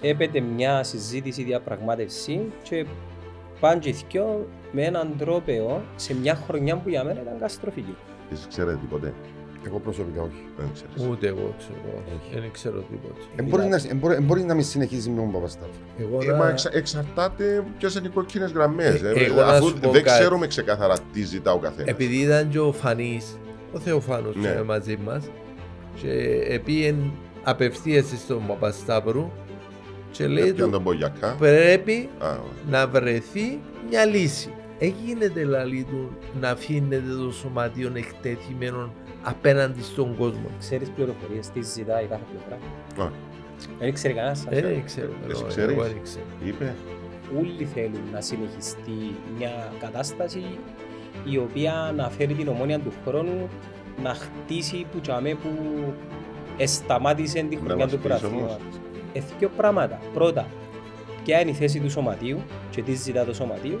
έπεται μια συζήτηση διαπραγμάτευση και πάνε και οι δυο με έναν τρόπο σε μια χρονιά που για μένα ήταν καταστροφική. Εσύ ξέρετε τίποτε. Εγώ προσωπικά όχι. Δεν ξέρεις. Ούτε εγώ ξέρω. Δεν ξέρω τίποτα. Ε, μπορεί να- ε, μπορεί- ε, Μπορεί να μην συνεχίζει με τον Παπαστάθη. Εγώ Ε, μα να... εξα- εξαρτάται ποιες είναι οι κόκκινες γραμμές. Ε, εγώ να σου πω δεν κάτι. ξέρουμε ξεκάθαρα τι ζητά ο καθένας. Επειδή ήταν και ο Φανής, ο Θεοφάνος Ναι. ναι. μαζί μας και επίεν απευθείας στον Παπασταύρου και λέει Ποιον του τον Μπογιακά. πρέπει Α, ωραία. να βρεθεί μια λύση. Εγίνεται λαλή του να αφήνεται το σωματείο εκτεθειμένο απέναντι στον κόσμο. Ξέρεις πληροφορίες, τι ζητάει κάθε πλευρά. Α. Δεν ξέρει κανένας. Ε, Δεν ξέρω. Εσύ εγώ- ξέρεις. εγώ δεν ξέρω. Είπε. Όλοι θέλουν να συνεχιστεί μια κατάσταση η οποία να φέρει την ομόνια του χρόνου να χτίσει που τσαμέ που εσταμάτησε τη Να χρονιά μας του πεις όμως. πρωταθλήματος. Ε, δύο πράγματα. Πρώτα, ποια είναι η θέση του σωματείου και τι ζητά το σωματείο.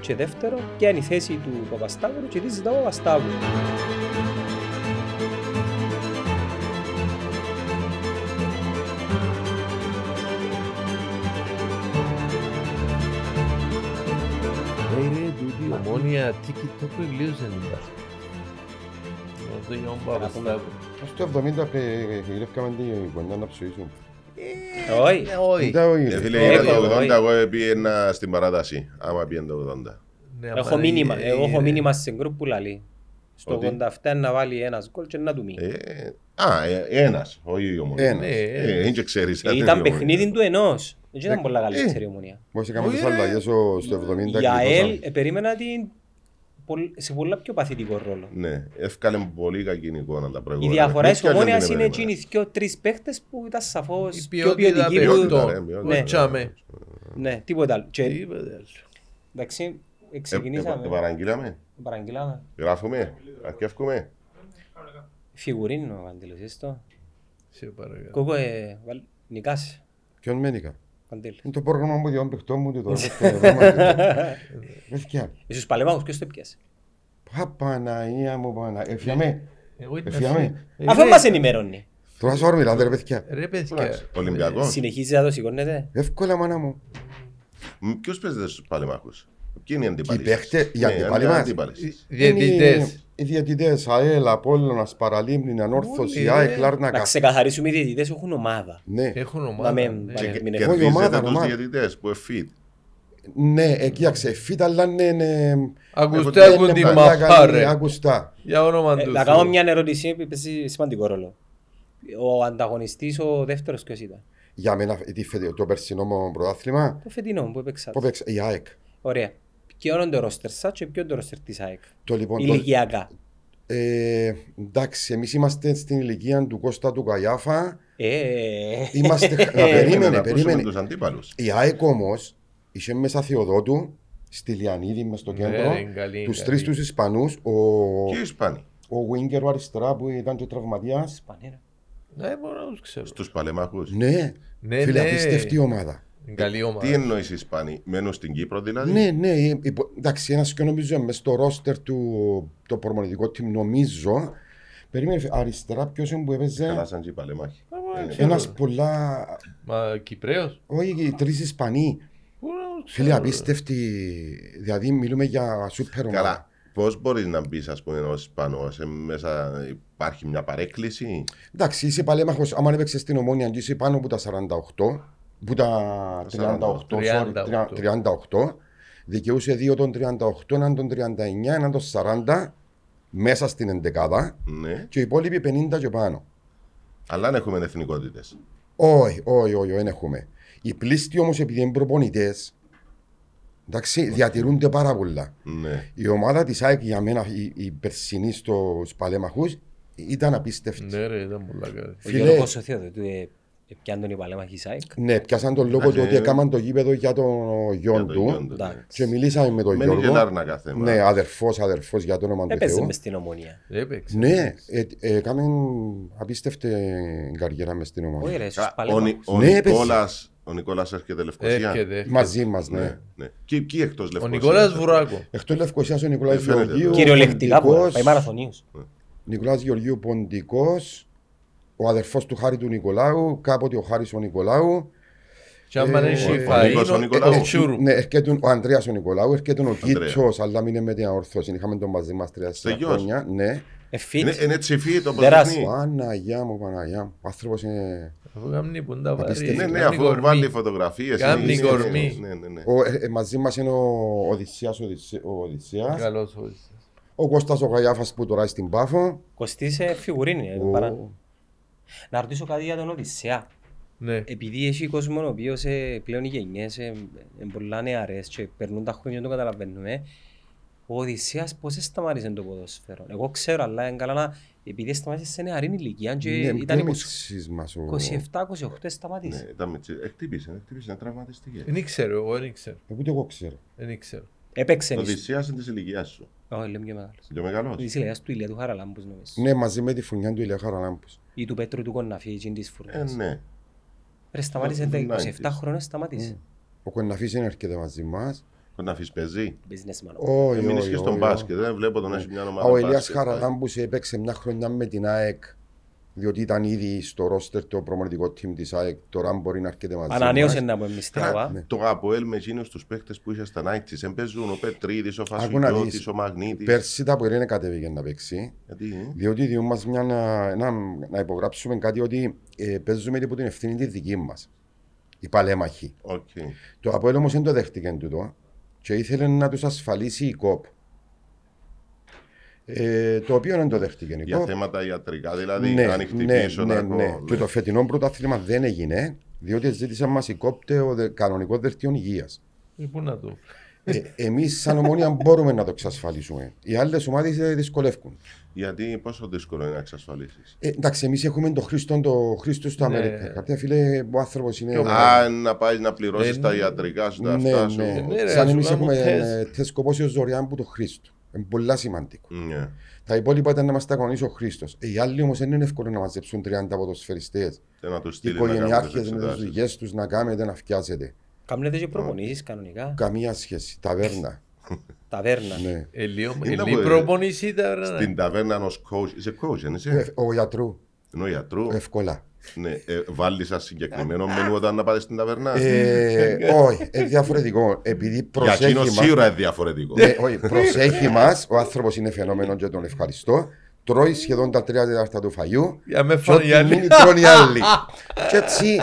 Και δεύτερο, ποια είναι η θέση του Παπασταύρου και τι ζητά ο Παπασταύρου. Ε, ρε, τούτη η ομόνια TikTok τελείωσε την πάση. Ο Θεό Παπασταύρου. Ας το ε, 70 γυρεύκαμε την κουβέντα να ψηφίσουν. Ε, Όχι. ναι, Όχι. Ήταν ο Ε, ίδιος. Φίλε, είπα έχω, το 80, έχω. εγώ έπινα στην παράταση. Άμα πήγαινε το 80. Ναι, Έχω μα, μήνυμα, ε, εγώ έχω ε, μήνυμα σε γκρουπ που λαλεί. Στο Ότι? 87 να βάλει ένας γκολ και να του μείνει. Ε, Α, ένας, όχι ο μόνο. Ένας. Ναι, ε, Δεν ξέρει. Ε, Ήταν παιχνίδι του ενός. Δεν ήταν πολλά καλύτερη η ομονία. Μόλις έκαμε τις Ε, αλλαγές ο- στο 70 Η ΑΕΛ κλειδώσαμε. ε, περίμενα την πολ- σε πολλά πιο παθητικό Ε, ρόλο. Ναι, έφκανε πολύ κακή εικόνα τα Η προηγούμενα. διαφορά παιχνίδια της ομόνιας και είναι δεν την εκείνοι οι δυο τρεις παίχτες που ήταν Η σαφώς πιο ποιότητα ποιοτικοί. ναι. περίμενα. που- Ποιότητα, παιχτών. ρε, Ναι, ποιότητα. Όχι, τσάμε. Ναι, τίποτα άλλο. Και, Τίποτε άλλο. εντάξει, Ε, ε, ξεκινήσαμε. Παραγγείλαμε, Παραγγείλαμε. γράφουμε, αρκεύκουμε. Φιγουρίνο ο Παντήλος, είσαι το. Σε παρακαλώ. Κόκο, ε, βαλ- νικάς, Ποιον μένηκα. Παντήλ. Είναι το πρόγραμμα μου διόν παιχτών μου τούτο. Βέθηκε. Εσύ στους παλεμάχους, ποιος το έπιασε. Παπαναία μου, Ε, Παναγία. Εφιαμε. Εγώ ήμουν Εφιάμε. σε- Ε, Αφού ρε, μας ενημερώνει. Τώρα σοβαρά μιλάτε ρε παιδιά. Ρε παιδιά. Ολυμπιακός. Συνεχίζεις να το σηκώνεται. Εύκολα μάνα μου. Ποιος παίζεται στους παλεμάχου. Ποιοι είναι οι αντίπαλοι. Οι παίχτες, οι Ναι, αντίπαλοι μας. αντίπαλοι σας. Είναι Διαιτητές. Οι διαιτητές, ΑΕΛ, Απόλλωνας, Παραλίμνη, Ανόρθωση, Όλοι, ΑΕΚ, ρε. Να Λάρνακα. ξεκαθαρίσουμε οι διαιτητές έχουν ομάδα. Ε, Ναι, Έχουν Να ομάδα. μην ναι. Και μην κε- ευνεύει. Όχι, ομάδα, Κερδίζετε του ομάδα. διαιτητές που εφήτ. ναι, ε, κοίταξε, φίτα, αλλά ναι, ναι, Ακούστε, Έχουν- ακούν είναι τη πολλά μαπά, ε, καλή, ρε. Ακουστά. Για όνομα Ε, τους. Να Θεού. κάνω μια ερώτηση που παίζει σημαντικό ρόλο. Ο ανταγωνιστής, ο δεύτερος ποιος ήταν. Για μένα ε, τι φε- το περσινό μου πρωτάθλημα Το φετινό που έπαιξα. που έπαιξε η ΑΕΚ. Ωραία. Ποιο είναι το ρόστερ σας και ποιο είναι το ρόστερ της ΑΕΚ. Το λοιπόν, το, Ηλικιακά. ε, εντάξει, εμείς είμαστε στην ηλικία του Κώστα του Καγιάφα. Ε, Είμαστε, να Πρέπει περίμενε, να ακούσουμε περίμενε. τους αντίπαλους. Η ΑΕΚ όμως είχε μέσα Θεοδότου, στη Λιανίδη, μες στο Ναι, κέντρο, ρε, είναι καλή, είναι τους καλή. τρεις τους Ισπανούς, ο, Και οι Ισπανοί. ο Βίνκερ ο αριστερά που ήταν και τραυματίας. Σπανέρα. Ναι, μπορώ να τους ξέρω. Στους παλεμάχους. Ναι, Ναι, φίλε, ναι. απίστευτη ομάδα. Είναι Καλή Τι ομάδα. εννοεί οι Ισπανοί, μένουν στην Κύπρο δηλαδή. Ναι, ναι, ε, υπο- εντάξει, ένας και νομίζω μες στο ρόστερ του το προμονητικό team νομίζω. Περίμενε, φε- αριστερά ποιος είναι που έπαιζε. Χαλάσαν και οι παλεμάχοι. Ε, μα, Ε, ξέρω. Ένας πολλά, Μα Κυπρέος. όχι οι τρεις Ισπανοί. Μπορώ να τους Φίλε, ξέρω, απίστευτη, δηλαδή μιλούμε για σούπερ ομάδα. Καλά. Πώς μπορείς να μπεις, ας πούμε, ως Ισπανός, ε, μέσα υπάρχει μια παρέκκληση. Εντάξει, είσαι παλέμαχος, άμα έπαιξες στην Ομόνια και είσαι πάνω από τα 48, που τα 38, sorry, 38. 38, δικαιούσε δύο των 38, έναν των 39, έναν των 40, μέσα στην εντεκάδα Ναι. και οι υπόλοιποι 50 και πάνω. Αλλά αν έχουμε εθνικότητες. Όχι, όχι, όχι, δεν έχουμε. Οι πλήστοι όμως επειδή είναι προπονητές, εντάξει, διατηρούνται πάρα πολλά. Ναι. Η ομάδα της ΑΕΚ για μένα, η, η περσινή στου παλέμαχου, ήταν απίστευτη. Ναι. Ναι, ρε, ήταν πολλά καλή. Ο Φίλε. Γιώργος ο Θεόδου, ε, ε, πιάνει τον υπαλέμαχη της ΑΕΚ. Ναι, πιάσαν τον λόγο Εντάξει, του ότι ε, έκαναν το γήπεδο για τον Για γιο το του Γιόντου, ναι. Εντάξει. και μιλήσαμε με τον Μένει και Γιώργο. λάρνακα θέμα. Ναι, αδερφός, αδερφός για το όνομα του Έπαιζε Θεού. Ε, μες στην ομονία. Έπαιξε. Ναι, ε, ε, έκαμε απίστευτη καριέρα μες στην ομάδα. Όχι ρε, στους Κα- Ο, Νι- παλέμαχους. ο, Ναι, έπαιζε. Νικόλας, ο Νικόλας έρχεται Λευκοσία. Έρχεται. έρχεται. Μαζί μας, ναι. Ναι, ναι. Και, και εκτός Λευκοσία. Ο Νικόλας Βουράκο. Εκτός Λευκοσίας ο Νικολάη Ε, φαίνεται, Γεωργίου. ναι. Κυριολεκτικά που Ποντικός. πάει μαραθωνίους. Νικολάς Γεωργίου Ποντικός, ο αδερφός του Χάρη του Νικολάου, κάποτε ο Χάρης ο Νικολάου, Και άμα Ε, έχει ο φαΐ, Νίκος ο ε, Νικολάου. ε, τσιούρου. Ναι, έρχεται ο Ανδρέας ο Νικολάου, έρχεται ο Ανδρέα. Κίτσος, αλλά μην είναι με την αορθώση. Είχαμε τον μαζί μας τρία Είστε γιος. χρόνια. Ναι. Ε, Είναι, Εφίτ. είναι τσιφίτ όπως Τεράστιο. δείχνει. Παναγιά μου, Παναγιά μου. Ο άνθρωπος είναι. Αφού κάνει πουντά βαρύ. Απίστευτο. Ναι, ναι, κάνει αφού κορμί. βάλει φωτογραφίες. Κάνει είναι- είναι- κορμί. Ναι, ναι, ναι. Ο, ε, ε, μαζί μας είναι ο Οδυσσέας, ο Οδυσσέας. Καλός ο Οδυσσέας. Ο Κώστας ο Γαϊάφας που τώρα είναι στην Πάφο. Κοστής ε, φιγουρίνη. ε, Ο- παρά- Να ρωτήσω κάτι για τον Οδυσσέα. Ναι. Επειδή έχει κόσμο ο οποίος πλέον οι γενιές είναι πολλά νεαρές και περνούν τα χρόνια το καταλαβαίνουμε, ο Οδυσσέας πώς σταμάτησε το ποδόσφαιρο. Εγώ ξέρω, αλλά είναι καλά να. Επειδή σταμάτησε σε νεαρή ηλικία και Ναι, ήταν ήταν μας ο... 27-28 σταμάτησε. Ναι, ήταν με τσι- ε, Χτύπησε, ε, χτύπησε, ε, τραυματιστήκε. Δεν ξέρω, εγώ δεν ξέρω. Ε, Ούτε εγώ ξέρω. Δεν ξέρω. Έπαιξε. Ο Οδυσσέας είναι της ηλικίας σου. Όχι, λέμε πιο μεγάλος. Πιο μεγάλος. Της ηλικίας του Ηλία του Χαραλάμπους νομίζω. Ναι, μαζί με τη φουνιά του Ηλία Χαραλάμπους. Ή του Πέτρου του Κοναφή, εκείνη της Ε, φουρνάς. ναι. Ρε σταμάτησε τα 90s. 27 χρόνια, σταμάτησε. Ο Κοναφής δεν έρχεται μαζί μας. Κονταφής παίζει. Businessman. Όχι, Εμείνεις όχι, και όχι, στον όχι. μπάσκετ. Δεν βλέπω Ναι. τον έχει μια ομάδα. Α, Ο Ηλίας μπάσκετ. ναι. Χαραλάμπους έπαιξε μια χρονιά με την ΑΕΚ διότι ήταν ήδη στο ρόστερ το προμονητικό team της ΑΕΚ. Τώρα αν μπορεί να έρχεται μαζί Ανανέωσε μας. να πω εμείς Τώρα, τραβά. ναι. Το Αποέλ με εκείνους τους παίχτες που είχε στα Νάικτης. Εν παίζουν ο Πετρίδης, ο Άκου να Φασουλιώτης, δεις. ο Μαγνίτης. Πέρσι τα που δεν κατέβηκε να παίξει. Γιατί, ε? Διότι διούν μας μια να, να, να υπογράψουμε κάτι ότι ε, παίζουμε υπό την ευθύνη της δική μας. Οι παλέμαχοι. Οκ. Το Αποέλ όμως δεν το δέχτηκε τούτο και ήθελε να τους ασφαλίσει η ΚΟΠ. Ε, το οποίο δεν το δέχτηκε η Για ΚΟΠ. θέματα ιατρικά, δηλαδή, ναι, αν χτυπήσω ναι, να ναι, ακούω, ναι. λέει. Και το φετινό πρωτάθλημα δεν έγινε, διότι ζήτησαν μας η ΚΟΠ το δε- κανονικό δελτίο υγείας. Ε, Πού να το. ε, Εμείς, σαν ομόνια, μπορούμε να το εξασφαλίσουμε. Οι ε, άλλες ομάδες δυσκολεύουν. Γιατί πόσο δύσκολο είναι να εξασφαλίσεις. Ε, εντάξει, εμείς έχουμε τον Χρήστο, το Χρήστος στο Ναι. Αμερικά. Καπιά φίλε, ο άνθρωπος είναι. Αν να πάει να πληρώσει Ναι, τα ναι. ιατρικά σου, τα ναι, αυτά σου. ναι. Ναι, ρε, Σαν ας εμείς σου έχουμε κάνουν ε, τεστ κοπόσεως δωρεάν που το Χρήστο. Είναι πολύ σημαντικό. Ναι. Τα υπόλοιπα ήταν να μας τα γονεί ο Χρήστος. Οι άλλοι όμως δεν είναι εύκολο να μαζέψουν 30 ποδοσφαιριστέ. Και να τους στείλει να κάνουν τις Οικογενειάρχε με τι εξετάσεις. δουλειέ τους να κάνετε να φτιάζετε. Κάμνετε και προπονήσεις κανονικά. Καμία σχέση. Ταβέρνα. Ταβέρνα. ναι. Ε, λίγο- Είναι ε, να λίγο μπορεί- προπονήση ήταν, ρε, να- Στην ταβέρνα ενός coach. Είσαι coach, δεν είσαι. Ε, Ο γιατρού. Ενώ ιατρού. Εύκολα. Ναι, βάλεις ένα συγκεκριμένο μενού όταν να πάτε στην ταβέρνα. Ε, Όχι, ε, διαφορετικό. Επειδή Για προσέχει. εκείνο μας- σίγουρα είναι διαφορετικό. Ναι, όχι, προσέχει μα. Ο άνθρωπος είναι φαινόμενο και τον ευχαριστώ. Τρώει σχεδόν τα τρία τέταρτα του φαγιού. Για με Και φάνε οι ό,τι άλλοι. μείνει τρώνε οι άλλοι. Και έτσι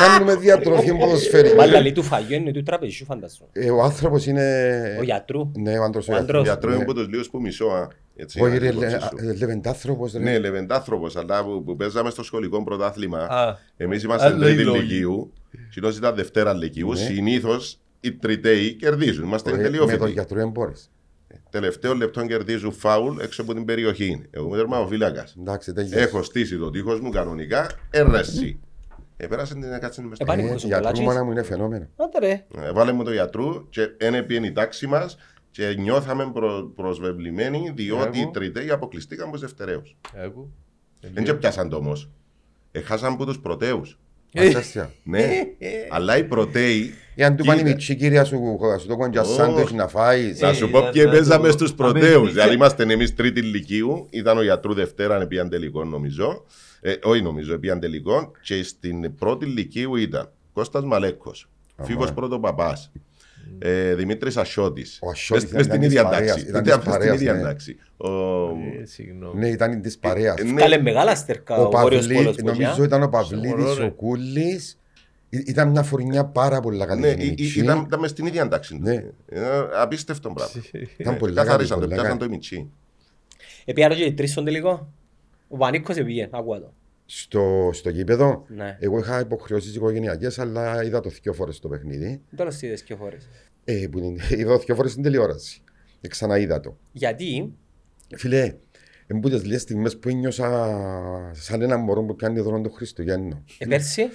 κάνουμε διατροφή Μάλλα ποδοσφαιρική. λέει του φαγιού είναι του τραπεζιού φαντασού. Ε, Ο άνθρωπος είναι. Ο γιατρού. Ναι, ο άντρος. Ο άντρος. Γιατρό είναι ναι. από τους λίγους που μισώ. α. Έτσι, Όχι, ρε, να το λε- κοτσίσω. ε, λεβεντάνθρωπος, ρε. Ναι, λεβεντάνθρωπος, αλλά που, που παίζαμε στο σχολικό πρωτάθλημα. Α, Ε, Εμεί ήμασταν άλλοι τρίτη λόγοι. λυκείου. Συνήθως ήταν Δευτέρα λυκείου. Ναι. Συνήθως οι τριτέοι κερδίζουν. Είμαστε Ρε, ε, Με τον τελειόφιλοι. γιατρό δεν μπορείς. Τελευταίο λεπτό κερδίζουν φάουλ έξω από την περιοχή. Εγώ είμαι τερμαφύλακα. Εντάξει, τέλειωσε. Έχω στήσει το τείχος μου κανονικά, Ναι. έρεση. Επέρασε την έκατσε μες στο Ε, πάλι χώρο. Ε, Μήπως ο Γιατρού Παλάτσης. μάνα μου είναι φαινόμενο. Άντε ρε. Ε, Βάλε μου το γιατρού και ένεπιεν η τάξη μας και νιώθαμε προ, προσβεβλημένοι διότι Μπράβο. οι τριτέοι αποκλειστήκαν από δευτερέου. άκου. Ναι. Δεν και πιάσαν το όμως. Έχασαν από τους πρωτέους. Ε, Ασταστία. Ναι, αλλά οι πρωτέοι. Ε, αν του πάνε η Κοίτα. μητσή κυρία σου, σου το κόντια σάντουιτς να φάεις. Θα Ε, σου πω ήταν- ποιοι ήταν παίζαμε το- στους Αμέ, πρωτέου. είχε- Δηλαδή είμαστε εμείς τρίτη ηλικίου, ήταν ο γιατρού Δευτέρα, επίαν τελικό νομίζω. Ε, όχι νομίζω, επίαν τελικό. Και στην πρώτη ηλικίου ήταν Κώστας Μαλέκος, Αμά. Φίβος Πρώτο Παπάς, ε, Δημήτρης Ασιώτης. Ο Μες Ασιώτης ήταν στην της ίδια παρέας, τάξη. Ήταν ήταν της στην παρέας, ίδια ναι. τάξη. Ο- ε, Συγγνώμη. Ναι, ήταν της παρέας. Ε, ναι, Κάλε μεγάλα στερκά Ο ο Βόρειος Παυλί- Πόλος. ε. νομίζω ήταν ο Παυλίδης, Σοβαρό, ρε. ο Κούλης. Ή- Ήταν μια φορνιά πάρα πολύ καλή ναι, η ή- μητσή. ή- ήταν ήταν μες στην ίδια τάξη. Ναι. Ε, Απίστευτο πράγμα. Ήταν Ναι, πολύ Καθαρίσαν καλή, το, πολύ πιάσαν καλή. το μιτσί. Επιάρα και οι τρεις στον τελικό. Ο Βανίκος επήγε, άκουα το. Στο, στο γήπεδο, Ναι. εγώ είχα υποχρεώσεις οικογενειακές, αλλά είδα το δύο φορές το παιχνίδι. Τέλος είδες και χώρες. Ε, που την- είδα το δύο φορές στην τηλεόραση. Και ξαναείδα το. Ναι. Γιατί Φίλε, εμπού τις λίγες στιγμές που ένιωσα σαν ένα μωρό που πιάνει δρόμο του Χριστουγέννου. ε, πέρσι,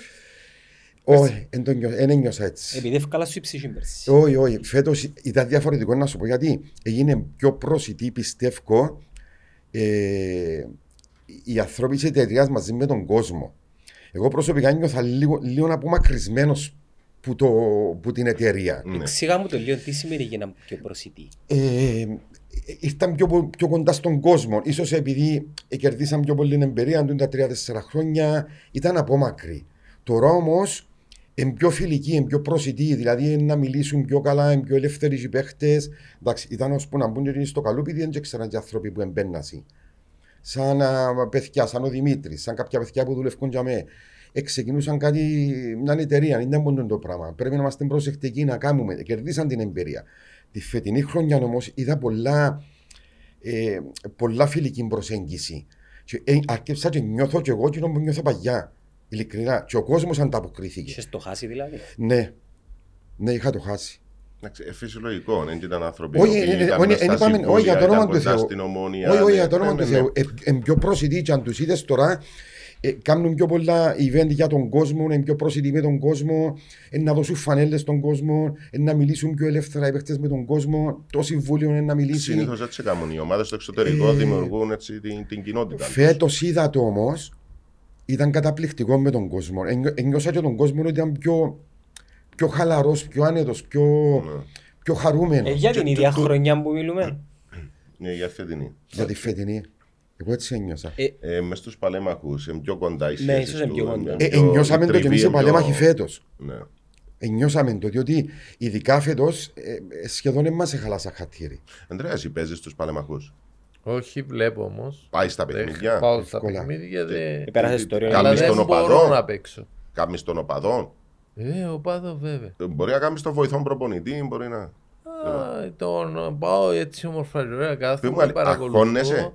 Όχι, δεν το νιώ- εν ένιωσα έτσι. επειδή ευκάλα σου η ψυχή πέρσι. Όχι, όχι. Φέτος ήταν διαφορετικό να σου πω γιατί έγινε πιο προσιτή, πιστεύω, ε, οι άνθρωποι τη εταιρεία μαζί με τον κόσμο. Εγώ προσωπικά νιώθα λίγο, λίγο απομακρυσμένος που, το, που την εταιρεία. Ναι. Εξήγα μου το λίγο τι σημαίνει για να είμαι πιο προσιτή. Ε, ήρθαν πιο, πιο κοντά στον κόσμο. σω επειδή ε, κερδίσαν πιο πολύ την εμπειρία του τα τρία-τέσσερα χρόνια, ήταν απόμακροι. Τώρα όμως είναι πιο φιλική, είναι πιο προσιτή, δηλαδή εν να μιλήσουν πιο καλά, είναι πιο ελεύθεροι οι παίχτες. Εντάξει, ήταν ώσπου να μπουν και στο καλούπι, δεν ξέραν και άνθρωποι που εμπένασαν. Σαν α, παιδιά, σαν ο Δημήτρης, σαν κάποια παιδιά που δουλεύουν για μέ. Εξεκινούσαν κάτι, μια εταιρεία, δεν ήταν μόνο το πράγμα. Πρέπει να είμαστε προσεκτικοί να κάνουμε. Κερδίσαν την εμπειρία. Τη φετινή χρονιά όμως είδα πολλά, ε, πολλά φιλική προσέγγιση. Και, ε, αρκεψα και νιώθω και εγώ εκείνο που νιώθω παγιά. Ειλικρινά. Και ο κόσμος ανταποκρίθηκε. Είχες το χάσει δηλαδή. Ναι. Ναι, είχα το χάσει. Εντάξει, ε, Φυσιολογικό, δεν ήταν άνθρωποι. Όχι, ε, ε, όχι, δεν είπαμε- όχι, για το όνομα του Θεού. Όχι, ναι. όχι, για το Ε, όνομα του Θεού. Είναι πιο πρόσιτοι και αν τους είδες τώρα, ε, κάνουν πιο πολλά event για τον κόσμο, είναι πιο πρόσιτοι με τον κόσμο, ε, να δώσουν φανέλες στον κόσμο, ε, να μιλήσουν πιο ελεύθερα οι παίχτες με τον κόσμο, το συμβούλιο είναι να μιλήσει. Συνήθως έτσι κάνουν οι ομάδες στο εξωτερικό, Ε, δημιουργούν έτσι την, την κοινότητα. τους. Φέτο είδα το όμως, ήταν καταπληκτικό με τον κόσμο. Ένιω- Ένιωσα και τον κόσμο ότι ήταν πιο, πιο χαλαρός, πιο άνετος, πιο, Ναι. πιο χαρούμενος Ε, για την Και ίδια του- του- χρονιά που μιλούμε. Ναι, για φετινή. για τη φετινή. Εγώ έτσι ένιωσα. Ε, Ε, μες στους παλέμαχους, είναι πιο κοντά οι Ναι, σχέσεις ίσως είναι του, πιο κοντά. Ε, πιο- Ενιώσαμε η τριβή το και εμεί οι είναι πιο- παλέμαχοι φέτο. Ναι. Ενιώσαμε Ε, το, διότι ειδικά φέτος σχεδόν εμά έχαλασα χατήρι. Ανδρέας, εσύ παίζεις στους παλέμαχους. Όχι, βλέπω όμως. Πάει στα παιχνίδια, Πάω στα Εύκολα. παιχνίδια. δεν- ε, Πέρασε το όριο. Αλλά Κάνεις δεν τον μπορώ οπαδό. να παίξω. κάνεις τον οπαδό. Ε, ο πάδος βέβαια. Ε, Μπορεί να κάνεις τον βοηθόν προπονητή, μπορεί να... Α, Ε, τον πάω έτσι όμορφα, ωραία, Πες κάθομαι, μου, αγχώνεσαι? παρακολουθώ.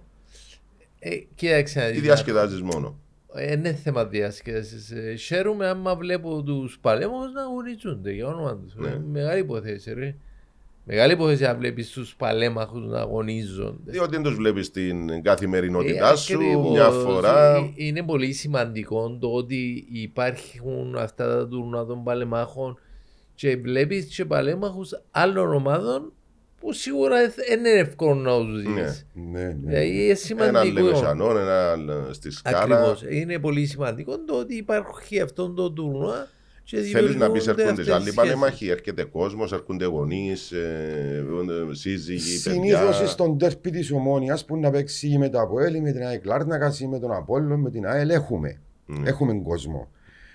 Ε, κοίταξε να Τι δεις, διασκεδάζεις μόνο. Ε, Είναι θέμα διασκέδασης. Ε, χαίρομαι άμα βλέπω τους παλέμαχου να αγωνίζονται για όνομα τους. Ναι. μεγάλη υποθέση, ρε. Μεγάλη υποθέση να βλέπεις τους παλέμαχους να αγωνίζονται. Διότι δεν τους βλέπεις την καθημερινότητά Ε, σου, ακριβώς. μια φορά. Ε, Είναι πολύ σημαντικό το ότι υπάρχουν αυτά τα τουρνά των παλεμάχων και βλέπεις και παλέμαχους άλλων ομάδων που σίγουρα δεν είναι εύκολο να τους δεις. Ναι. Ναι, ναι. Δηλαδή είναι Ένα σημαντικό. λεμεσανόν, ένα λ- ε, στη σκάλα. Ακριβώς. Είναι πολύ σημαντικό το ότι υπάρχει αυτό το τουρνουά. και Θέλεις να πεις δημιουργούνται αυτές έρχονται οι άλλοι σχέσεις. παλέμαχοι, έρχεται κόσμος, έρχονται γονείς, σύζυγοι, Συνήθω παιδιά. στον τέρπι της ομόνοια που να παίξει με τα Αποέλ, ή με την ΑΕΚ Λάρνακα ή με τον Απόλλων, με την ΑΕΛ έχουμε. Ναι. Έχουμε κόσμο.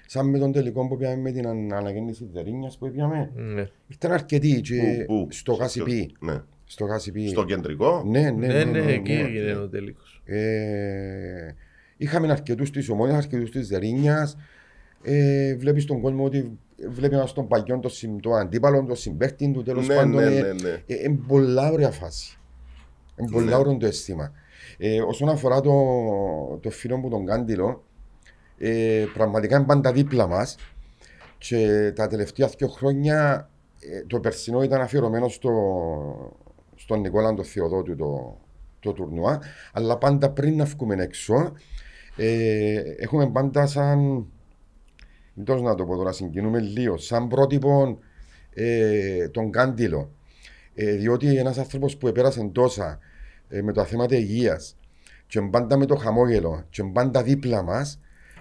Σαν με τον τελικό που πήγαμε με την ανα- αναγέννηση τη Δερίνια που πήγαμε. Ναι. Ήταν αρκετοί και Πού, πού, στο Γάσιπι. Ναι. Στο Γάσιπι. Στο κεντρικό. Ναι, ναι, Ναι, ναι, εκεί ναι. έγινε ο τελικός. Ε, είχαμε αρκετούς της Ομόνιας, αρκετούς της Δερίνια. Ε, Βλέπεις τον κόσμο ότι βλέπει ένας των παγιών, τον συν- τον αντίπαλο, τον συμπέχτη του τέλος Ναι, πάντων. ναι, ε, ναι, ναι. ε, Είναι πολλά ωραία φάση. Είναι πολλά Ναι. ωραίο το αίσθημα. Ε, όσον αφορά το, το φίλο μου τον Κάντιλο, ε, πραγματικά είναι πάντα δίπλα μας. Και τα τελευταία δύο χρόνια ε, το περσινό ήταν αφιερωμένο στο, στον Νικόλα τον Θεοδότου το, το τουρνουά. Αλλά πάντα πριν να βγούμε έξω, ε, έχουμε πάντα σαν. Μην τόσο να το πω τώρα, συγκινούμε λίγο. Σαν πρότυπο ε, τον Κάντιλο. Ε, διότι ένας άνθρωπος που επέρασε τόσα ε, με τα θέματα υγείας και πάντα με το χαμόγελο και πάντα δίπλα μας,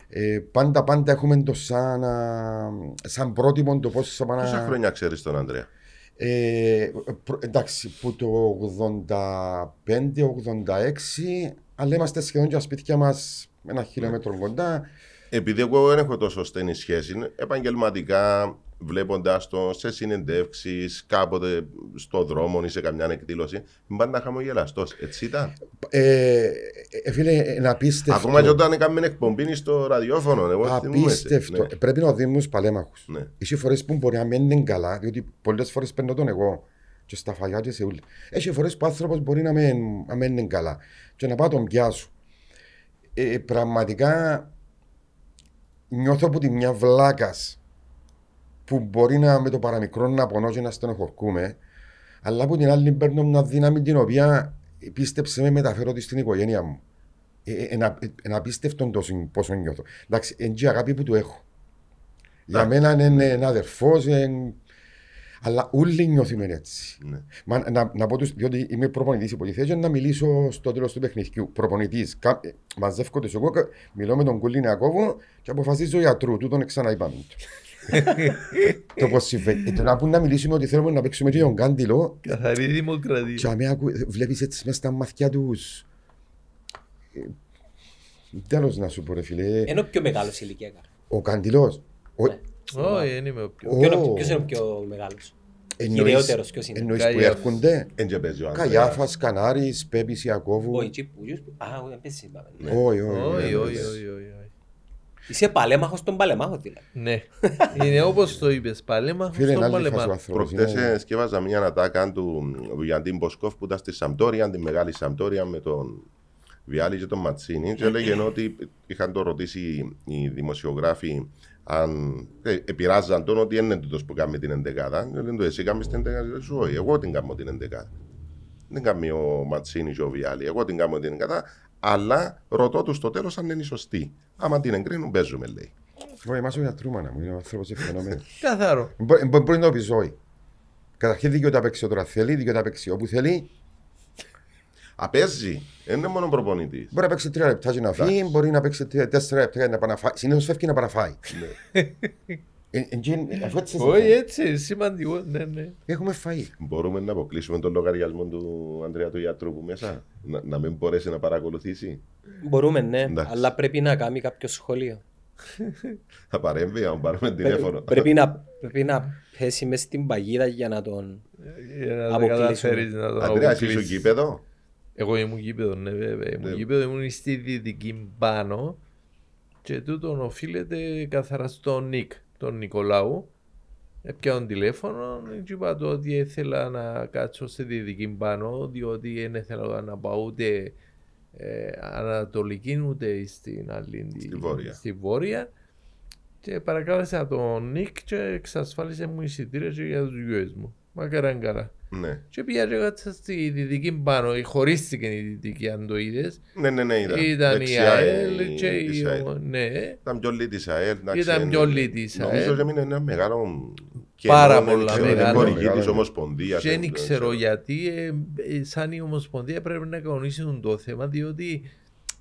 ε, πάντα πάντα έχουμε το σαν, α, σαν πρότυπο το πώς θα πάνε. Πόσα χρόνια ξέρεις τον Ανδρέα. Ε, προ- εντάξει, που το 85-86, αλλά είμαστε σχεδόν και τα σπίτια μας ένα χιλιόμετρο κοντά. Επειδή εγώ δεν έχω τόσο στενή σχέση, επαγγελματικά βλέποντας το σε συνεντεύξεις, κάποτε στο δρόμο ή σε καμιά εκδήλωση, πάντα χαμογελαστός. Έτσι ήταν. Ε, ε, ε, φίλε, ένα απίστευτο. Ακόμα και όταν έκαμε εκπομπή στο ραδιόφωνο, εγώ θυμούμαι σε. Απίστευτο. Ε, Πρέπει να δίνουμε στους παλέμαχους. Ναι, ναι. Έχει φορές που μπορεί να μην είναι καλά, διότι πολλές φορές παίρνω τον εγώ και στα φαγιά και σε ούλη. Έχει φορές που ο άνθρωπος μπορεί να μην, να μην είναι καλά και να πάω τον πιάσω. Ε, πραγματικά νιώθω από τη μια βλάκας που μπορεί να με το παραμικρό να πονώ και να στενοχωρκούμε, αλλά από την άλλη παίρνω μια δύναμη την οποία ε, πίστεψε με μεταφέρω της στην οικογένεια μου. Ε, ε, Ένα ε, ένα απίστευτο το συν- πόσο νιώθω. Εντάξει, είναι και η αγάπη που του έχω. Για Εντάξει. μένα είναι ένα αδερφός, αλλά όλοι νιώθουμε έτσι. ναι. Μα, να, να πω τους, διότι είμαι προπονητής υποτιθέσεω, να μιλήσω στο τέλος του παιχνιδιού. ε, Προπονητή. Μαζεύω του εγώ, κα- μιλώ με τον Κουλίνιακόβο και αποφασίζω γιατρού. Του τον ξαναείπαμε. του. το πώς συμβαίνει. Ε, το να πούν να μιλήσουμε ότι θέλουμε να παίξουμε και τον Κάντιλο, Καθαρή και δημοκρατία. αμέ βλέπει ε, έτσι μέσα στα μαθιά του. Τέλο Ε, να σου πω, ρε φίλε. Ενώ ε, πιο μεγάλος ηλικιακά. Ο Κάντιλος. Ναι. Όχι, δεν είμαι ε, ο πιο. Ο- Ποιο είναι ο- ποιος είναι ο πιο μεγάλος. Κυριότερος ποιος είναι. Εννοείς που Καγιάφας. έρχονται. Εν και παίζει ο Ανδρέας. Καγιάφας, Κανάρης, Πέπης, Ιακώβου. Όχι, τσι που γιους- Α, όχι, δεν πες είπαμε. ναι. Όχι, Όχι, όχι. όχι, όχι, ε, όχι, όχι. Είσαι παλέμαχος των παλέμαχων δηλαδή. Ναι. Είναι όπως το είπες, παλέμαχος Φίλε, στον είναι άλλη φάση ο παλεμάχο. άνθρωπος. Προχτές είναι- ε, σκεύαζα μια ανατάκα του Βιαντίν Μποσκόφ που ήταν στη Σαμπτόρια, τη μεγάλη Σαμπτόρια με τον Βιάλη και τον Ματσίνη και έλεγε ότι είχαν το ρωτήσει οι δημοσιογράφοι αν ε, επηρεάζαν τον ότι είναι τούτος που κάνει την εντεκάδα. Και λένε του εσύ κάνεις την εντεκάδα. Και λέει, «Σου, όχι, εγώ την κάνω την εντεκάδα. Δεν κάνει ο Ματσίνη και ο Βιάλη. Εγώ την κάνω την εντεκάδα. Αλλά ρωτώ τους στο τέλος αν είναι σωστή. Άμα την εγκρίνουν, παίζουμε, λέει. Όχι, εμάς ο γιατρούμανα μου, είναι ο άνθρωπος φαινόμενο. Καθαρό. Μπο- ε, μπο- Μπορεί να το πεις ζωή. Καταρχήν δικαιούται να παίξει όταν θέλει, δικαιούται να παίξει όπου θέλει. Απέζει. Δεν είναι μόνο προπονητής. Μπορεί να παίξει τρία λεπτά και να φύγει, μπορεί να παίξει τρία- τέσσερα λεπτά και να παναφάει. Συνήθως φεύγει να παραφάει. Ναι. Ε, ε, και είναι- αφού έτσι Όχι, είναι. έτσι, σημαντικό. Ναι, ναι. Έχουμε φαΐ. Μπορούμε να αποκλείσουμε τον λογαριασμό του Ανδρέα του γιατρού που μέσα, να, να μην μπορέσει να παρακολουθήσει. Μπορούμε, ναι, Εντάξει. αλλά πρέπει να κάνει κάποιο σχολείο. Θα παρέμβει, αν πάρουμε τηλέφωνο. Πρέ- πρέπει, να, πρέπει να πέσει μέσα στην παγίδα για να τον. Για να τα Αποκλείσουμε. καταφέρεις να το Ανδρέα, είσαι στο αποκλείσεις. γήπεδο. Εγώ ήμουν γήπεδο, ναι, βέβαια. Ήμουν Ναι. γήπεδο, ήμουν στη δυτική πάνω και τούτον οφείλεται καθαρά στον Νίκ, τον Νικολάου. Έπιαω τηλέφωνο και είπα του ότι ήθελα να κάτσω στη δυτική πάνω, διότι δεν ήθελα να πάω ούτε ε, ανατολική ούτε στην άλλη. Στη βόρεια. στη βόρεια. Και παρακάλεσα τον Νίκ και εξασφάλισε μου εισιτήρια και για τους γιουές μου. Μακαράν καλά. Ναι. Και πήγα και κάτσα στη δυτική πάνω, η- χωρίστηκε η δυτική αν το είδες. ναι, ναι, ναι, ήταν. Ήταν η Δεξιά ΑΕΛ και της ε, η... ΑΕΛ. ναι. Ήταν πιο λίγη της ΑΕΛ. εντάξει, Ήταν είναι- πιο λίγη της Νομίζω ΑΕΛ. ότι είναι ένα μεγάλο Πάρα κενό, δεν πολλά, ξέρω, είναι μεγάλο. χορηγή της Μεγάλο. Ομοσπονδίας. ε, Και δεν δεν ξέρω γιατί, ε, ε, σαν η Ομοσπονδία πρέπει να κανονίσουν το θέμα, διότι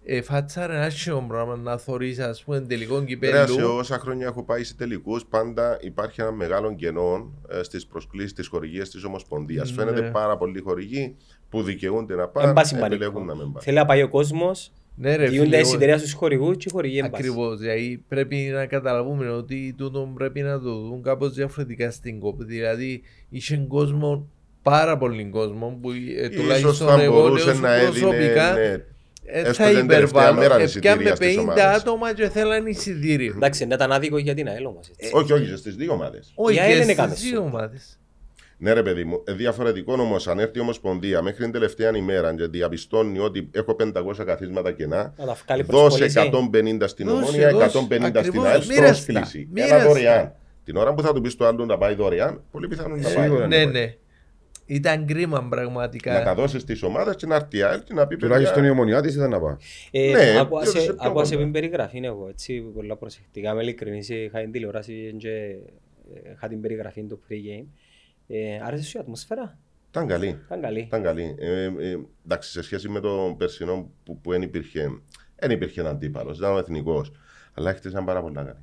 ε, φάτσαρε ένα άσχημο πράγμα να θωρείς ας πούμε τελικό Πέρα σε κυπέλλου. όσα χρόνια έχω πάει σε τελικούς, πάντα υπάρχει ένα μεγάλο ε, κενό στις προσκλήσεις τη χορηγία της Ομοσπονδίας. Ναι. Φαίνεται πάρα πολλοί χορηγοί που δικαιούνται να Εν πάνε, πάση επιλέγουν πανικό. να μην πάνε. Θέλει να πάει ο κόσμος, Ναι ρε διούνται φίλε, εισιτήρια στους χορηγούς και οι χορηγοί εν πάση. Ακριβώς. Δηλαδή πρέπει να καταλαβούμε ότι τούτο πρέπει να το δουν κάπως διαφορετικά στην κόπη. Δηλαδή είχε κόσμο, πάρα πολύ κόσμο που ε, Ίσως τουλάχιστον θα εγώ μπορούσε λέω να σου έδινε. προσωπικά ναι. ε, έστω θα την τελευταία υπερβάλλω. μέρα Επιάμε εισιτήρια 50 στις ομάδες. άτομα και θέλαν εισιτήριο. Εντάξει, να ήταν άδικο για την ΑΕΛ όμω. ε, Όχι, όχι, στις δύο ομάδες. Όχι, Η ΑΕΛ και είναι στις κάμεσο. δύο ομάδες. Ναι, ρε παιδί μου, ε, διαφορετικό όμως. Αν έρθει η Ομοσπονδία μέχρι την τελευταία ημέρα και διαπιστώνει ότι έχω 500 καθίσματα κενά, Ε, Να τα βγάλει δώσε προσχολήση. 150 στην Δώσε, Ομόνια, δώσε. 150 στην Ακριβώς, ΑΕΛ, μοίραστα, πρόσκληση. Ένα μοίραστα. δωρεάν. Την ώρα που θα του πεις στο άλλο να πάει δωρεάν, πολύ πιθανόν να πάει. ναι. Σίγουρα. Ναι, ναι. ναι. Ήταν κρίμα Να τα πραγματικά. δώσεις στις ομάδες και να έρθει η ΑΕΛ και να πει Τουλάχιστον η παιδιά. ομονιά της ήταν να πάει. Ε, Ναι, άκουα ποιος σε- είσαι πιο άκουα σε κοντά. πριν περιγραφή είναι εγώ, έτσι, πολλά προσεκτικά, με ειλικρινής, ε, είχα την τηλεόραση και ε, είχα την περιγραφή του pre-game. Ε, άρεσε σου η ατμόσφαιρα, Ήταν καλή. ήταν καλή. Ήταν καλή. Ε, ε, εντάξει, σε σχέση με τον περσινό που, που δεν υπήρχε, δεν υπήρχε ένα αντίπαλο, ήταν ο εθνικός. Αλλά χτίσαν πάρα πολλά καλή.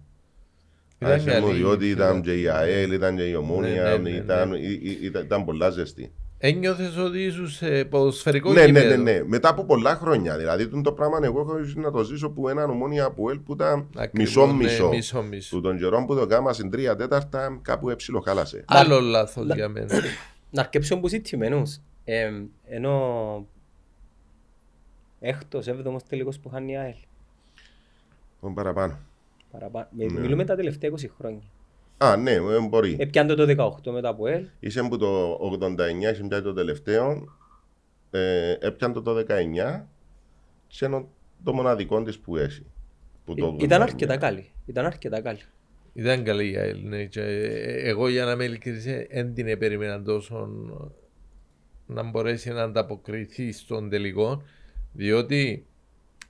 Ήταν Άρεσε μου καλή, διότι ήταν ήταν- και η ΑΕΛ, ήταν και η Ναι, Ομόνια, ναι, ναι, ναι. ήταν- ή- ή- ήταν- ήταν πολλά ζεστή. Ένιωθες ότι ήσουν σε ποδοσφαιρικό Ναι, ναι, ναι, γήπεδο. ναι. Μετά από πολλά χρόνια. Δηλαδή, τούτο το πράγμα εγώ έχω ζήσει να το ζήσω που έναν ομόνια από ΕΛ που ήταν Ακριβώς, ναι, μισό-μισό. μισό-μισό. Του τον καιρό που το κάμα στην τρία τέταρτα κάπου έψιλο χάλασε. Άλλο λάθος για μένα. Να αρκέψω που ζητημένους, ε, ενώ έκτος, έβδομος τελικός που χάνει η ΑΕΛ. Τον παραπάνω. Παραπάνω. Ε, Ναι. Μιλούμε τα τελευταία 20 χρόνια. Α, ναι, ε, μπορεί. Έπιαν το το 18 μετά από ΕΛ. Είσαι που το 89, είσαι πια το τελευταίο. Ε, έπιαν το το 19 σε ένα, το μοναδικό της που έχει. Που το Ε, ναι. Ήταν 89. αρκετά καλή. Ήταν αρκετά καλή. Ήταν καλή η ΑΕΛ, ναι. Και εγώ για να είμαι ειλικρινής δεν την επερίμενα τόσο να μπορέσει να ανταποκριθεί στον τελικό διότι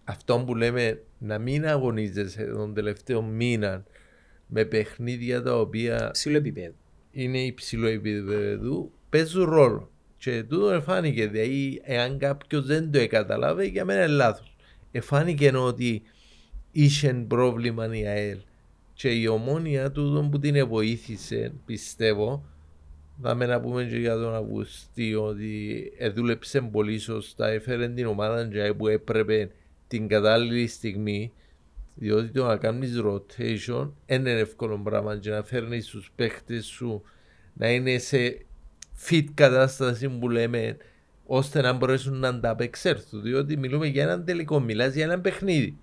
αυτό που λέμε να μην αγωνίζεσαι τον τελευταίο μήνα με παιχνίδια τα οποία Ψηλό επίπεδο. είναι υψηλό επίπεδο παίζουν ρόλο. Και τούτο εφάνηκε. Δηλαδή, εάν κάποιος δεν το εκαταλάβει, για μένα είναι λάθος. Εφάνηκε ότι είχε πρόβλημα η ΑΕΛ. Και η ομόνια του που την βοήθησε, πιστεύω, θα με να πούμε και για τον Αυγουστή ότι δούλεψε πολύ σωστά, έφερε την ομάδα και που έπρεπε την κατάλληλη στιγμή Διότι το να κάνεις rotation είναι εύκολο πράγμα και να φέρνεις τους παίχτες σου να είναι σε fit κατάσταση που λέμε ώστε να μπορέσουν να ανταπεξέλθουν. Διότι μιλούμε για έναν τελικό, μιλάς για ένα παιχνίδι.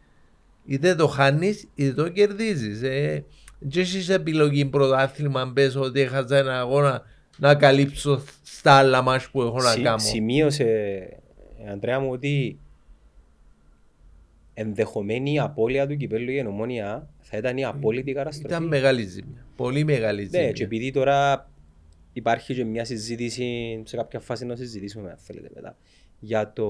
Είτε το χάνεις είτε το κερδίζεις. Ε, και έχει επιλογή πρωτάθλημα. Αν πες ότι έχασα ένα αγώνα να καλύψω στα άλλα μα που έχω να Συ- κάνω. Σημείωσε, ε, Αντρέα μου, ότι ενδεχομένη η απώλεια του κυπέλου για την Ομόνια θα ήταν η απόλυτη καταστροφή. Ε, Ήταν μεγάλη ζημιά. Πολύ μεγάλη ζημιά. Ναι, και επειδή τώρα υπάρχει και μια συζήτηση, σε κάποια φάση να συζητήσουμε, αν θέλετε μετά, για το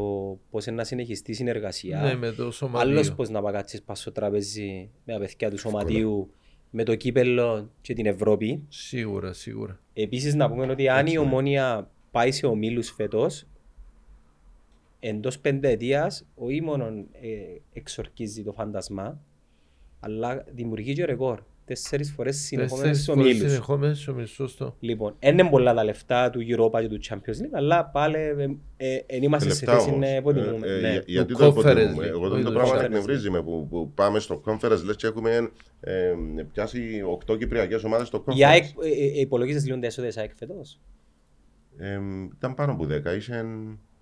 πώ να συνεχιστεί η συνεργασία. Ναι, με το σωματείο. Άλλος πώς να παγάτσει πας στο τραπέζι με τα παιδιά του σωματείου, με το κύπελο και την Ευρώπη. Σίγουρα, σίγουρα. Επίσης, να πούμε ότι αν η ομόνια πάει σε ομίλους φέτος, εντό πενταετία, όχι μόνο ε, εξορκίζει το φάντασμα, αλλά δημιουργεί και ρεκόρ. Τέσσερις φορές συνεχόμενες Τέσσερις στου φορές ομίλου. συνεχόμενες στους ομίλους, σωστό. Λοιπόν, δεν είναι πολλά τα λεφτά του Europa και του Champions League, αλλά πάλι ε, ε, εν είμαστε σε Λεπτά θέση όμως. να Ε, υποτιμούμε. ε, ναι. για- Γιατί Το το conference υποτιμούμε. league. Εγώ Όχι, το το πράγμα conference να εκνευρίζει με που, που πάμε στο conference λες και έχουμε ε, πιάσει 8 κυπριακές ομάδες στο Η ΑΕΚ, conference. ε, ε, υπολογίζεις λίγο τα έσοδα της ΑΕΚ φέτος. Ε, ήταν πάνω από 10. Είχε,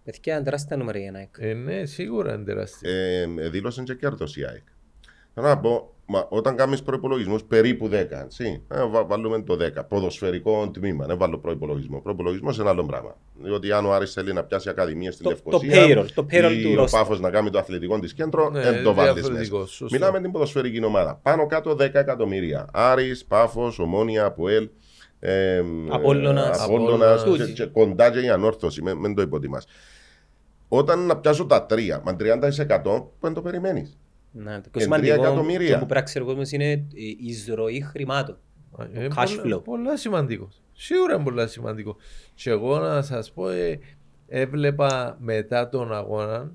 Παιδιά, είναι τεράστια νούμερα για την ΑΕΚ. Ε, ναι, σίγουρα είναι τεράστιο. ε, δήλωσε και κέρδος η ΑΕΚ. Θέλω να πω, μα, όταν κάνεις προϋπολογισμούς περίπου 10, έτσι, ε, βα- βάλουμε το 10, ποδοσφαιρικό τμήμα, δεν βάλω προϋπολογισμό. Προϋπολογισμός είναι άλλο πράγμα. Διότι αν ο Άρης θέλει να πιάσει ακαδημία στη Το- το Λευκοσία, payroll, το payroll ή του ο roster. Πάφος να κάνει το αθλητικό της κέντρο, Ναι, δεν το βάλεις μέσα. διαφορετικό, σωστό. Μιλάμε την ποδοσφαιρική ομάδα. Πάνω κάτω 10 εκατομμύρια. Άρης, Πάφος, Ομόνια, Αποέλ. Ε, Απόλλωνας. Απόλλωνας Απόλλωνας. και, και κοντά και η ανόρθωση. Μην το υποτιμάς. Όταν να πιάσω τα 3 με 30% που δεν το περιμένεις. Να, το πιο τρία σημαντικό το που εκατομμύρια. πράξει ο κόσμος είναι η εισρωή χρημάτων. Ε, cash πολλά- flow. Πολλά σημαντικός. Σίγουρα είναι πολλά σημαντικό. Και εγώ να σας πω, ε, έβλεπα μετά τον αγώνα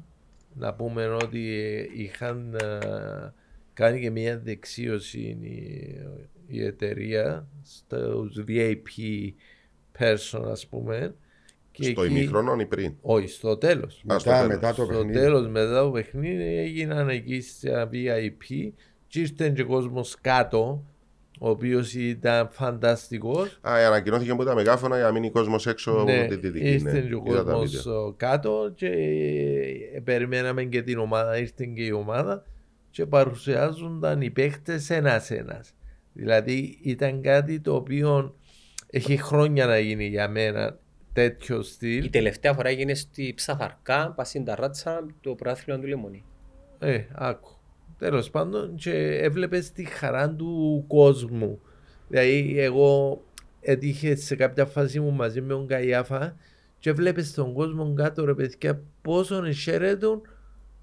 να πούμε ότι ε, είχαν ε, κάνει και μια δεξίωση η, η εταιρεία στους VIP person ας πούμε. Και Στο εκεί- ημίχρονο ή πριν. Όχι, στο τέλος. Α, στο Μετά, τέλος. μετά το στο παιχνίδι. τέλος μετά το παιχνίδι έγιναν εκεί στα VIP και ήρθε και κόσμος κάτω ο οποίος ήταν φανταστικός Ναι, Α, ε, ανακοινώθηκε από τα μεγάφωνα για να μείνει κόσμος έξω από τη Δυτική. ήρθε και ο ναι. Είδα τα βίντεο. κόσμος ε, κάτω και ε, περιμέναμε και την ομάδα, ήρθε και η ομάδα και παρουσιάζονταν οι παίχτες ένας ένας. Δηλαδή ήταν κάτι το οποίο έχει χρόνια να γίνει για μένα τέτοιο στυλ. Η τελευταία φορά έγινε στη Ψαθαρκά, Πασίντα Ράτσα, το προάθλημα του Λεμονή. Ε, άκου. Τέλος πάντων, και έβλεπες τη χαρά του κόσμου. Δηλαδή, εγώ έτυχε σε κάποια φάση μου μαζί με τον Καϊάφα και έβλεπες τον κόσμο κάτω, ρε παιδιά, πόσο χαίρετον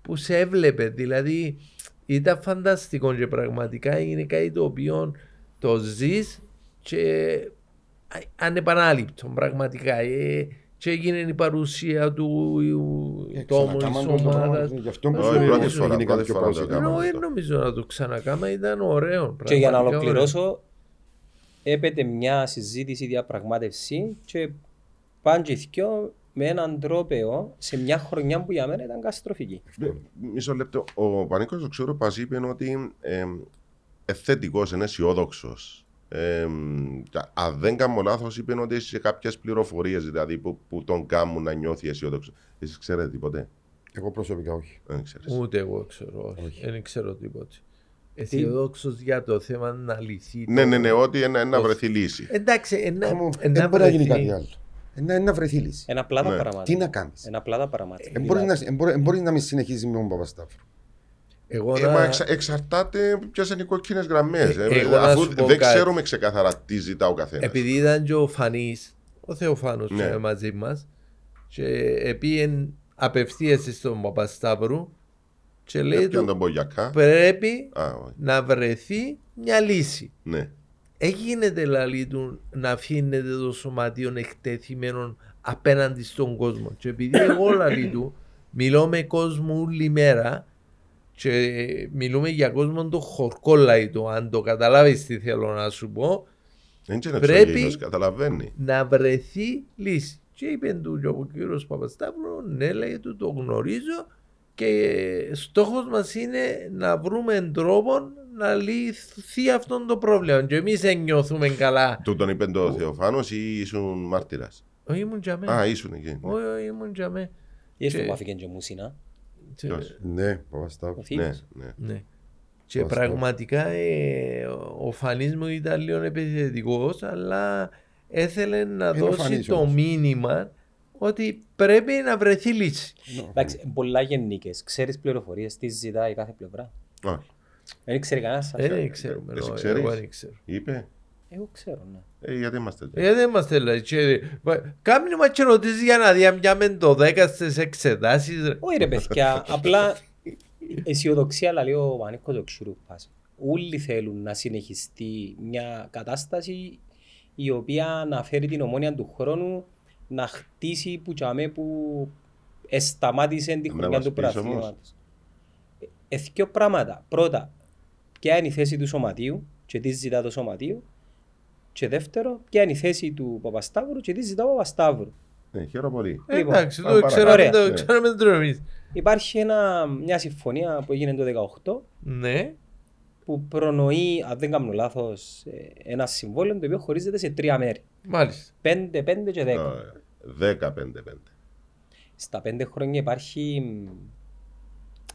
που σε έβλεπε. Δηλαδή, ήταν φανταστικό και πραγματικά είναι κάτι το οποίο το ζεις και α- ανεπανάληπτο πραγματικά. Ε, και έγινε η παρουσία του Ε, τόμου ξανακάμαν της το- το πράγμα, ομάδας. Γι' αυτό Όχι, πρώτη που σου φορά, γίνει πρώτη κάποιο φορά το πρόσωπο. έκανα. Ενώ Κάναμε δεν το. ε, νομίζω να το ξανακάμα, ήταν ωραίο. Και για να πραγματικά ολοκληρώσω, έπεται μια συζήτηση διαπραγμάτευση και πάνε και οι δυο με έναν τρόπεο σε μια χρονιά που για μένα ήταν καταστροφική. Ε, Μισό λεπτό. Ο Πανίκος ο Ξουροπα είπε ότι ε, εθετικό, είναι αισιόδοξος. Ε, τα- αν δεν κάνω λάθος, είπε ότι έχεις κάποιες πληροφορίες δηλαδή, που, που τον κάνουν να νιώθει αισιόδοξο. Εσείς ξέρετε τίποτε. Εγώ προσωπικά όχι. Δεν ξέρεις. ωραίο. Ούτε εγώ ξέρω, όχι. Όχι. δεν ξέρω τίποτα. Αισιοδόξο για το θέμα να λυθεί. το- Ναι, ναι, Ε, ναι, ότι ένα, ένα Πώς. βρεθεί λύση. Εντάξει, ε, ένα, Άμα- ένα Δεν μπορεί να ε, γίνει Ναι, βρεθεί- κάτι άλλο. Ε, Ένα- Ένα βρεθεί λύση. Ένα απλά τα Ναι. πράγματα. Τι να κάνεις. Ένα απλά τα πράγματα. Δεν μπορεί να- ε, δεν μπορεί- δεν μπορείς να μην συνεχίζεις με τον Παπασταύρο. Εγώ Ε, μα να... εξα- εξαρτάται ποιες είναι οι κόκκινε γραμμές. Ε, εγώ να αφού σου πω δεν κάτι. ξέρουμε ξεκάθαρα τι ζητά ο καθένας. Επειδή ήταν και ο Φανής, ο Θεοφάνος ε, Ναι. ναι. μαζί μας και επίεν απευθείας στον Παπασταύρου και λέει Έπιαν του τον Μπογιακά. πρέπει Α, όχι. να βρεθεί μια λύση. Ναι. Έγινεται λαλή του να αφήνεται το σωματείο εκτεθειμένο απέναντι στον κόσμο. Και επειδή εγώ λαλή του μιλώ με κόσμο όλη μέρα και μιλούμε για κόσμο το χορκό λαλή του, αν το καταλάβεις τι θέλω να σου πω, Δεν είναι Πρέπει- ψωγειος, καταλαβαίνει. να βρεθεί λύση. Και είπε του και ο κύριος Παπασταύρου, ναι, λέει του, το γνωρίζω Και στόχος μας είναι να βρούμε τρόπο να λυθεί αυτό το πρόβλημα. Και εμείς δεν νιώθουμε καλά. Του τον είπε το Θεοφάνος ή ήσουν μάρτυρας. Όχι ήμουν για μένα. Α, ήσουν εκεί. ναι. Όχι, όχι ήμουν για μένα. Ή αυτό Και- μάθηκε και ο Μουσίνα. Ποιος? Ναι, Παπασταύρου. Ο Ναι, Θήμιος. ναι. Ναι. Και Σωστό. πραγματικά ε, ο Φανής μου ήταν λίγο επιθετικός, αλλά έθελε να Είναι ο δώσει Φανής το όμως. μήνυμα ότι πρέπει να βρεθεί λύση. Εντάξει, είναι πολλά γεννήκες. Ξέρεις πληροφορίες, τις ζητάει κάθε πλευρά. Όχι. Δεν ξέρει κανένας. Ε, Δεν ξέρουμε. Εσύ εγώ- ξέρεις? Εγώ δεν ξέρω. Είπε, Εγώ ξέρω, ναι. ε, γιατί είμαστε εδώ. Ε, δεν είμαστε λέει. Κάμινε μας και ρωτήσει για να διαμοιάμε το 10 στις εξετάσεις. ρε. Όχι ρε παιδιά, απλά αισιοδοξία αλλά λέει ο Πανίκος ο Ξουρούπας. Όλοι θέλουν να συνεχιστεί μια κατάσταση η οποία να φέρει την ομόνια του χρόνου να χτίσει που τσαμέ που σταμάτησε τη Να χρονιά μας του πεις όμως. πρωταθλήματος. Εθκιο πράγματα. Πρώτα, ποια είναι η θέση του σωματείου και τι ζητά το σωματείο. Και δεύτερο, ποια είναι η θέση του Παπασταύρου και τι ζητά ο Παπασταύρου. Ναι, χαίρομαι πολύ. Ε, Λοιπόν, Εντάξει, πάμε το ξέραμε παρακάτω. το Ναι. ξέραμε το εμείς. Υπάρχει ένα, μια συμφωνία που έγινε το 18 Ναι, που προνοεί, αν δεν κάνω λάθος, ένα συμβόλαιο το οποίο χωρίζεται σε τρία μέρη. μάλιστα. 5, 5 και 10. Ωραία. Δέκα, πέντε, πέντε. Στα 5 χρόνια υπάρχει.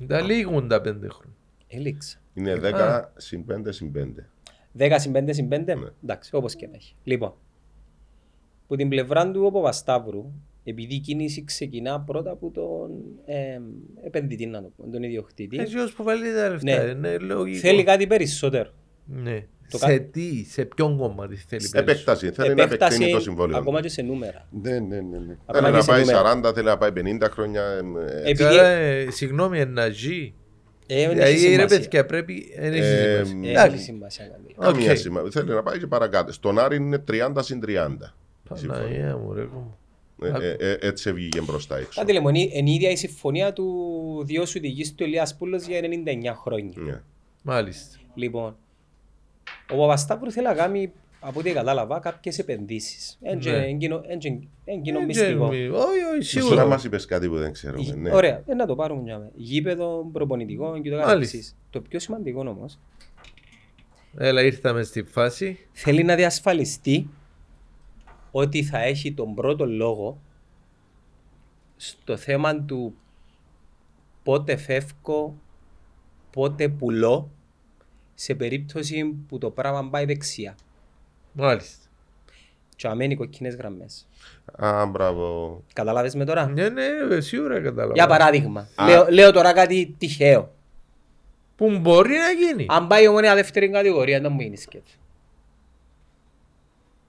Τα λίγουν τα πέντε χρόνια. Ελίξα. Είναι δέκα συν πέντε συν πέντε. 10 συν 5 συν 5. Ναι. Εντάξει, όπως και να έχει. Λοιπόν, που την πλευρά του ο Παπασταύρου, επειδή η κίνηση ξεκινά πρώτα από τον ε, επενδυτή, να το πούμε, τον ιδιοκτήτη, Έτσι ως που βάλεις τα λεφτά. Ναι. Είναι λογικό. θέλει κάτι περισσότερο. Ναι. Το σε κα- τι, σε ποιον κομμάτι θέλει περισσότερο. Επέκταση. Θέλει να επεκτείνει το συμβόλαιο. ακόμα Θέλει και σε νούμερα. Ναι, ναι, ναι. ναι. Ακόμα και να σε πάει νούμερα. 40, θέλει να πάει 50 χρόνια. εμ, ε, Επειδή- Τώρα, ε, συγγνώμη, ένα ζει. Ε, δεν έχει Δηλαδή, ρε σημασία. παιδιά, πρέπει. Δεν έχει Ε, σημασία. Ε, δεν έχει Εντάξει. σημασία. καλή. Καμία Οκ. σημασία. Θέλει να πάει και παρακάτω. Στον Άρη είναι 30 συν 30. Παναγία μου, ρε. κόμμα. Ε, ε, ε, έτσι βγήκε μπροστά έξω. Κάτι λέμε, είναι η λοιπόν, ίδια η συμφωνία του διώσου διοικητή του Ηλίας Πούλος για 99 χρόνια. Ναι. Μάλιστα. Λοιπόν, ο Παπαστάπρου θέλει να κάνει, από ό,τι κατάλαβα, κάποιες επενδύσεις. Ναι. Εν κοινό Δεν μυστικό. ξέρουμε. Ε, Όχι, όχι, Σίγουρα σίγουρα. μας είπες κάτι που δεν ξέρουμε. Ναι. Ωραία, ε, να το πάρουμε μια μέρα. Γήπεδο, προπονητικό και το Μάλιστα. καθεξής. Το πιο σημαντικό όμως, Έλα, ήρθαμε στη φάση. θέλει να διασφαλιστεί ότι θα έχει τον πρώτο λόγο στο θέμα του πότε φεύγω, πότε πουλώ, σε περίπτωση που το πράγμα πάει δεξιά. Μάλιστα. Και αμένει κοκκινές γραμμές. Α, μπράβο. Καταλάβες με τώρα. Ναι, ναι, σίγουρα κατάλαβα. Για παράδειγμα, Α. λέω, λέω τώρα κάτι τυχαίο. Που μπορεί να γίνει. Αν πάει η ομονία δεύτερη κατηγορία, δεν μου γίνει σκέψη.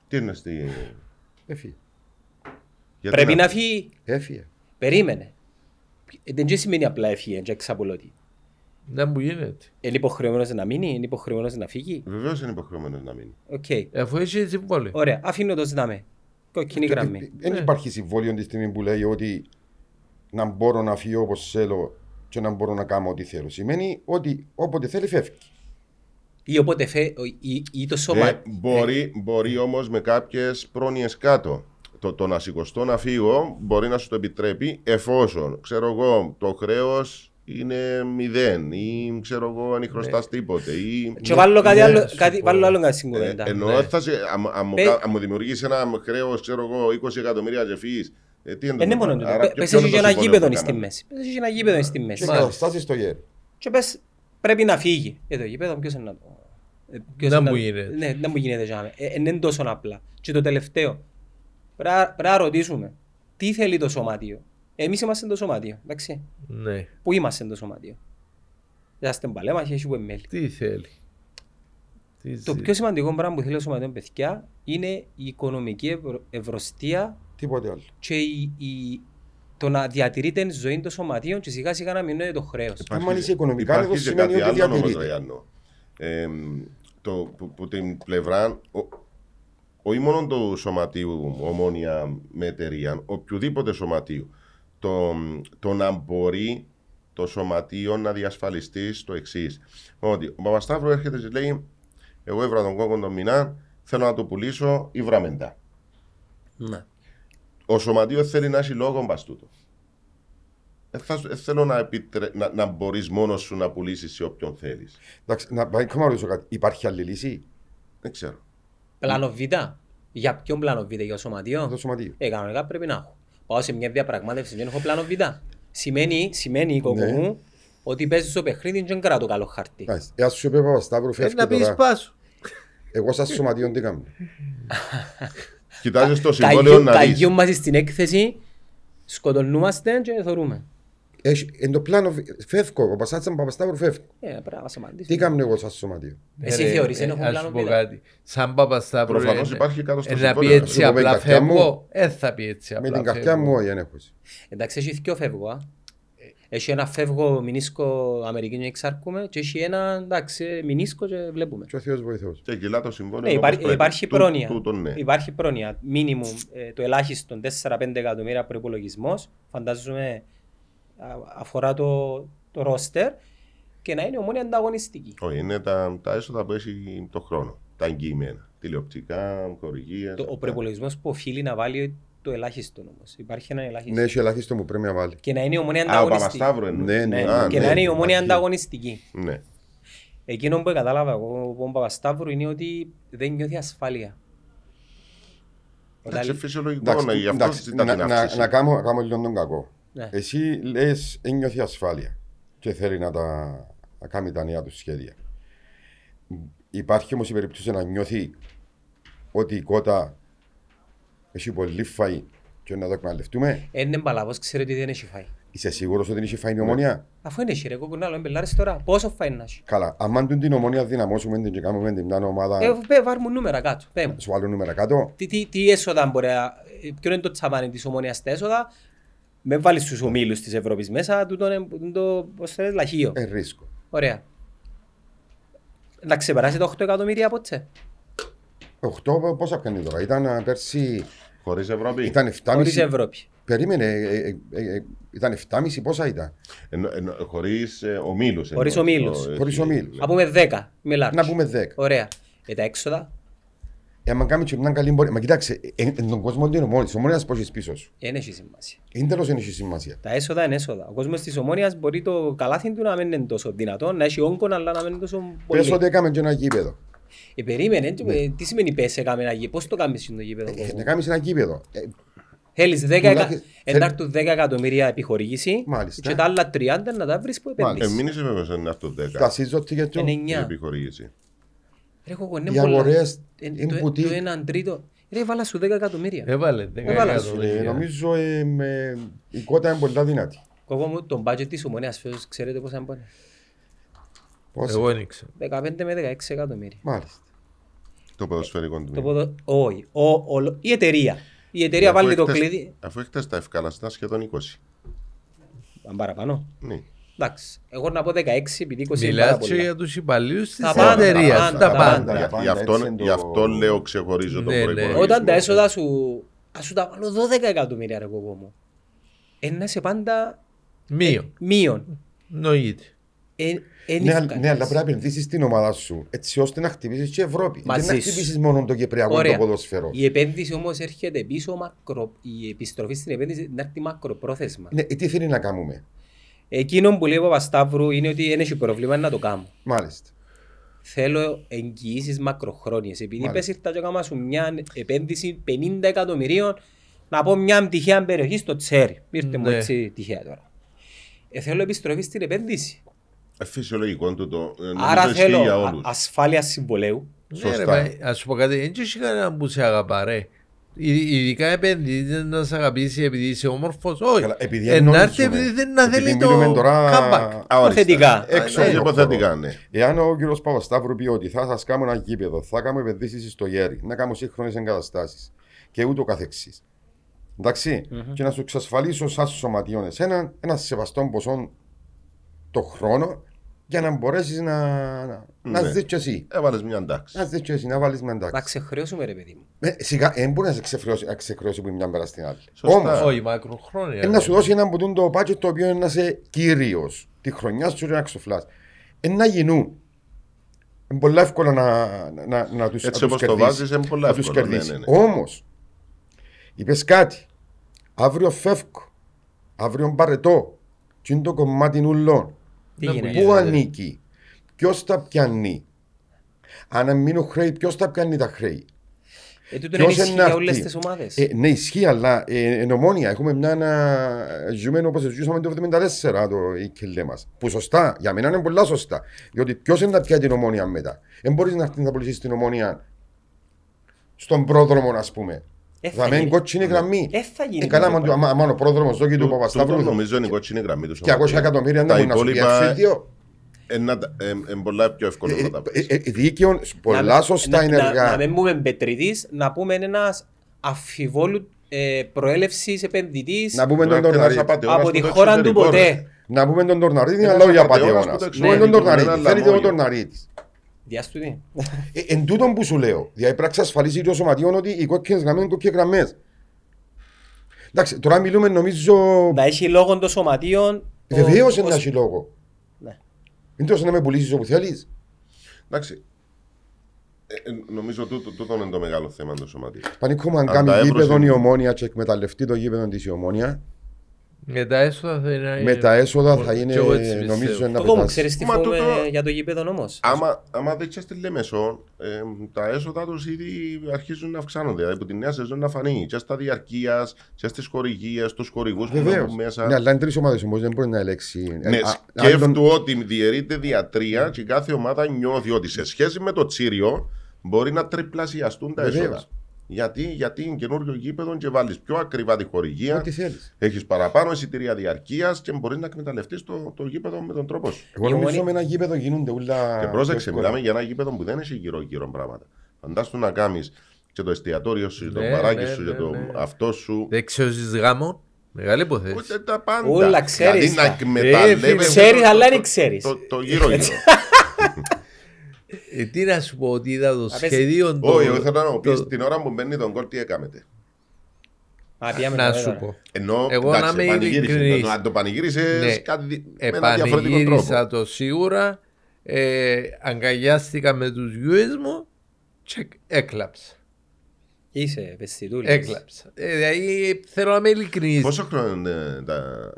Τι είναι στη. Έφυγε. γιατί Πρέπει να φύγει. Έφυγε. Περίμενε. Ε, Δεν και σημαίνει απλά έφυγε, και εξαπολώτη. Δεν μου γίνεται. Είναι υποχρεωμένος να μείνει, είναι υποχρεωμένος να φύγει. Βεβαίως είναι υποχρεωμένος να μείνει. Οκ. Αφού έχει συμβόλαιο. Ωραία. Αφήνω το ζητάμε. Κοκκινή γραμμή. Δεν υπάρχει συμβόλαιο τη στιγμή που λέει ότι να μπορώ να φύγω όπως θέλω και να μπορώ να κάνω ό,τι θέλω. Σημαίνει ότι όποτε θέλει φεύγει. Ή οπότε φε, ο- ή, ή το σώμα. Ε, μπορεί μπορεί όμως με κάποιες πρόνοιες κάτω. Το, το να σηκωστώ να φύγω μπορεί να σου το επιτρέπει εφόσον ξέρω εγώ το χρέος είναι μηδέν ή ξέρω εγώ αν χρωστά τίποτε. Ή... Ναι. Ε, και βάλω κάτι ναι, άλλο, σου κάτι, πω. βάλω άλλο κάτι στην Ε, κουβέντα. εννοώ ναι. θα σε- αν- αν μου Πε- κα- αν μου δημιουργήσει ένα χρέος, ξέρω εγώ, 20 εκατομμύρια γεφύη. Ε, τι είναι το Ε, ναι, πρόβλημα. μόνο τούτο. Άρα Πε- ποιο- Πες ποιο εσύ είναι και ένα το συμβόλαιο γήπεδο που στη κάναμε. μέση. Πες εσύ και ένα γήπεδο στη Και μέση. Μάλιστα. καταστάσει στο γέρο. Και πες πρέπει να φύγει. Ε, το γήπεδο ποιος είναι να το... ε, ποιος Δεν είναι μου να- γίνεται. Ναι, δεν μου γίνεται jamais. Ε, ε, είναι τόσο απλά. Και το τελευταίο. Πρέπει να ρωτήσουμε. Τι θέλει το σωματείο. Εμείς είμαστε το σωματείο. Εντάξει. Ναι. Πού είμαστε το σωματείο. Είμαστε παλέμαχοι, έχουμε μέλη. Τι θέλει. Τι Ε, Το ζει- πιο σημαντικό πράγμα που θέλει ο σωματιών παιδιά είναι η οικονομική ευρο- ευρωστία Τίποτε άλλο. και η, η- το να διατηρείται η ζωή των σωματείων και σιγά σιγά να μειώνεται το χρέος. Ε, Άμα είσαι οικονομικά Υπάρχει άνεργος, και σημαίνει κάτι ότι άλλο όμως, διατηρείται. Ραϊάννο. Ε, το, που, που την πλευρά, ο- όχι μόνο του σωματείου ομόνια με εταιρεία, οποιοδήποτε σωματείου, το, το να μπορεί το σωματείο να διασφαλιστεί στο εξής. Ότι ο Παπασταύρου έρχεται και λέει: Εγώ έβρα τον κόκκον τον μηνά, θέλω να το πουλήσω ή βραμεντά. Ναι. Ο σωματείο θέλει να έχει λόγο μπας τούτο. Ε, Ε, θα σου- ε, θέλω να, επιτρε... να, να μπορείς μόνος σου να πουλήσεις σε όποιον θέλεις. Εντάξει, να πάει ακόμα να ρωτήσω κάτι. Υπάρχει άλλη λύση. Δεν ξέρω. Πλάνο Β. Για ποιον πλάνο Β, για σωματιό. Το σωματείο. Ε, κανονικά πρέπει να έχω. Πάω σε μια διαπραγμάτευση, δεν έχω πλάνο Β. Σημαίνει, σημαίνει κόκο Ναι. μου, ότι παίζεις στο παιχνίδι και δεν κρατώ καλό χαρτί. Μάλιστα. Ε, ας σου είπε Παπασταύρου, Πρέπει να φεύγει πει τώρα. πάσου. Εγώ σαν σωματείο τι κάνω. Κοιτάζεις το Τα συμβόλαιο γιου- να τα δεις. γιου μας στην έκθεση, σκοτωνούμαστε και θωρούμε. Έχει- Εν το πλάνο β- φεύγω, εγώ σαν σαν Παπασταύρου φεύγω. Ε, πρέπει να μας απαντήσεις. Τι κάνω εγώ σαν σωματείο. Εσύ Ε, θεωρείς ε, ένα ας πλάνο σου πω Β. κάτι. Σαν Παπασταύρου. Προφανώς ε, υπάρχει κάτω ε, στο να πει συμβόλαιο. έτσι Σου πω με απλά την καρδιά μου. φεύγω. Ε, θα πει έτσι Με απλά. την καρδιά φεύγω. μου, όχι, δεν έχω. εσύ. Εντάξει, έχει δυο φεύγω. α. Ε. Έχει ένα φεύγω μηνίσκο Αμερική και εξάρκουμε και έχει ένα εντάξει, μηνίσκο και βλέπουμε. Και ο Θεός βοηθός. Και κυλά το συμβόλαιο. Ναι, όπως υπάρ- πρέπει. υπάρχει, Τού- πρόνοια. τούτο ναι. υπάρχει πρόνοια. Μίνιμουμ ε, το ελάχιστο 4-5 εκατομμύρια προπολογισμό. Φαντάζομαι α, αφορά το, το ρόστερ και να είναι ομόνια ανταγωνιστική. Όχι, είναι τα, τα έσοδα που έχει το χρόνο. Τα εγγυημένα. Τηλεοπτικά, χορηγία. Το, ο προπολογισμός που οφείλει να βάλει το ελάχιστο όμως. Υπάρχει ένα ελάχιστο. Ναι, έχει ελάχιστο μου πρέπει να βάλει. Και να είναι η ομόνια Α, ο ανταγωνιστική. Παπασταύρου εννοείς. Ναι, ναι. Ναι, Α, και ναι, να είναι η ναι, ομόνια υπάρχει. ανταγωνιστική. Ναι. Εκείνο που κατάλαβα εγώ από τον Παπασταύρου είναι ότι δεν νιώθει ασφάλεια. Όταν Εντάξει, λέ- φυσιολογικό Εντάξει, να γι' αυτό εντάξει, Λοιπόν, ζητά να- την να- αύξηση. Να κάνω να κάνω λίγο τον κακό. Ναι. Εσύ λες ένιωθες ασφάλεια και θέλει να, τα, να κάνει τα νέα του σχέδια. Υπάρχει όμως η περίπτωση να νιώθει ότι η κότα έχει πολύ φαΐ και να το εκμεταλλευτούμε. Είναι μπαλαβός, ξέρει ότι δεν έχει φάει. Είσαι σίγουρος ότι δεν είχε φάει η ομόνια. Ναι. Αφού είναι χειρέ, κοκκινά, άλλο, μπελάρες τώρα. Πόσο φάει να έχει. Καλά, αν την ομόνια δυναμώσουμε την και κάνουμε την μια ομάδα Ε, πέ, βάρ μου νούμερα κάτω. Πέ μου. σου άλλο νούμερα κάτω. Τι, τι, τι έσοδα μπορεί να... ε, Ποιο είναι το τσαμάνι της ομόνιας τα έσοδα. Με βάλεις στους ομίλους της Ευρώπης μέσα, τούτο είναι τούτο το, πώς το λες, λαχείο. Ε, ρίσκο. Ωραία. Να ξεπεράσει τα 8 εκατομμύρια πότσε. Οχτώ, πόσα πιάνει τώρα. Ήταν α, πέρσι. Χωρίς Ευρώπη. Ήταν Χωρίς 7,5. Ευρώπη. Περίμενε. ε, ε, ε, ε, ήταν 7,5 πόσα ήταν. Χωρί ομίλους. Χωρίς ομίλους. ε, Χωρίς ομίλους. Να πούμε 10 με large. Να πούμε 10. Ωραία. Ε, τα έξοδα Εάν Ε, κάνουμε και μια καλή πορεία. Μα κοιτάξε, εν, εν τον κόσμο είναι μόνος, ο μόνος πόσες πίσω σου. δεν έχει σημασία. Είναι τέλος δεν έχει σημασία. Τα έσοδα είναι έσοδα. Ο κόσμος της ομόνιας μπορεί το καλάθι του να μην είναι τόσο δυνατό, να έχει όγκο, αλλά να μην είναι τόσο πολύ. Πες ότι έκαμε και ένα γήπεδο. Ε, περίμενε, τι- ε, τι σημαίνει πες έκαμε ένα γήπεδο, πώς το κάνεις στο γήπεδο. Ναι. Ε, κόκο Να μου? κάνεις ένα γήπεδο. Ε, Θέλεις 10 εκα... Τουλάχιστον- εντάρτου 10 εκατομμύρια επιχορήγηση Μάλιστα. και τα άλλα 30 να τα βρεις ε, που επενδύσεις. Εμείνησε βέβαια είναι αυτό το 10. Φτασίζω ότι και το... Είναι Η 9. επιχορήγηση. Ρε κόκο, είναι Οι πολλά. αγορές Ε, είναι το- που τι- Το έναν τρίτο. Ρε βάλα σου 10 εκατομμύρια. Έβαλε. δέκα Έβαλα, Ε, φίλε, εκατομμύρια. Νομίζω ε, με- η κότα είναι πολύ δυνατή. Κόκο μου, το budget της ομονίας φέτος ξέρετε πόσα είναι. Πώς. Εγώ δεν ξέρω. 15 με 16 εκατομμύρια. Μάλιστα. Το ποδοσφαιρικό Το τμήμα. ποδο... Όχι, ο, ο, η εταιρεία. Η εταιρεία βάλει το κλειδί. Αφού έχετε τα ευκάλαστα σχεδόν 20. Αν παραπάνω. Ναι. Εντάξει, εγώ να πω 16 επειδή 20 είναι πάρα Μιλάς και πολλά. για τους υπαλλήλους της Τα πάντα, τα εταιρείας. πάντα, Τα τα πάντα. Τα Γι' πάντα, γι' αυτό, ναι, έτσι είναι το- γι αυτό λέω ξεχωρίζω τον Ναι, ναι. προπολογισμό. Όταν τα έσοδα σου, ας σου τα βάλω 12 εκατομμύρια ρε κόκο μου. Ε, να είσαι πάντα Μείον. μείον. Νοείται. Ε, εν Ναι, αλλά- ευκαλείς. ναι, αλλά πρέπει να επενδύσεις στην ομάδα σου έτσι ώστε να χτυπήσεις και Ευρώπη. Δεν Μαζί να σου. χτυπήσεις μόνο το Κυπριακό και Ωραία. το ποδοσφαιρό. Η επένδυση όμως έρχεται πίσω, μακρο... η επιστροφή στην επένδυση να έρθει μακροπρόθεσμα. Ναι, ε, τι θέλει να κάνουμε. Ναι. Εκείνο που λέει ο Παπασταύρου είναι ότι δεν έχει πρόβλημα να το κάνω. Μάλιστα. Θέλω εγγυήσεις μακροχρόνιες. Επειδή πε Μάλιστα. ήρθα και έκανα σου μια επένδυση 50 εκατομμυρίων, να πω μια τυχαία περιοχή στο τσέρι. Ήρθε μου Ναι. έτσι τυχαία τώρα. Ε, θέλω επιστροφή στην επένδυση. Ε, Φυσιολογικό τούτο. Ε, νομίζω Άρα ισχύει θέλω για α- όλους. ασφάλεια συμβολέου. Ναι, Σωστά. ρε, μα, ας σου πω κάτι, δεν έχει κανένα που σε αγαπά, ρε. Ει- Ειδικά επενδύεται να σε αγαπήσεις επειδή είσαι όμορφος, όχι. Καλά, επειδή Ε, να έρθει ενώνουμε. επειδή δεν να Επειδή θέλει το μιλούμε τώρα- comeback. Αόριστα. Υποθετικά. Έξω Ε, από το Υποθετικά, χώρο. ναι. Εάν ο κύριος Παπασταύρου πει ότι θα σας κάνω ένα γήπεδο, θα κάνω επενδύσεις στο γέρι, να κάνω σύγχρονες εγκαταστάσεις και ούτω καθεξής. Και να σου εξασφαλίσω σαν σωματιών εσένα ένα σεβαστό ποσό το χρόνο για να μπορέσεις να, να, να Ναι. ζεις κι εσύ. Έβαλε μια τάξη. Να ζεις κι εσύ, να βάλεις με Να εντάξει. ξεχρεώσουμε, ρε παιδί μου. Ε, Σιγά, δεν μπορεί να σε ξεφρεώσει- να ξεχρεώσει που είναι μια μέρα στην άλλη. Σωστά. Όμως, Όχι, μακροχρόνια. ε, να σου δώσει ένα μπουτούν το πάτσο το οποίο είναι να είσαι κύριος. Τη χρονιά σου και να Ε, ξοφλά. Ένα γινού. Είναι πολύ εύκολο Ε, να, να, να τους Έτσι όπως το βάζει, είναι πολύ να τους εύκολο. ναι, κερδίσεις. ναι, ναι. Όμως, είπες κάτι. Αύριο φεύγω. Αύριο μπαρετώ. Τι είναι το κομμάτι νουλών. Τι Να γίνεται. Πού γίνεται. ανήκει, ποιος τα πιάνει. Αν μείνουν χρέη, ποιος τα πιάνει τα χρέη. Ε, τούτο ποιος είναι ισχύει για είναι αυτή. όλες τις ομάδες. Ε, ναι, ισχύει, αλλά ε, εν ομόνια έχουμε μια να ζούμε όπως ζούσαμε το 1974 το κελέ μας. Που σωστά, για μένα είναι πολλά σωστά. Διότι ποιος είναι να πιάνει την ομόνια μετά. Δεν μπορείς να έρθεις να πουλήσεις την ομόνια στον πρόδρομο, ας πούμε. Ε, θα Θα με γίνει. κότσινη γραμμή. Ε, θα γίνει. Ε, καλά, τότε άμα- άμα άμα ο πρόδρομο δόκι του Του- τούτο Παπασταύρου Νομίζω είναι η κότσινη γραμμή του. και 200 σωματείου. εκατομμύρια Τα να μπορεί να σου πει υπόλοιπα ε, «Έρθει δύο». είναι πολλά πιο εύκολο να τα Ε, πεις. ε, ε, Δίκαιο, Να- πολλά σωστά να- είναι να- Να εργά. μην πούμε μπετριτής, να πούμε ένας αφιβόλου ε, προέλευσης επενδυτής Να πούμε τον Ένα Τορναρίδη. απατεώνας από που τη το χώρα του εξωτερικό, ρε. ποτέ. Να πούμε τον Τορναρίδη, Ένας αλλά όχι απατεώνας που απαταιώνα. το Να πούμε τον εξωτερικό, Τορναρίδη. ναι, ένα Θέλετε τον λαμόγιο. Τορναρίδη. Διάστοτη. Ε, εν τούτον που σου λέω, δηλαδή πρέπει να εξασφαλίσει το σωματείο ότι οι κόκκινες γραμμές είναι κόκκινες γραμμές. Εντάξει, τώρα μιλούμε νομίζω. Να έχει λόγο το σωματείο. Βεβαίω ο- είναι ένα λόγο. Ναι. Είναι τόσο να με πουλήσεις όπου θέλεις. Εντάξει. Ε, ε, νομίζω τούτο, τούτο είναι το μεγάλο θέμα του σωματείου. Πανίκομαι αν Αν κάνει τα έβρωσε γήπεδο η μου. ομόνια και εκμεταλλευτεί το γήπεδο της η ομόνια, Με τα έσοδα θα είναι. με τα έσοδα θα Και είναι εγώ έτσι νομίζω πιστεύω. ένα Εγώ μου πετάς. ξέρεις τι Μα φοβούμαι τούτο- για το γήπεδο όμως. Άμα, άμα δεν ξέρεις τη Λεμεσό, ε, τα έσοδα τους ήδη αρχίζουν να αυξάνονται. Δηλαδή, από τη νέα σεζόν να φανεί. Και στα διαρκείας, και στις χορηγίες, τους χορηγούς που Βεβαίως. έχουν μέσα. Ναι, αλλά είναι τρεις ομάδες όμως, δεν μπορεί να ελέξει. Ναι, Ε, α- σκέφτου άλλον- ότι διαιρείται δια τρία και κάθε ομάδα νιώθει ότι σε σχέση με το Τσίριο μπορεί να τριπλασιαστούν τα Βεβαίως. έσοδα. Γιατί, γιατί είναι καινούριο γήπεδο και βάλεις πιο ακριβά τη χορηγία, Ό,τι θέλεις. έχεις παραπάνω εισιτήρια διαρκείας και μπορείς να εκμεταλλευτείς το, το γήπεδο με τον τρόπο σου. Εγώ Η νομίζω Ομόνια- με ένα γήπεδο γίνονται όλα. Και πρόσεξε, πιο μιλάμε για εύκολα. ένα γήπεδο που δεν έχει γύρω-γύρω πράγματα. Φαντάσου να κάνεις και το εστιατόριο σου, το Ναι, μπαράκι ναι, σου, ναι, και το ναι. αυτό σου. Δεξιώσεις γάμων. Μεγάλη Ούτε υποθέση. τα πάντα. Όλα ξέρεις Δηλαδή να τα. εκμεταλλεύεσαι. Ε, φίλε, ξέρεις, το- αλλά το- δεν ξέρεις. το- Το γύρω-γύρω. Ε, τι να σου πω ότι είδα το Να πες- σχεδίο Όχι, το- εγώ θέλω να μου πεις το- την ώρα που μπαίνει τον κόλ τι έκαμε. Α, πήγαμε Να τώρα. σου πω. Ενώ Εγώ να εντάξει, είμαι πανηγύρισες, ειλικρινής. το- Αν το πανηγύρισες Ναι. κάτι δι- με ένα διαφορετικό τρόπο. Επανηγύρισα το σίγουρα. Ε, αγκαλιάστηκα με τους γιουές μου και έκλαψα. Είσαι ευαισθητούλης. Έκλαψα. Ε, δηλαδή θέλω να είμαι ειλικρινής. Πόσο χρόνο είναι ε, τα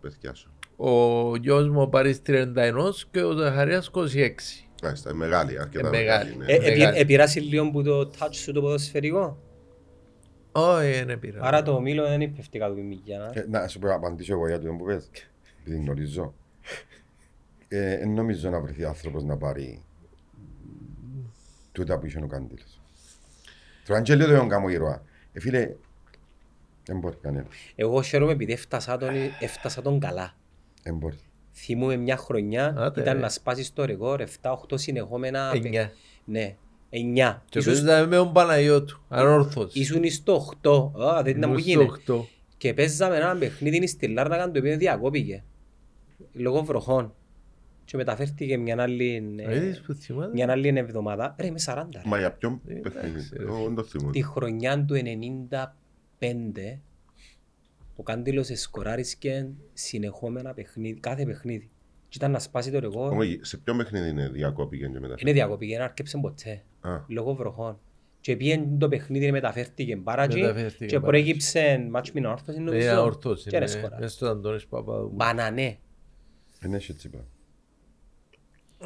παιδιά σου. Ο γιος μου ο Παρίς 31 και ο Ζαχαρίας 26. Μάλιστα, μεγάλη, αρκετά Ε, μεγάλη. μεγάλη. Ε, ναι. επι- Μεγάλη. Επηράσει λίγο που το touch σου το ποδοσφαιρικό. Όχι, δεν πήρα. Άρα το μήλο δεν υπέφτει κάτω από τη Μηγιάνα. Ε, Να σου πω, απαντήσω εγώ για το που πες, επειδή γνωρίζω. Ε, εν νομίζω να βρεθεί άνθρωπος να πάρει τούτα που είχε ο Κάντιλος. Τώρα αν και λέω το τον κάμω ήρωα. Ε, φίλε, δεν μπορεί κανένας. Εγώ χαίρομαι επειδή έφτασα τον, έφτασα τον καλά. Δεν μπορεί. Θυμούμαι μια χρονιά Άντε, ήταν ρε. να σπάσεις το ρεκόρ 7-8 συνεχόμενα. Εννιά. Ναι, 9. Και παίζαμε με τον Παναγιώτου, ανόρθωση. Ήσουν στο 8. Α, δεν ήταν που Ήμουν στο γίνει. οκτώ. Και παίζαμε ένα παιχνίδι στη Λάρνακα το οποίο διακόπηκε. Λόγω βροχών. Και μεταφέρθηκε μια άλλη, ε, Είδες που θυμάμαι. μια άλλη εβδομάδα. Ρε, με 40. ρε. Μα για ποιον Ε, παιχνίδι. εντάξει, ρε. Εγώ δεν το θυμούμαι. Τη χρονιά του 95 ο Κάντιλος εσκοράρισκε συνεχόμενα παιχνίδι, κάθε παιχνίδι. Και ήταν να σπάσει το ρεκόρ. Όχι, σε ποιο παιχνίδι είναι διακόπηκε και μετά. Είναι διακοπή, δεν άρκεψε ποτέ. Α. Λόγω βροχών. Και πήγαινε το παιχνίδι, μεταφέρθηκε μπάρατζι Μεταφέρθηκε και μπάρατζι. προέκυψε μάτς με όρθωση Ε, νομίζω ανόρθωση. και ναι, δεν σκοράρει. μες στον Αντώνης Παπαδόπουλο. Μπανανέ. Δεν έχει έτσι πράγμα.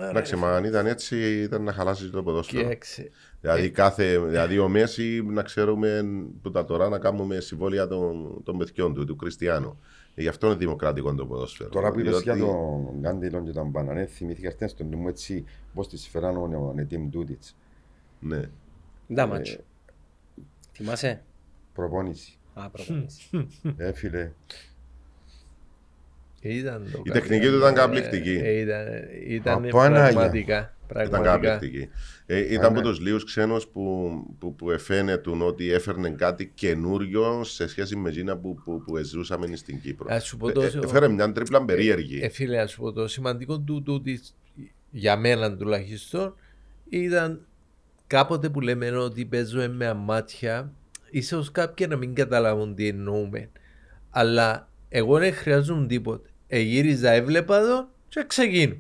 Εντάξει, μα αν ήταν έτσι ήταν να χαλάσεις το Και ποδόσφαιρο. έξι. Δηλαδή, κάθε, δηλαδή ο Μέση να ξέρουμε που τα τώρα να κάνουμε συμβόλαια των, των παιδιών του, του Κριστιανού. Γι' αυτό είναι δημοκρατικό το ποδόσφαιρο. Τώρα που είπες για Ε, Διότι- τον Κάντιλον και τον ε, Μπανανέ, θυμήθηκα χτες στο νου μου έτσι πώς τη φεράνε ο Νετίμ Ντούτιτς. Ναι. Ντά μάτς. Θυμάσαι. Προπόνηση. Α, προπονείς. Ε, φίλε, Ε, Ήταν το Η κάτι, τεχνική του ήταν ε, καταπληκτική. ε, Ήταν, ήταν Από Ανάγια. πραγματικά. Ήταν πραγματικά. καταπληκτική. Ε, ήταν ναι. από τους λίγους ξένους που, που, που εφαίνεται ότι έφερνε κάτι καινούριο σε σχέση με εκείνα που, που, που ζούσαμε στην Κύπρο. Ας σου πω τόσο- Ε, έφερε μια τρίπλα περίεργη. Ε, φίλε, να σου πω, το σημαντικό του, του της- για μένα τουλάχιστον ήταν κάποτε που λέμε ότι παίζουμε με αμάτια ίσως κάποιοι να μην καταλάβουν τι εννοούμε αλλά εγώ δεν χρειάζομαι τίποτε εγύριζα, έβλεπα εδώ και ξεκίνω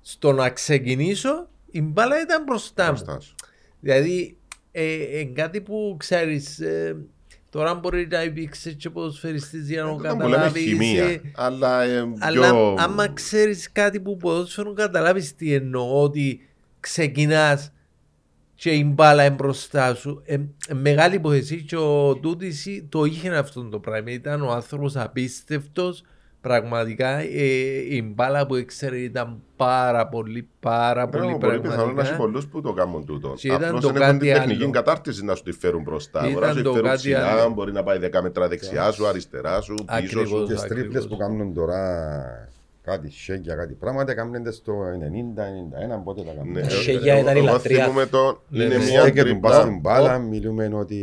στο να ξεκινήσω η μπάλα ήταν μπροστά μου Μπροστάς σου. Δηλαδή, ε, ε, κάτι που ξέρεις, Τώρα μπορεί να υπήρξε και ποδοσφαιριστής για να το Ήταν που λέμε καταλάβεις. χημεία. είσαι- Αλλά ε, Αλλά πιο... άμα ξέρεις κάτι που ποδόσφαιρο καταλάβεις τι εννοώ ότι ξεκινάς και η μπάλα εμπροστά σου. Ε, μεγάλη υποθεσία και ο Τούτης ή- το είχε αυτό το πράγμα. Ήταν ο άνθρωπος απίστευτος. Πραγματικά ε, η μπάλα που ήξερε ήταν πάρα πολύ πάρα Μπράβο, πολύ πολύ πιθανό να έχει πραγματικά. πολλούς που το κάνουν τούτο. Και ήταν Απλώς το δεν έχουν την κάτι τεχνική άλλο. κατάρτιση να σου τη φέρουν μπροστά. Μπορεί να Ήταν σου τη το φέρουν κάτι ψηλά, άλλο. μπορεί να πάει 10 μέτρα δεξιά σου, αριστερά σου, πίσω σου. Ακριβώς. Και τρίπλες Ακριβώς. που κάνουν τώρα κάτι σέγγια, κάτι πράγματα, κάνουν στο 90-91, πότε τα κάνουν. ε, Ναι, Τα ε, σέγγια ε, ήταν η εγώ λατρεία. θυμούμαι το, Ναι, είναι ναι. μια Στέκεται του μπας στην μπάλα, τρίπλα. μιλούμε ότι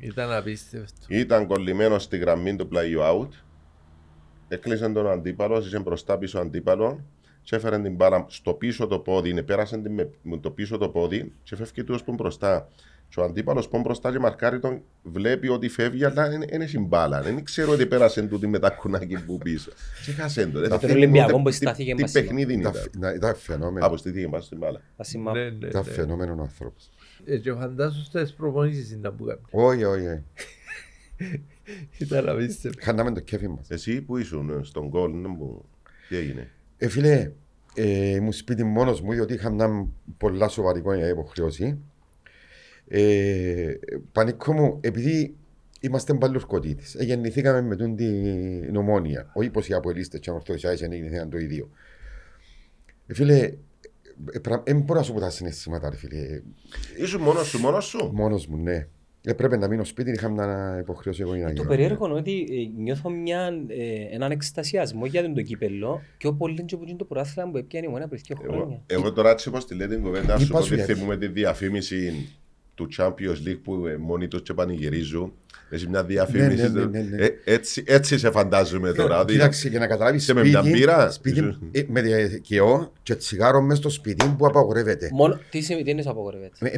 Ήταν απίστευτο. Ήταν κολλημένο στη γραμμή του πλαγιού out. Έκλεισε τον αντίπαλο, είσαι μπροστά πίσω αντίπαλο. Και έφερε την μπάλα στο πίσω το πόδι, είναι, πέρασε την με, με το πίσω το πόδι και φεύγει του που μπροστά. Και ο αντίπαλος που μπροστά και μαρκάρει τον, βλέπει ότι φεύγει, αλλά δεν δεν έχει μπάλα. Δεν ξέρω ότι πέρασε τούτη με τα κουνάκι που πίσω. Και χάσε τον. τον θυμούμαι Ολυμπιακό ούτε που τι- στάθηκε Τι μαζί. παιχνίδι ήταν ήταν. φαι- να- ήταν Ναι. φαινόμενο. Αποστήθηκε πάνω στην μπάλα. Τα σημά- Ναι, ναι, Ήταν ναι. φαινόμενο ο άνθρωπος. Ε, Και φαντάσου στις προπονήσεις ήταν που κάνουν. Όχι, όχι. όχι. Ήταν απίστευτο. Χάναμε το κέφι μας. Εσύ που ήσουν ε, στον κόλ, ναι, που- τι έγινε. Ε, φίλε, ε, ήμουν σπίτι μόνος μου, διότι είχα μια πολλά σοβαρικό υποχρεώση. Ε, πανικό μου, επειδή είμαστε παλιορκοτήτης, ε, γεννηθήκαμε με τούν την ομόνια. Όχι πως οι απολύστες και ανορθωσιάες γεννήθηκαν το ίδιο. Ε, φίλε, δεν μπορώ να σου πω τα συναισθήματα, ρε φίλε. Ήσουν μόνος σου, μόνος σου. Μόνος μου, ναι. Ε, πρέπει να μείνω σπίτι, είχα μια υποχρεώση εγώ για να Το γίνω. περίεργο είναι ότι ε, νιώθω μια, ε, έναν εκστασιασμό για τον το κύπελλο και ο πολύ και το πρωτάθλημα που έπιανε μόνο πριν και Εγώ, χρόνια. εγώ τώρα έτσι όπως τη λέτε την κουβέντα σου Είπα σου ότι γιατί. θυμούμε τη διαφήμιση του Champions League που ε, μόνοι τους και πανηγυρίζουν. Έχει μια διαφήμιση. Ναι, ναι, ναι, ναι, Ε, ναι. Ε, έτσι, έτσι σε φαντάζομαι τώρα. δηλαδή- ότι Κοίταξε, για να καταλάβεις Είσαι με μια μπύρα. σπίτι ε, με διακαιό και τσιγάρο μες στο σπίτι που απαγορεύεται. Μόνο, τι σημαίνει, τι είναι Ναι, απογορεύεται.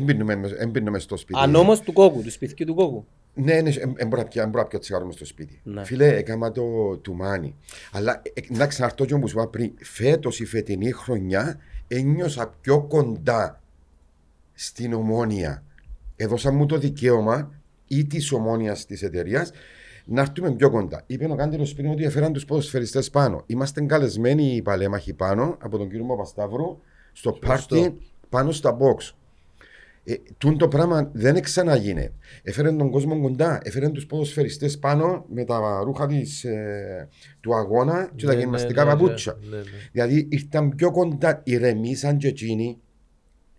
Έμπινω μες στο σπίτι. Αν όμως του κόκου, του σπιτιού του κόκου. Ναι, ναι, εν- εν μπορώ να πιω- εν μπορώ να πιω τσιγάρο μες στο σπίτι. Ναι. Φίλε, έκανα το τουμάνι. Αλλά ε, να ξαναρτώ και όπως είπα πριν, φέτος η φετινή χρονιά ένιωσα πιο κοντά στην ομόνια. Έδωσα μου το δικαίωμα ή της ομόνοια της εταιρείας να έρθουμε πιο κοντά. Είπε ο Κάντελος πριν ότι έφεραν τους ποδοσφαιριστές πάνω. Είμαστε καλεσμένοι οι παλέμαχοι πάνω από τον κύριο Παπασταύρου στο πάρτι πάνω στα box. Ε, τούν το πράγμα δεν ξαναγίνε. Έφερε τον κόσμο κοντά, έφερε τους ποδοσφαιριστές πάνω με τα ρούχα της, ε, του αγώνα και τα Ναι, ναι, γυμναστικά ναι, ναι, παπούτσια. ναι, ναι. Δηλαδή ήρθαν πιο κοντά, ηρεμήσαν και εκείνοι,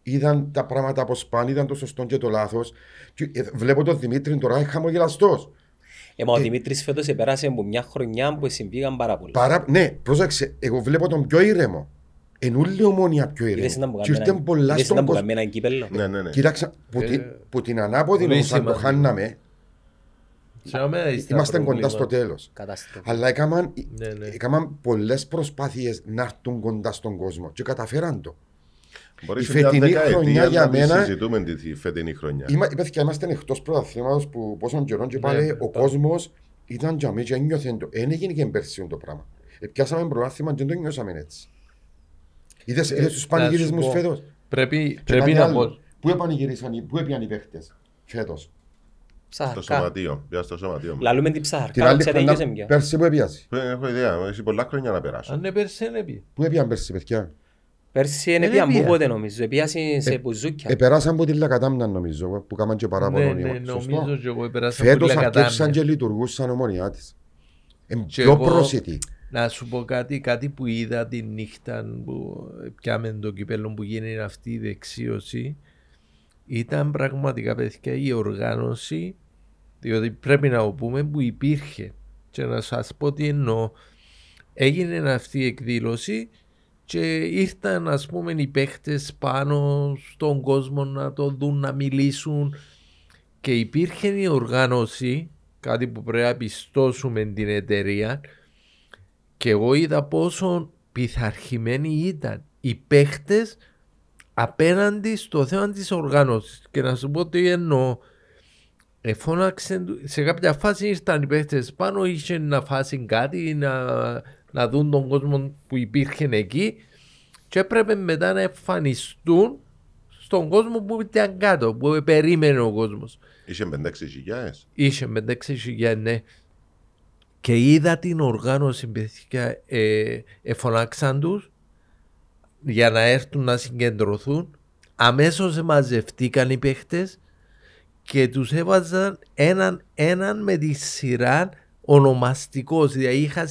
είδαν τα πράγματα από σπάνι, είδαν το σωστό και το λάθος. Βλέπω τον Δημήτρη τώρα χαμογελαστός. Ε, μα ο Δημήτρης φέτος επέρασε από μια χρονιά που συμβήκαν πάρα πολλά. Παρά... Ναι, πρόσεξε, εγώ βλέπω τον πιο ήρεμο. Ενούλη ομόνια πιο Είδες να ήρεμο. μου Και ήρθαν πολλά στον κόσμο. κάνουμε έναν κύπελλο. Ναι, ναι, ναι. Κοίταξα, που, Ε, ναι. την, που την ανάποδη πολύ όμως αν το σημαντικό. χάναμε, Ξέραμε, είστε Ε, είμαστε προβλήματα. κοντά στο τέλος. Κατάστροφη. Αλλά έκαναν, Ναι, ναι. έκαναν πολλές προσπάθειες να έρθουν κοντά στον κόσμο και καταφέραν το. Ναι. Μπορείς η μια φετινή δεκαετία χρονιά να για τη μένα- Συζητούμε τη- τη φετινή χρονιά. Είμα, είπες και είμαστε εκτός πρωταθλήματος που πόσων καιρών και πάλι Ναι, ο πάμε. κόσμος ήταν για μένα και ένιωθε το. Εν έγινε και πέρσι το πράγμα. Ε, Πιάσαμε πρωτάθλημα και δεν το νιώσαμε έτσι. Είδες, Ε, είδες τους να σου πανηγυρισμούς πω, φέτος. Και Πρέπει, κάτι πρέπει να άλλο. πω. Πού επανηγυρίσαν, οι- πού έπιαν οι παίχτες φέτος. Στο Ψαχαρκά. σωματείο. Πια στο σωματείο. μου. Λαλούμε την Την ψαχαρκά, άλλη ξέρετε χρονιά, ποιος είναι ποιος. πέρσι που έπιασε. Ε, Έχω ιδέα. Έχει πολλά χρόνια να περάσω. Αν είναι πέρσι, είναι πει. Πού έπιαν πέρσι, παιδιά. Πέρσι Δεν είναι πια έπια. μπούποτε νομίζω, επίασε σε μπουζούκια. Επεράσαν Ε, από τη Λακατάμνα νομίζω, που κάμαν και Ναι, παράπονο. ναι, νιώ. Σωστό. νομίζω και εγώ πέρασα Φέτος πολλά αρκεύσαν κατάμια. και λειτουργούσαν ομονιά της. Ε, Και Πιο εγώ- πρόσιτη. Να σου πω κάτι, κάτι που είδα τη νύχτα που πιάμε το κυπέλλο που γίνει αυτή η δεξίωση ήταν πραγματικά παιδιά η οργάνωση διότι πρέπει να το πούμε που υπήρχε και να σας πω τι εννοώ έγινε αυτή η εκδήλωση και ήρθαν ας πούμε οι παίχτες πάνω στον κόσμο να το δουν, να μιλήσουν και υπήρχε η οργάνωση, κάτι που πρέπει να πιστώσουμε την εταιρεία και εγώ είδα πόσο πειθαρχημένοι ήταν οι παίχτες απέναντι στο θέμα της οργάνωσης και να σου πω τι εννοώ εφώναξε, σε κάποια φάση ήρθαν οι παίχτες πάνω, είχε να φάσουν κάτι, να, να δουν τον κόσμο που υπήρχε εκεί και έπρεπε μετά να εμφανιστούν στον κόσμο που ήταν κάτω, που περίμενε ο κόσμος. Είχε 5-6 χιλιάδες. Είχε με 6 χιλιάδες, ναι. Και είδα την οργάνωση, παιδιά, ε, εφωνάξαν τους για να έρθουν να συγκεντρωθούν. Αμέσως μαζευτήκαν οι παίχτες και τους έβαζαν έναν, έναν με τη σειρά ονομαστικός. Δηλαδή είχα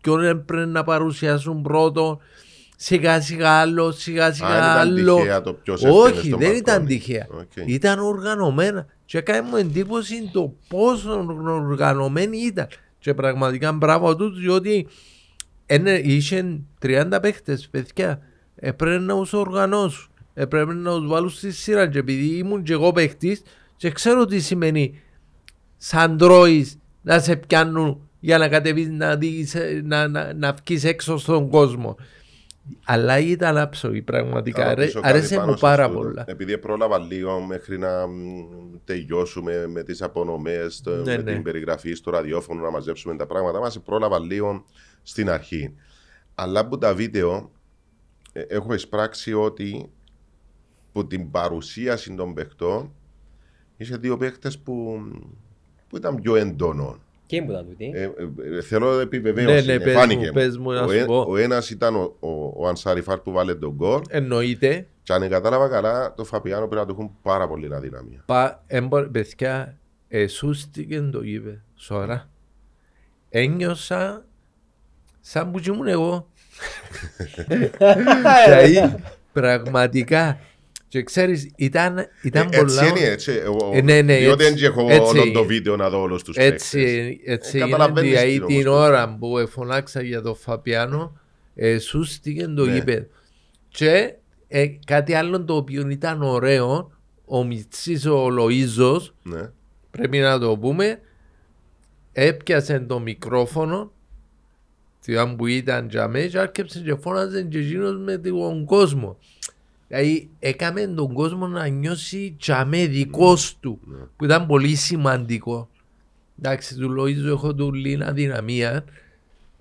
ποιον πρέπει να παρουσιάσουν πρώτο, σιγά σιγά άλλο, σιγά σιγά Αν ήταν άλλο. τυχαία το ποιος έφτανε Όχι, στο δεν ήταν μπαλκόνι. τυχαία. Οκ. Ήταν οργανωμένα. Και έκανε μου εντύπωση το πόσο οργανωμένοι ήταν. Και πραγματικά μπράβο του, διότι είναι- είχε 30 παίχτες, παιδιά. Έπρεπε να τους οργανώσουν. Έπρεπε να τους βάλουν στη σειρά. Και επειδή ήμουν και εγώ παίχτης, και ξέρω τι σημαίνει σαν τρώεις να σε πιάνουν για να κατεβείς να, δεις, ε, να, να, να βγεις έξω στον κόσμο. Αλλά ήταν άψογη πραγματικά. Θα Αρέ- ρωτήσω κάτι αρέσε πάνω μου σε πάρα αυτό. πολλά. Επειδή πρόλαβα λίγο μέχρι να μ, τελειώσουμε με τις απονομές, το- Ναι, με ναι. την περιγραφή στο ραδιόφωνο να μαζέψουμε τα πράγματα μας, πρόλαβα λίγο στην αρχή. Αλλά από τα βίντεο ε, έχω εισπράξει ότι που την παρουσίαση των παιχτών είχε δύο παίχτες που, που ήταν πιο εντονών. Και μου ήταν τούτη. Ε, ε, ε, θέλω επιβεβαίωση, Ναι, ναι, ε, πες φάνηκε μου, μου. πες μου να ο, σου ε- πω. ο ένας ήταν ο, ο, ο Ανσαριφάρ που βάλε τον γκολ Εννοείται, και αν κατάλαβα καλά, το Φαπιάνο πρέπει να του έχουν πάρα πολύ αδυναμία. πα, έμπορ, παιδιά, εσούστηκε το είπε, σωρά. Ένιωσα σαν που κι ήμουν εγώ. Ε, Δηλαδή, πραγματικά. Και ξέρεις, ήταν, ήταν Ε, έτσι πολλά... είναι, έτσι. εγώ- Ε, ναι, ναι, διότι έτσι, δεν έχω έτσι όλο το είναι. βίντεο να δω όλους τους παίκτες. Έτσι, έτσι Ε, γίνεται καταλαβαίνεις δηλαδή τι την όμως ώρα που εφωνάξα για τον Φαπιάνο, ε, σούστηκε το Ναι. γήπεδο. Και ε, κάτι άλλο το οποίο ήταν ωραίο, ο Μιτσής ο Λοΐζος, Ναι. πρέπει να το πούμε, έπιασε το μικρόφωνο, τη ώρα που ήταν για μέ, και άρχισε και φώναζε και εκείνος με τον κόσμο. Δηλαδή έκαμε τον κόσμο να νιώσει τσαμέ δικός του, που ήταν πολύ σημαντικό. Εντάξει, του Λοΐζου έχω του Λίνα δυναμία.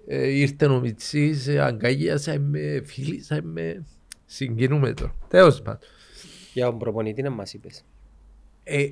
Ε, ήρθε ο Μιτσής, ε, αγκάγιασε με, φίλησε ε, με, συγκινούμε τώρα. Τέλος πάντων. Για τον προπονητή να μας είπες. Ε,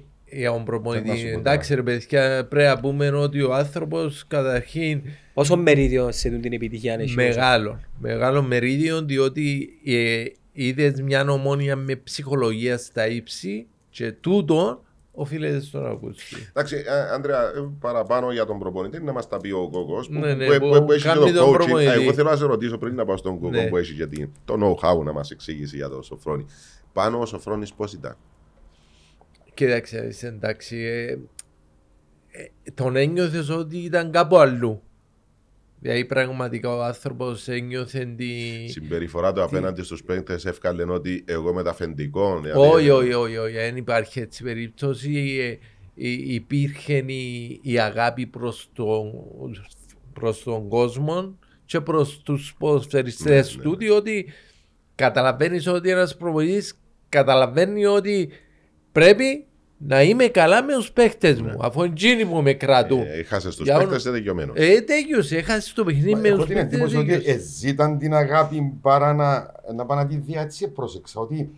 Δεν για τον θα σου προπονητή, πω εντάξει ρε παιδιά, πρέπει να πούμε ότι ο άνθρωπος καταρχήν Πόσο μερίδιο σε τούτη την επιτυχία αν έχει. μεγάλο, μεγάλο μερίδιο διότι ε, είδες μια ομόνια με ψυχολογία στα ύψη και τούτο οφείλεται στον Ακούτσι. Εντάξει, α, Άντρεα, ε, παραπάνω για τον προπονητή να μας τα πει ο Κόκος. Που, Ναι, ναι, που- που που- που έχει και κάνει το τον coaching. προπονητή. Α, Εγώ θέλω να σε ρωτήσω πριν να πάω στον Κόκο Ναι. που έχει γιατί το know-how να μας εξηγήσει για τον Σοφρόνη. Πάνω ο Σοφρόνης πώς ήταν. Κοίταξε, είσαι εντάξει, ε, ε, τον ένιωθες ότι ήταν κάπου αλλού. Δηλαδή πραγματικά ο άνθρωπος ένιωθε τη... Συμπεριφορά του απέναντι στους παίκτες έφκαλε ότι εγώ με τα αφεντικών. δηλαδή, Όχι, όχι, όχι, όχι, δεν υπάρχει έτσι περίπτωση. Ε, υ- Υπήρχε η, η αγάπη προς τον, προς τον κόσμο και προς τους ποδοσφαιριστές Ναι, ναι, του, ναι. διότι καταλαβαίνεις ότι ένας προπονητής καταλαβαίνει ότι πρέπει να είμαι καλά με τους παίχτες μου, αφού εκείνοι μου με κρατούν. Ναι. Ε, Έχασες τους Για παίκτε, όλο- είναι δικαιωμένος. Ε, τέλειωσε, έχασες το παιχνίδι με Έχω τους την παίχτες. εντύπωση ότι ε, τέλειωσε. εζήταν την αγάπη παρά να, να πάνε να τη δει. Έτσι πρόσεξα ότι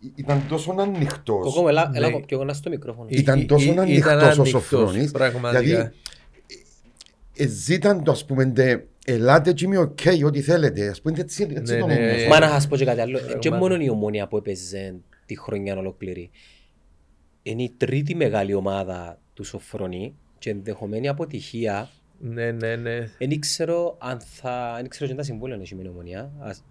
ή- ήταν τόσο ανοιχτός. Κοκό, έλα Ναι. έλα πιο κοντά στο μικρόφωνο. Ή- Ήταν τόσο ήταν ανοιχτός ο ανοιχτός, Σοφρόνη. πραγματικά. εζήταν το, ας πούμε, τε, ελάτε και είμαι οκ, ό,τι θέλετε. Ας πούμε, έτσι, έτσι Ναι, το ναι. νόμιζα. Μα να σας πω και κάτι άλλο. Ε, Πραγματικά. Και μόνο η ομόνια που έπαιζε τη χρονιά ολόκληρη. Είναι η τρίτη μεγάλη ομάδα του Σοφρονή και ενδεχομένη αποτυχία. ε, Ναι, ναι, ναι. Δεν ξέρω αν θα. Δεν ξέρω και αν τα συμβόλαια έχει με την ομόνια. Ας-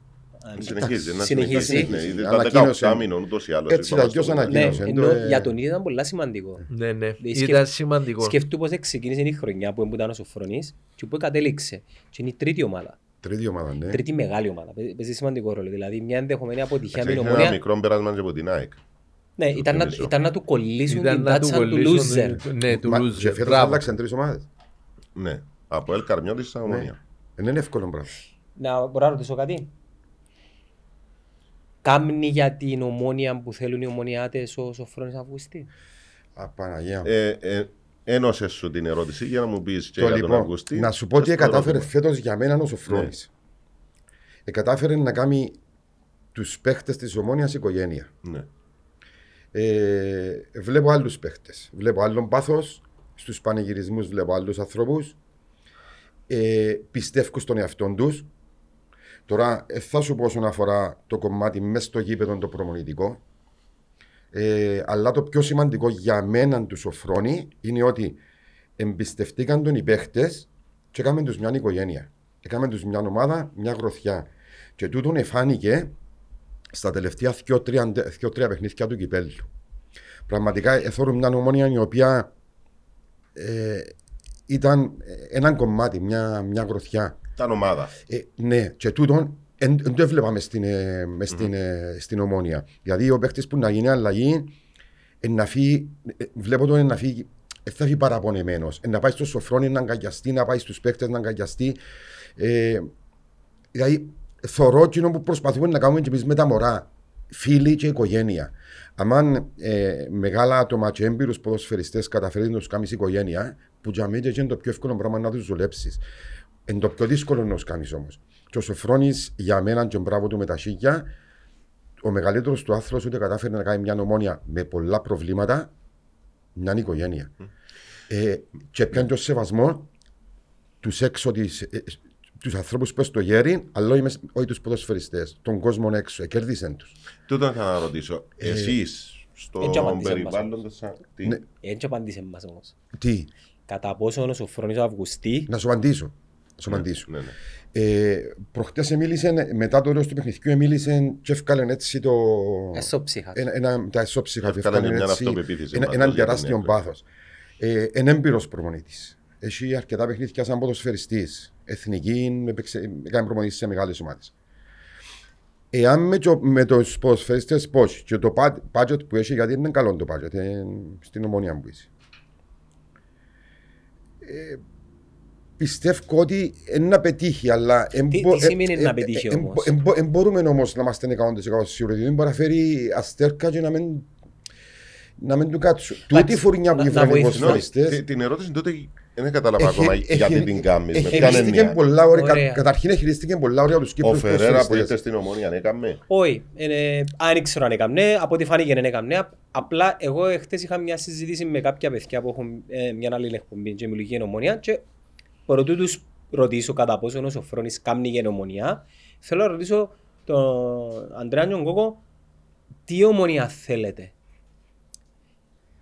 αν- Συνεχίζει. να Συνεχίζει. Ναι, Συνεχίζει. ήταν Ανακοίνωσε. 18 μήνων ούτως ή άλλως. Έτσι, είπαμε αλλιώς στο- ανακοίνωσε. Ναι, Ανακοίνωσε, ενώ το, ε. για τον ίδιο ήταν πολύ σημαντικό. Ναι, ναι. σκεφ- Ήταν σημαντικό. Σκεφτού πως ξεκίνησε η χρονιά που ήταν ο Σοφρονής και που κατέληξε. Και είναι η τρίτη ομάδα. Τρίτη ομάδα, Ε. ναι. Τρίτη μεγάλη ομάδα. Παίζει παίζει σημαντικό ρόλο. Δηλαδή μια ενδεχομένη αποτυχία με Εντάξει, την Είχε ένα ομόνια. μικρό πέρασμα και από την ΑΕΚ. Ναι, ήταν, να, θυμίζω. ήταν να του κολλήσουν Ήταν την να του τάτσα του κολλήσουν loser. την- Ναι, του Μα, loser. και φέτος Μπράβο. άλλαξαν τρεις ομάδες. Ναι. Από Ελ Καρμιώτη στην Ναι. Ομονία. Δεν είναι εύκολο πράγμα. Να μπορώ να ρωτήσω κάτι. Κάμνη για την ομόνια που θέλουν οι ομονιάτες ο Σοφρόνης Αυγουστή. Απαναγία. μου. Ε, ε, Ένωσες σου την ερώτηση για να μου πεις και Το για τον λοιπόν, Αυγουστή. να σου πω και Ναι. τι στο κατάφερε ερώτημα. φέτος για μένα ο Σοφρόνης. Ε, κατάφερε να κάνει τους παίχτες της ομόνοια οικογένεια. Ναι. Ε, βλέπω άλλους παίχτες. Βλέπω άλλον πάθος. Στους πανηγυρισμούς βλέπω άλλους ανθρώπους. Ε, πιστεύω στον εαυτό τους. Τώρα ε, θα σου πω όσον αφορά το κομμάτι μέσα στο γήπεδο το προμονητικό. Ε, αλλά το πιο σημαντικό για μένα τους Σοφρόνη είναι ότι εμπιστευτήκαν τον οι παίχτες και έκαμε τους μια οικογένεια. Έκαμε τους μια ομάδα, μια γροθιά. Και τούτον εφάνηκε στα τελευταία δύο-τρία παιχνίδια του κυπέλου. Πραγματικά εθώρω μια ομόνια η οποία ε, ήταν ένα κομμάτι, μια, μια γροθιά. Ήταν ομάδα. Ε, ναι, και τούτον δεν το έβλεπα μες στην, ε, μες στην, ε, στην ομόνια. Δηλαδή ο παίχτη που να γίνει αλλαγή, ε, να φύγει, ε, βλέπω τον ε, να φύγει, ε, θα φύγει παραπονεμένος. Ε, να πάει στο σοφρόνι να αγκαλιαστεί, να πάει στους παίχτε να αγκαλιαστεί. Ε, δηλαδή θωρώ εκείνο που προσπαθούμε να κάνουμε και εμείς με τα μωρά. Φίλοι και οικογένεια. Αν ε, μεγάλα άτομα και έμπειρους ποδοσφαιριστές καταφέρει να τους κάνεις οικογένεια, που για μένα είναι το πιο εύκολο πράγμα να τους δουλέψεις. Είναι το πιο δύσκολο να τους κάνεις όμως. Και ο Σοφρόνη για μένα και μπράβο του με τα σίγια, ο μεγαλύτερος του άθρο ούτε κατάφερε να κάνει μια νομόνια με πολλά προβλήματα, μια οικογένεια. Ε, και πιάνει το σεβασμό τους έξω ε, τη. τους ανθρώπους που στο γέρι, αλλά όχι, μες- όχι τους ποδοσφαιριστές, τον κόσμο έξω. Ε, Εκέρδισε του. Τούτο θα να ρωτήσω. Εσεί Ε, και στο απαντήσε περιβάλλον του. σαν- τι? Ναι. Έτσι απαντήσε μας όμως. Τι, Κατά πόσο ο Σοφρόνης ο Αυγουστή να σου απαντήσω. Να σου απαντήσω. Ναι, ναι. Ε, Προχτές μίλησε, μετά το όριο του παιχνιδιού, μίλησε και έφκαλε έτσι το. εσώψυχα. ένα, ένα, τα ισόψυχα του Έφκαλαν έφκαλαν μια έτσι αυτοπεποίθηση, δηλαδή, ναι. ένα- πάντως, έναν για την τεράστιο Εύβοια. πάθος. Ε, εν έμπειρος προπονητής. Έχει αρκετά παιχνίδια σαν ποδοσφαιριστής. Εθνική, έπαιξε- έκανε προπονητή σε μεγάλες ομάδες. Εάν με, το, με τους ποδοσφαιριστές πώς και το πα- budget που έχει, γιατί δεν είναι καλό το budget, ε, στην ομονία που είσαι. Ε, πιστεύω ότι ε, να πετύχει, αλλά. εν Τι- μπο- τι σημαίνει ε, να ε, πετύχει ε, ε, όμως? ε, μπο- ε, μπορούμε όμως να είμαστε 100% σίγουροι ότι δεν παραφέρει αστέρκα και να μην, να μην του κάτσουν. Εντάξει, Τούτη φουρνιά να- που να γίνονται οι βοηθήσει. Συγγνώμη, ποδοσφαιριστέ. τι- την ερώτηση τότε δεν κατάλαβα ακόμα γιατί την κάνεις. Με ποια ε, Χειρίστηκε έννοια. πολλά ωραία. Ωραία. κα- Καταρχήν χειρίστηκε πολλά ωραία του Ο Κύπρου. Φεραίρα που ήρθε στην ομόνια, ναι, έκαμε. Όχι, ε, αν δεν ξέρω αν έκαμνε, ναι, από ό,τι φάνηκε δεν έκαμνε. Απ- Απλά εγώ εχθές είχα μια συζήτηση με κάποια παιδιά που έχουν ε, μια άλλη εκπομπή και μιλική γενομονία και προτού τους ρωτήσω κατά πόσο ο Σοφρόνης κάνει γενομονία, θέλω να ρωτήσω τον Αντρέα Νιονγκόκο τι ομονία θέλετε.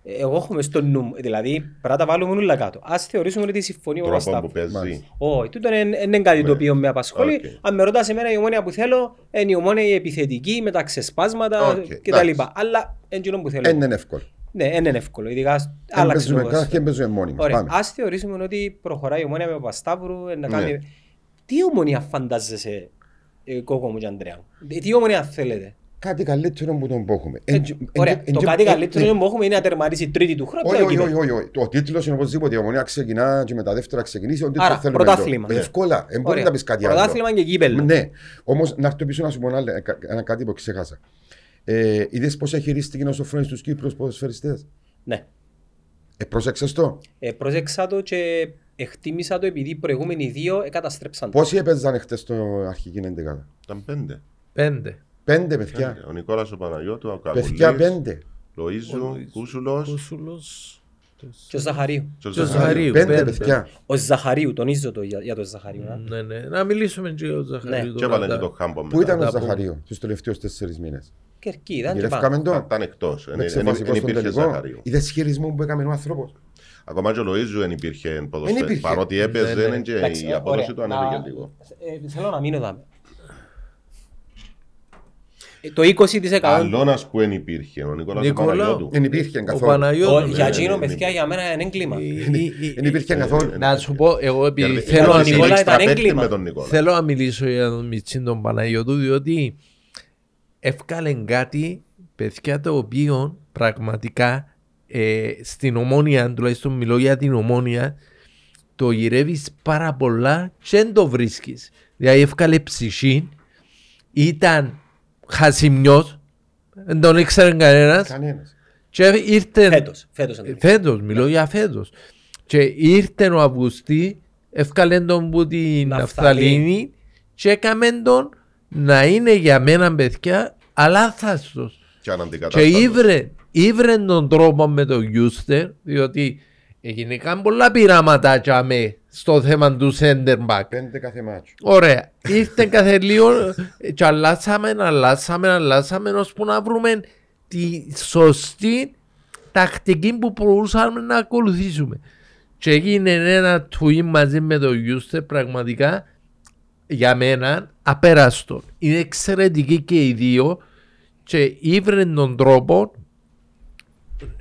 Ε, Εγώ έχουμε στο νου μου, δηλαδή πρέπει να τα βάλουμε όλα κάτω. Ας θεωρήσουμε ότι συμφωνεί ο Τρόπο που Ραστάφ. παίζει. Όχι, τούτο είναι- δεν είναι κάτι το Ναι. οποίο με απασχολεί. Οκ. Αν με ρωτάς εμένα η ομόνια που θέλω, είναι η ομόνια η επιθετική με τα ξεσπάσματα Οκ, κτλ. εντάξει. Αλλά Αλλά δεν είναι που θέλω. Δεν είναι Ε, εύκολο. Ναι, δεν είναι εύκολο. Ειδικά σ- Εν άλλαξε το Ε, παίζουμε κάθε και ποδόσφαιρο. παίζουμε μόνοι μας. Ωραία, Πάμε. ας θεωρήσουμε ότι προχωράει η ομόνια με Παπασταύρου ε, να Ναι. κάνει... Τι ομόνια φαντάζεσαι, ε, Κόκο μου και Ανδρέας μου. Τι ομόνια θέλετε. Κάτι καλύτερο που τον που έχουμε. Ε, Εν- εν- Ωραία, εν- το εν- κάτι εν- ναι. καλύτερο που έχουμε είναι να τερματίσει τρίτη του χρόνου. Όχι, το όχι, κύπελλο. όχι, όχι, όχι. Το τίτλος είναι οπωσδήποτε. Η ομονία ξεκινά και με τα δεύτερα ξεκινήσει. Ό,τι Άρα, το θέλουμε. πρωτάθλημα. εδώ. Ε, Εύκολα. Δεν μπορεί Ωραία. να πεις κάτι άλλο. Πρωτάθλημα και κύπελλο. Ναι. Όμως να έρθω πίσω να σου πω ένα, άλλο- κα- ένα κάτι που ξέχασα. Ε, Είδες πώς χειρίστηκε ο Σοφρόνη τους Κύπρους ποδοσφαιριστές. Ναι. Ε, πρόσεξες το. Ε, πρόσεξα το και εκτίμησα το επειδή οι προηγούμενοι δύο εκαταστρέψαν το. Πόσοι έπαιζαν χτε στο αρχική εντεκάδα. Ήταν πέντε. Πέντε. Πέντε παιδιά. Ο Νικόλας ο Παναγιώτου, ο Παιδιά Κακουλή, πέντε. Λοίζου, Κούσουλος. Κούσουλος. Και ο Ζαχαρίου. Και ο Ζαχαρίου. Πέντε πέντε. παιδιά. Ο Ζαχαρίου, τονίζω το για, για τον Ζαχαρίου. να. Ναι, ναι. Να μιλήσουμε και για τον Ναι. Ζαχαρίου. Και τώρα. έβαλε και το χάμπο μετά. Πού ήταν ο τα πούμε. Ζαχαρίου τους τελευταίους τέσσερις μήνες. Κερκίδα, και πάνω. Γυρεύκαμε το. Ήταν εκτός. Με Δεν ξεφασικό στον ναι, υπήρχε τελικό. Ζαχαρίου. Είδες χειρισμό που έκανε ο άνθρωπος. Ακόμα και ο Λοίζου δεν υπήρχε ποδοσφαίρι. υπήρχε. Παρότι έπαιζε, Ναι, είναι ναι. και Εντάξει, Ε, η απόδοση του ωραία. Να- ανέβηκε λίγο. ε, Θέλω να μείνω εδώ. Ε, Το 20% Αλώνας που δεν υπήρχε, ο Νικόλας ο Νικόλαου. Παναγιώτου. Δεν υπήρχε Ο καθόλου. Ο- Παναγιώτος. για ναι. εκείνο ναι, ναι. παιδιά για μένα είναι έγκλημα. Ε, ε, Δεν ε, υπήρχε καθόλου. Να σου πω, εγώ επειδή Κερδι- θέλω να κέρδισε Νικόλα το ήταν extra έγκλημα. με τον Νικόλα. Θέλω να μιλήσω για τον Μιτσίν τον Παναγιώτου διότι έφκαλε κάτι παιδιά το οποίο πραγματικά ε, στην ομόνια, τουλάχιστον μιλώ για την ομόνια, το γυρεύεις πάρα πολλά και δεν το βρίσκεις. Δηλαδή έφκαλε ψυχή, ήταν χασιμιός, δεν τον ήξερε κανένας Κανένας. και ήρθε. Φέτος, φέτος. Ε, Αντρέα. Φέτος, μιλώ για φέτος. Και ήρθε ο Αυγουστή, έφκαλε τον που την Ναφθαλίνη. Αυθαλίνη και έκαμε τον να είναι για μένα παιδιά αλάθαστος. Και Και αναντικατάστατος. ήβρε ήβρε τον τρόπο με το Γιούστερ, διότι έγιναν πολλά πειράματα τσάμε στο θέμα του center back. Πέντε κάθε μάτσο. Ωραία. Ήρθε κάθε λίγο ε, και αλλάσαμε, αλλάσαμε, αλλάσαμε ώσπου να βρούμε τη σωστή τακτική που μπορούσαμε να ακολουθήσουμε. Και έγινε ένα tweet μαζί με το Γιούστερ πραγματικά για μένα απέραστο. Είναι εξαιρετικοί και οι δύο και ήβρε τον τρόπο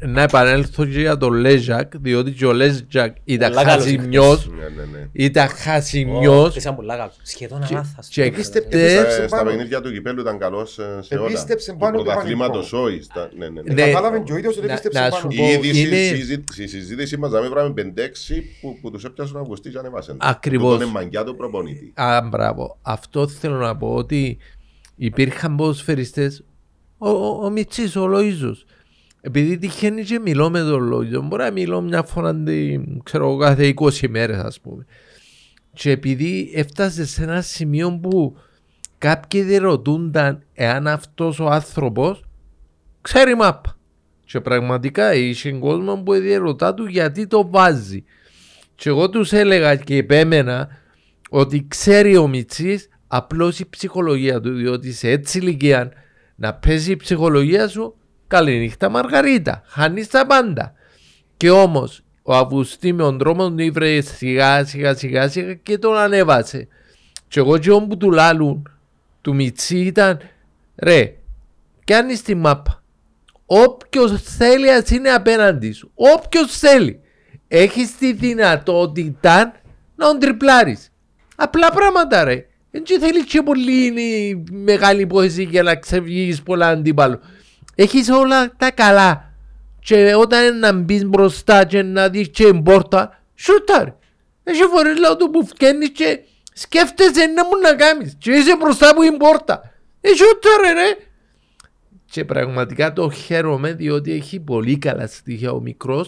να επανέλθω και για τον Λέζακ διότι και ο Λέζακ ήταν Πολλά καλός χασιμιός Ναι, ναι, ναι. ήταν χασιμιός Ήσαν πολλά καλός. Σχεδόν Και- ανάθαστο. και έχετε Ναι. πτε- Στα- Επίστεψε Στα πάνω. παιχνίδια του κυπέλου ήταν καλός σε όλα. Επίστεψε Του πάνω του πρωταθλήματος Πανεπιστημίου. όχι, στα- ναι, ναι, ναι. Ναι. Κατάλαβε και ο ίδιος ότι Να- επίστεψε να πάνω. σου Η πω, είδηση, είναι- η συζή- η συζήτηση μας να μην βράμε 5-6 που, που τους έπιασαν Αγουστής και ανεβάσαν. Ακριβώς. Τούτον είναι μαγκιά του προπονητή. Α, μπράβο. Αυτό θέλω να πω ότι υπήρχαν ποδοσφαιριστές ο, ο, ο Μιτσής, ο Λοΐζος. Επειδή τυχαίνει και μιλώ με τον Λοΐζο, μπορώ να μιλώ μια φορά την, ξέρω, εγώ, κάθε 20 μέρες ας πούμε. Και επειδή έφτασες σε ένα σημείο που κάποιοι δεν ρωτούνταν εάν αυτός ο άνθρωπος ξέρει μάπα. Και πραγματικά είχε κόσμος που διερωτά του γιατί το βάζει. Και εγώ τους έλεγα και επέμενα ότι ξέρει ο Μιτσής απλώς η ψυχολογία του, διότι σε έτσι ηλικία να παίζει η ψυχολογία σου, καληνύχτα Μαργαρίτα, χάνεις τα πάντα. Και όμως ο Αυγουστή με τον τρόπο του ήβρε σιγά σιγά σιγά σιγά και τον ανέβασε. Και εγώ και όπου του λάλουν του Μιτσί ήταν ρε, κάνεις τη μάπα. Όποιος θέλει ας είναι απέναντι σου. Όποιος θέλει. Έχεις τη δυνατότητα να τον τριπλάρεις. Απλά πράγματα ρε. Δεν και θέλεις και πολύ είναι μεγάλη υπόθεση για να ξεφύγεις πολλά αντίπαλο. Έχεις όλα τα καλά. Και όταν είναι να μπεις μπροστά και να δεις και την πόρτα, σούταρ. Έχει φορές λέω του που φκαίνεις και σκέφτεσαι να μου να κάνεις. Και είσαι μπροστά από την πόρτα. Ε, σούταρ ρε. Και πραγματικά το χαίρομαι διότι έχει πολύ καλά στοιχεία ο μικρός.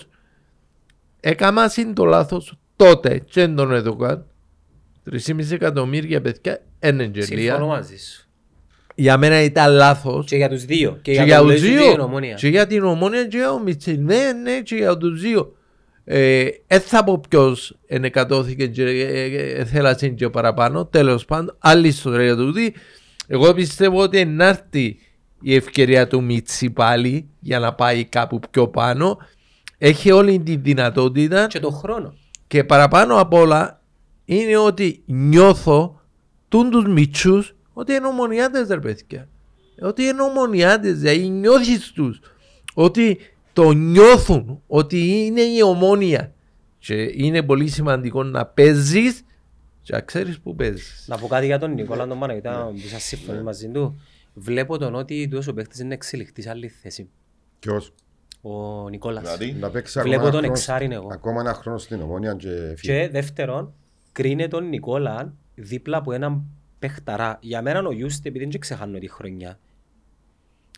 Έκανα συν το λάθος τότε. Και δεν τον έδωκαν. 3,5 εκατομμύρια παιδιά εν Συμφωνώ εγγελία. μαζί σου. Για μένα ήταν λάθος. Και για τους δύο. Και Και για για τον τους Λέζι και την δύο. ομόνια. Και για την ομόνια και για ο Μιτσελ. Ναι, ναι, και για τους δύο. Ε, Εν θα πω ποιος ενεκατώθηκε και ε, ε, ε, θέλασε και παραπάνω. Τέλος πάντων, άλλη ιστορία του δει. Εγώ πιστεύω ότι να έρθει η ευκαιρία του Μιτσι πάλι για να πάει κάπου πιο πάνω. Έχει όλη τη δυνατότητα Και τον χρόνο. και παραπάνω απ' όλα είναι ότι νιώθω τούν τους μητσούς ότι είναι ομονιάτες ρε παιδιά. Ότι είναι ομονιάτες, δηλαδή νιώθεις τους. Ότι το νιώθουν, ότι είναι η ομόνια. Και είναι πολύ σημαντικό να παίζεις και να ξέρεις που παίζεις. Να πω κάτι για τον Ναι. Νικόλα τον Παναγιώτα που σας συμφωνεί μαζί του. Βλέπω τον ότι τούτος ο παίχτης είναι εξελιχτής σε άλλη θέση. Ποιος Ο Νικόλας. Δηλαδή, να παίξει ακόμα Βλέπω ένα τον χρόνο- εξάριν εγώ. Ακόμα ένα χρόνο στην Ομόνια και φύγει. Και δεύτερον, κρίνε τον Νικόλα δίπλα από έναν παίχταρά. Για μένα ο Γιούστη, επειδή δεν ξεχάνω τη χρονιά,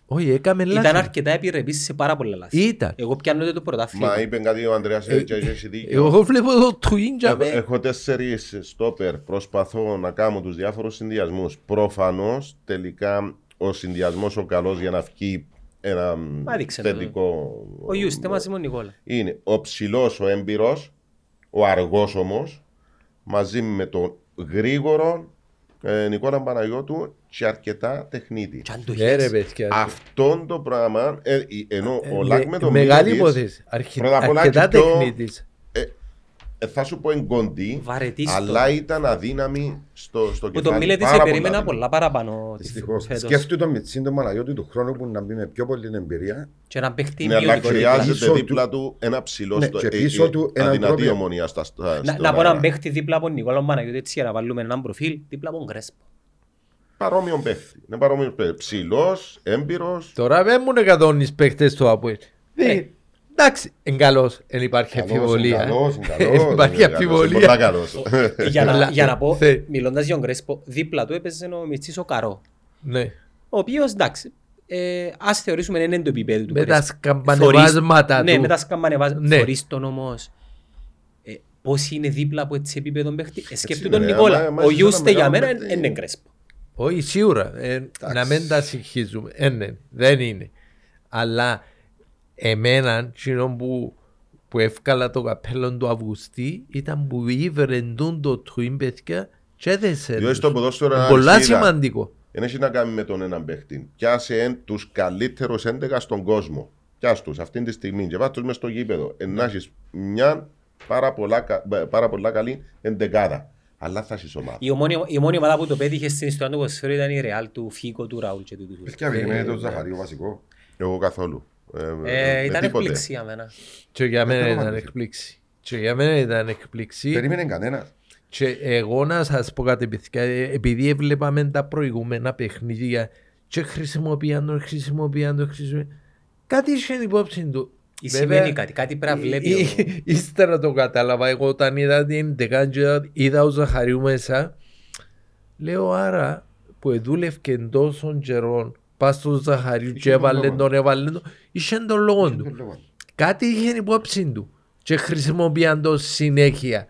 Όχι, έκαμε λάθη. ήταν αρκετά επιρρεπής σε πάρα πολλά λάθη. Ήταν. Εγώ πιάνω τότε το πρωτάθλημα. μα είπε κάτι ο Ανδρέας Ε, και έχεις δίκιο. Εγώ βλέπω εδώ του ίντια Έχω- Έχω τέσσερις στόπερ. Προσπαθώ να κάνω τους διάφορους συνδυασμούς. Προφανώς τελικά ο συνδυασμός ο καλός για να βγει ένα μ, Μα δείξε το. ε. θετικό. Ο Γιούστη μαζί με τον Νικόλα. είναι ο ψηλός ο έμπειρος, ο αργός όμως, μαζί με τον γρήγορο ε, Νικόλα Παναγιώτου και αρκετά τεχνίτη. Και αν το Ναι ρε είχες. παιδιά. Αυτό το πράγμα, ε, ε, ενώ ο Λάκ με τον Μεγάλη Μίλοβιτς, υπόθεση. Αρχι- πρώτα απ' όλα και Αρκετά πιο- τεχνίτης. ε, θα σου πω εγκοντή, Βαρετής αλλά το. ήταν αδύναμη στο, στο Που τον κεφάλι. Μίλετης πάρα περίμενα αδύναμη. πολλά παραπάνω τη- Δυστυχώς. φέτος. Σκέφτομαι τον Μιτσίν τον Παναγιώτη του χρόνου που να μπει με πιο πολλή εμπειρία. Και έναν παίχτη Ναι, αλλά ποιοτικό δίπλα. χρειάζεται Πίσω δίπλα του ένα ψηλό Ναι, στο ε, και πίσω του έναν αδυνατή τρόπο. ομονία στα, στα, Να- στο Να πω έναν πράγμα. παίχτη δίπλα από τον Νικόλα Παναγιώτη έτσι για να βάλουμε έναν προφίλ δίπλα από τον Κρέσπο. Παρόμοιον παίχτη. Είναι παρόμοιο παίχτη. Ψηλός, έμπειρος. Τώρα δεν μου εκατόνεις παίχτες του Αποέλ. Ε. Εντάξει, εν καλός, εν υπάρχει Καλός, αμφιβολία. εν καλός, εν καλός, Ε, Υπάρχει είναι καλός, είναι Πολλά αμφιβολία. δηλαδή, καλός. για, να, Αλλά- για να πω, Θε- μιλώντας για τον Κρέσπο, δίπλα του έπαιζε ο Μιτσής ο Καρό. Ναι. Ο οποίος εντάξει, ε, ας θεωρήσουμε έναν το επίπεδο του. Με Κρέσπο. τα σκαμπανεβάσματα Θωρείς- Ναι, του. με τα σκαμπανεβάσματα. Ναι. Θωρείς τον όμως. Ε, Πόσοι είναι δίπλα από έτσι επίπεδο παίχτη. Ε, Σκέφτου είναι, τον ρε, άμα- Νικόλα. άμα Ο είσαι ένα Γιούστε για μεγάλο μένα παίκτη, είναι είναι Κρέσπο. Όχι, σίγουρα. Ε, να μην τα συγχύζουμε. Ε, ναι, δεν είναι. Αλλά εμένα, κοινό που, που εύκαλα το καπέλο του Αυγουστή, ήταν που ήβερεντούν το twin παιδιά και δεν σε Διότι στο ποδόσφαιρο είναι Πολλά αλυσίδα. σημαντικό. Δεν έχει να κάνει με τον έναν παίχτη. Πιάσε εν, τους καλύτερους 11 στον κόσμο. Πιάσε του αυτή τη στιγμή και βάτε του μέσα στο γήπεδο. Ε, Να έχεις μια πάρα πολλά, κα- πάρα πολλά καλή εντεκάδα. Αλλά θα έχεις ομάδα. Η, ομόνια, η μόνη ομάδα που το πέτυχες στην ιστορία του ποδοσφαίρου ήταν η Ρεάλ του Φίκο, του Ραούλ και του Τούτους. Παιδιά, περιμένετε το Ζαχαρίου βασικό. Εγώ καθόλου. Ε, με Ε, ήταν τίποτε. εκπληξή για μένα. Και για Δεν μένα το ήταν μάθαμε. εκπλήξη. Και για μένα ήταν εκπλήξη. Περίμενε κανένα. Και εγώ να σας πω κάτι, παιδιά, ε, επειδή έβλεπαμε τα προηγούμενα παιχνίδια και χρησιμοποιάν τον, χρησιμοποιάν τον, χρησιμοποιάν Κάτι είχε υπόψη του. Ή Βέβαια, σημαίνει κάτι, κάτι πρέπει να βλέπει. ή- ο- ή- Ύστερα το κατάλαβα. Εγώ όταν είδα την Ντεκάντζα, είδα ο Ζαχαρίου μέσα. Λέω άρα που δούλευκε τόσο καιρό, πα στον Ζαχαρίου Είχε και τον έβαλε λόγο. τον, έβαλε τον. Είχε τον λόγο του Λοιπόν, κάτι είχε υπόψη του και χρησιμοποιάν το συνέχεια.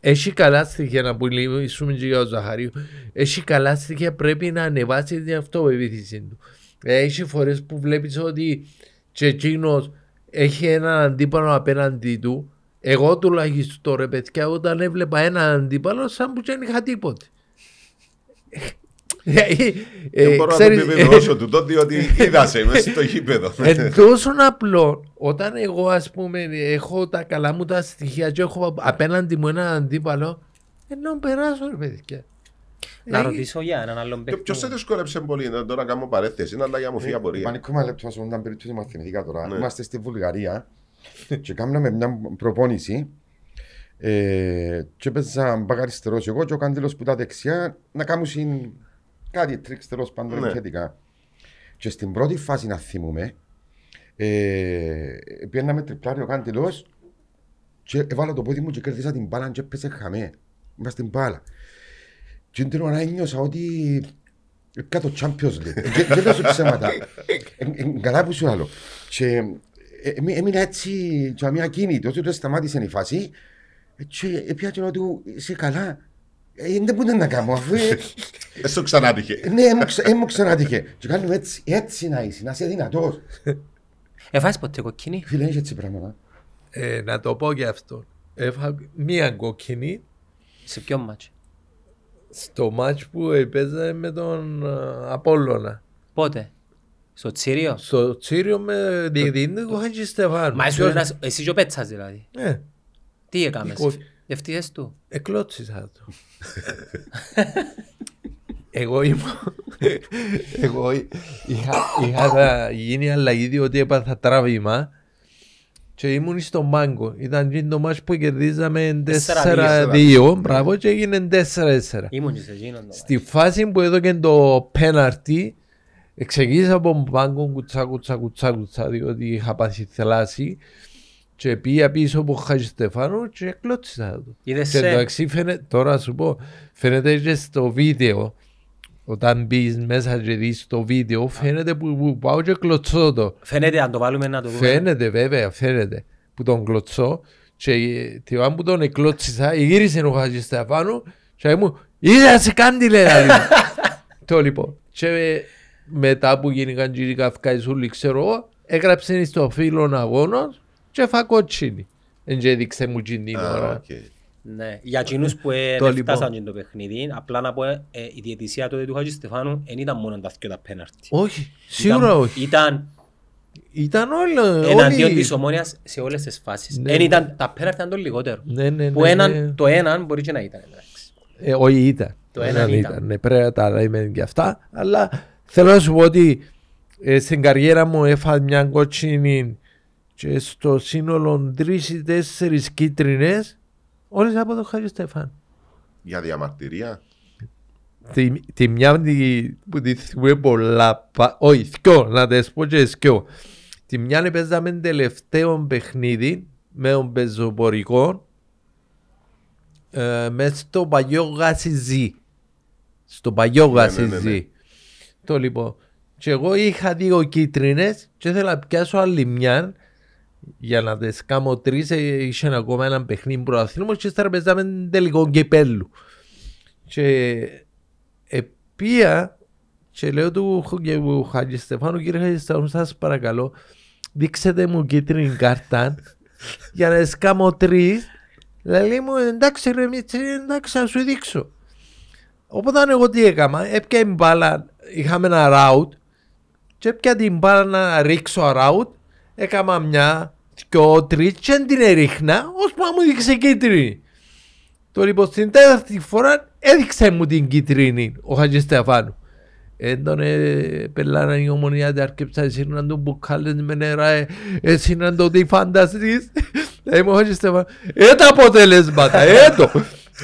Έχει καλά στοιχεία να μιλήσουμε και για τον Ζαχαρίου. Έχει καλά στοιχεία πρέπει να ανεβάσει την αυτοπεποίθηση του. Έχει φορές που βλέπεις ότι και εκείνος έχει έναν αντίπαλο απέναντί του. Εγώ τουλάχιστον ρε παιδιά, όταν έβλεπα έναν αντίπαλο, σαν που δεν είχα τίποτε. Ε, ε, Δεν μπορώ ξέρεις, να το επιβεβαιώσω του τότε, διότι είδασε μέσα στο γήπεδο. Ναι. ε, τόσο απλό. Όταν εγώ, ας πούμε, έχω τα καλά μου τα στοιχεία και έχω απέναντι μου έναν αντίπαλο, ενώ περάσω, ρε παιδιά. Να Ε, ρωτήσω για έναν άλλον παίκτη. Ποιος σε δυσκόλεψε πολύ, δεν τώρα κάνω παρέθεση, είναι αλλά για μου φύγει απορία. Πανικό μα Ε, λεπτό, ας πούμε, ήταν περίπτωση μαθηματικά τώρα. Ναι. Είμαστε στη Βουλγαρία και κάναμε μια προπόνηση ε, και έπαιζα μπακαριστερός εγώ και ο Καντήλος που ήταν δεξιά να κάνουν συν- κάτι τρίξ τέλος πάντων Ναι. επιθετικά. Και στην πρώτη φάση να θυμούμε ε, πιέναμε τριπλάρι ο Καντήλος και έβαλα το πόδι μου και κέρδισα την μπάλα και έπαιζε χαμέ. Είμαστε στην μπάλα. Και την ώρα ένιωσα ότι κάτω Champions League. Δεν- Δεν λέω ψέματα. Ε, ε, Καλά που σου άλλο. Και ε, εμεί- έμεινα έτσι και μια κίνητο, ότι σταμάτησε η φάση και έπια και λέω του, είσαι καλά. Ε, Δεν μπορεί να κάνω, αφού ε, Δεν σου ξανάτυχε. ναι, έμου ξα- έμου ξανάτυχε. Και κάνουμε έτσι, έτσι να είσαι, να είσαι δυνατός. Εφάσεις ποτέ κοκκινή. Φίλε, έχει έτσι πράγματα. ε, να το πω για αυτό. Έφαγα μία κόκκινη Σε ποιο μάτσο. στο μάτς που έπαιζε με τον ε, Απόλλωνα. Πότε. Στο Τσίριο. Στο Τσίριο με διεδίνη του Χατζη Στεφάνου. Μα ήσουν Ποιος- ένας, εσύ και ο Πέτσας δηλαδή. Ναι, Τι έκαμες. Νικό- Ευτυχές του. εκλώτσισα το. Εγώ ήμουν... Εγώ ε, εί- είχα, είχα τα- γίνει αλλαγή διότι έπαθα τράβημα και ήμουν στο Μάγκο. Ήταν και το μάτς που κερδίζαμε 4-2, μπράβο, και έγινε 4-4. Ήμουν και σε εκείνον. το Στη φάση που έδωκε το πέναρτι, ξεκίνησα από τον πάγκο κουτσά κουτσά κουτσά κουτσά διότι είχα πάθει θλάση και πήγα πίσω από Χάζη Στεφάνου και κλώτσισα το. Είδες Και σε. εντάξει φαίνεται, τώρα σου πω, φαίνεται και στο βίντεο, όταν μπεις μέσα και δεις το βίντεο, φαίνεται που, που πάω και κλωτσώ το. Φαίνεται αν το βάλουμε να το δούμε. Φαίνεται βέβαια, φαίνεται που τον κλωτσώ και ε, τη ώρα που τον εκλώτσισα γύρισε ο Χατζη Στεφάνου και μου «Είδα σε κάντι λέει να δεις». Το λοιπόν και ε, μετά που γίνηκαν και οι Καυκαϊσούλοι ξέρω εγώ έγραψε στο φίλον αγώνος και έφα κοτσίνη. Εν και έδειξε μου την Α, ώρα. οκ. Ναι. Για εκείνους που ε, Το δεν λοιπόν. φτάσαν και το παιχνίδι, απλά να πω ε, ε, η διαιτησία τότε του Χατζη Στεφάνου δεν ήταν μόνο τα δυο τα πέναρτι. Όχι, σίγουρα Ήταν- όχι. Ήταν Ήταν όλα- εναντίον όλοι... της ομόνιας σε όλες τις φάσεις. Ναι. Εν ήταν, τα πέναρτι ήταν το λιγότερο. Ναι, ναι, Που ναι, έναν- ναι. το έναν μπορεί και να ήταν. εντάξει. Ε, όχι ήταν. Το έναν ήταν. Ναι, πρέπει να τα λέμε και αυτά. Αλλά θέλω να σου πω ότι ε, στην καριέρα μου έφαγα μια κότσινη και στο σύνολο τρεις ή τέσσερις κίτρινες όλες από τον Χάρη Στεφάν. Για διαμαρτυρία. Τη, τη μια τη- που τη θυμούμε πολλά, πα- όχι, δυο, να τις πω και δυο. Τη μια παίζαμε τελευταίο παιχνίδι με τον πεζοπορικό ε, μέσα στο παλιό γασιζί. Στο παλιό Ναι, ναι, ναι, γασιζί. ναι. Το λοιπόν. Και εγώ είχα δύο κίτρινες και ήθελα να πιάσω άλλη μια για να τις κάνω τρεις. ε, Είχε ακόμα ένα παιχνίδι προαθλήματος και ύστερα παίζαμε τελικό κυπέλου. Και επία και λέω του Χατζη Στεφάνου, κύριε Χατζη Στεφάνου, σας παρακαλώ, δείξετε μου κίτρινη κάρτα για να σκάμω τρεις. Λέει μου εντάξει ρε Μίτσι, εντάξει να σου δείξω. Οπότε εγώ τι έκανα, έπια την μπάλα, είχαμε ένα ράουτ και έπια την μπάλα να ρίξω ράουτ, έκανα μια, δυο, τρεις και δεν την έριχνα, ώσπου να μου δείξε κίτρινη. Το λοιπόν στην τέταρτη φορά έδειξε μου την κίτρινη ο Χατζη Στεφάνου. Έντονε πελάνα η ομονία τα αρκεψά, εσύ να του μπουκάλες με νερά, ε, εσύ να το τι φανταστείς. Ε, μου ο Χατζη Στεφάνου, ε τα αποτελέσματα, ε το.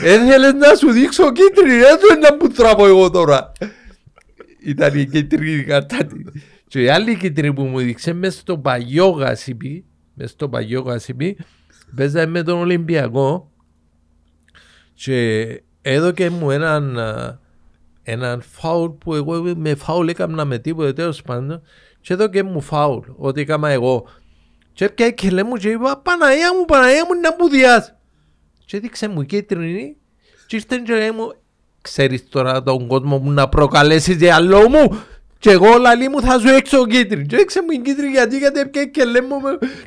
Έθελες να σου δείξω κίτρινη, ε το να μου τραβώ εγώ τώρα. Ήταν η κίτρινη κατά τη. Και η άλλη κίτρινη που μου δείξε μες στο παγιό γασίπι, μες στο παγιό γασίπι, παίζαμε με τον Ολυμπιακό και έδωκε μου έναν έναν φάουλ που εγώ με φάουλ έκανα με τίποτα τέλος πάντων και έδωκε μου φάουλ ότι έκανα εγώ και έπια η κελέ μου και είπα Παναγία μου, Παναγία μου να μου διάς και έδειξε μου κίτρινη και ήρθε και λέει μου ξέρεις τώρα τον κόσμο που να προκαλέσεις διαλό μου και εγώ λαλή μου θα σου έξω κίτρινη και έξε μου η κίτρινη γιατί γιατί έπια η κελέ μου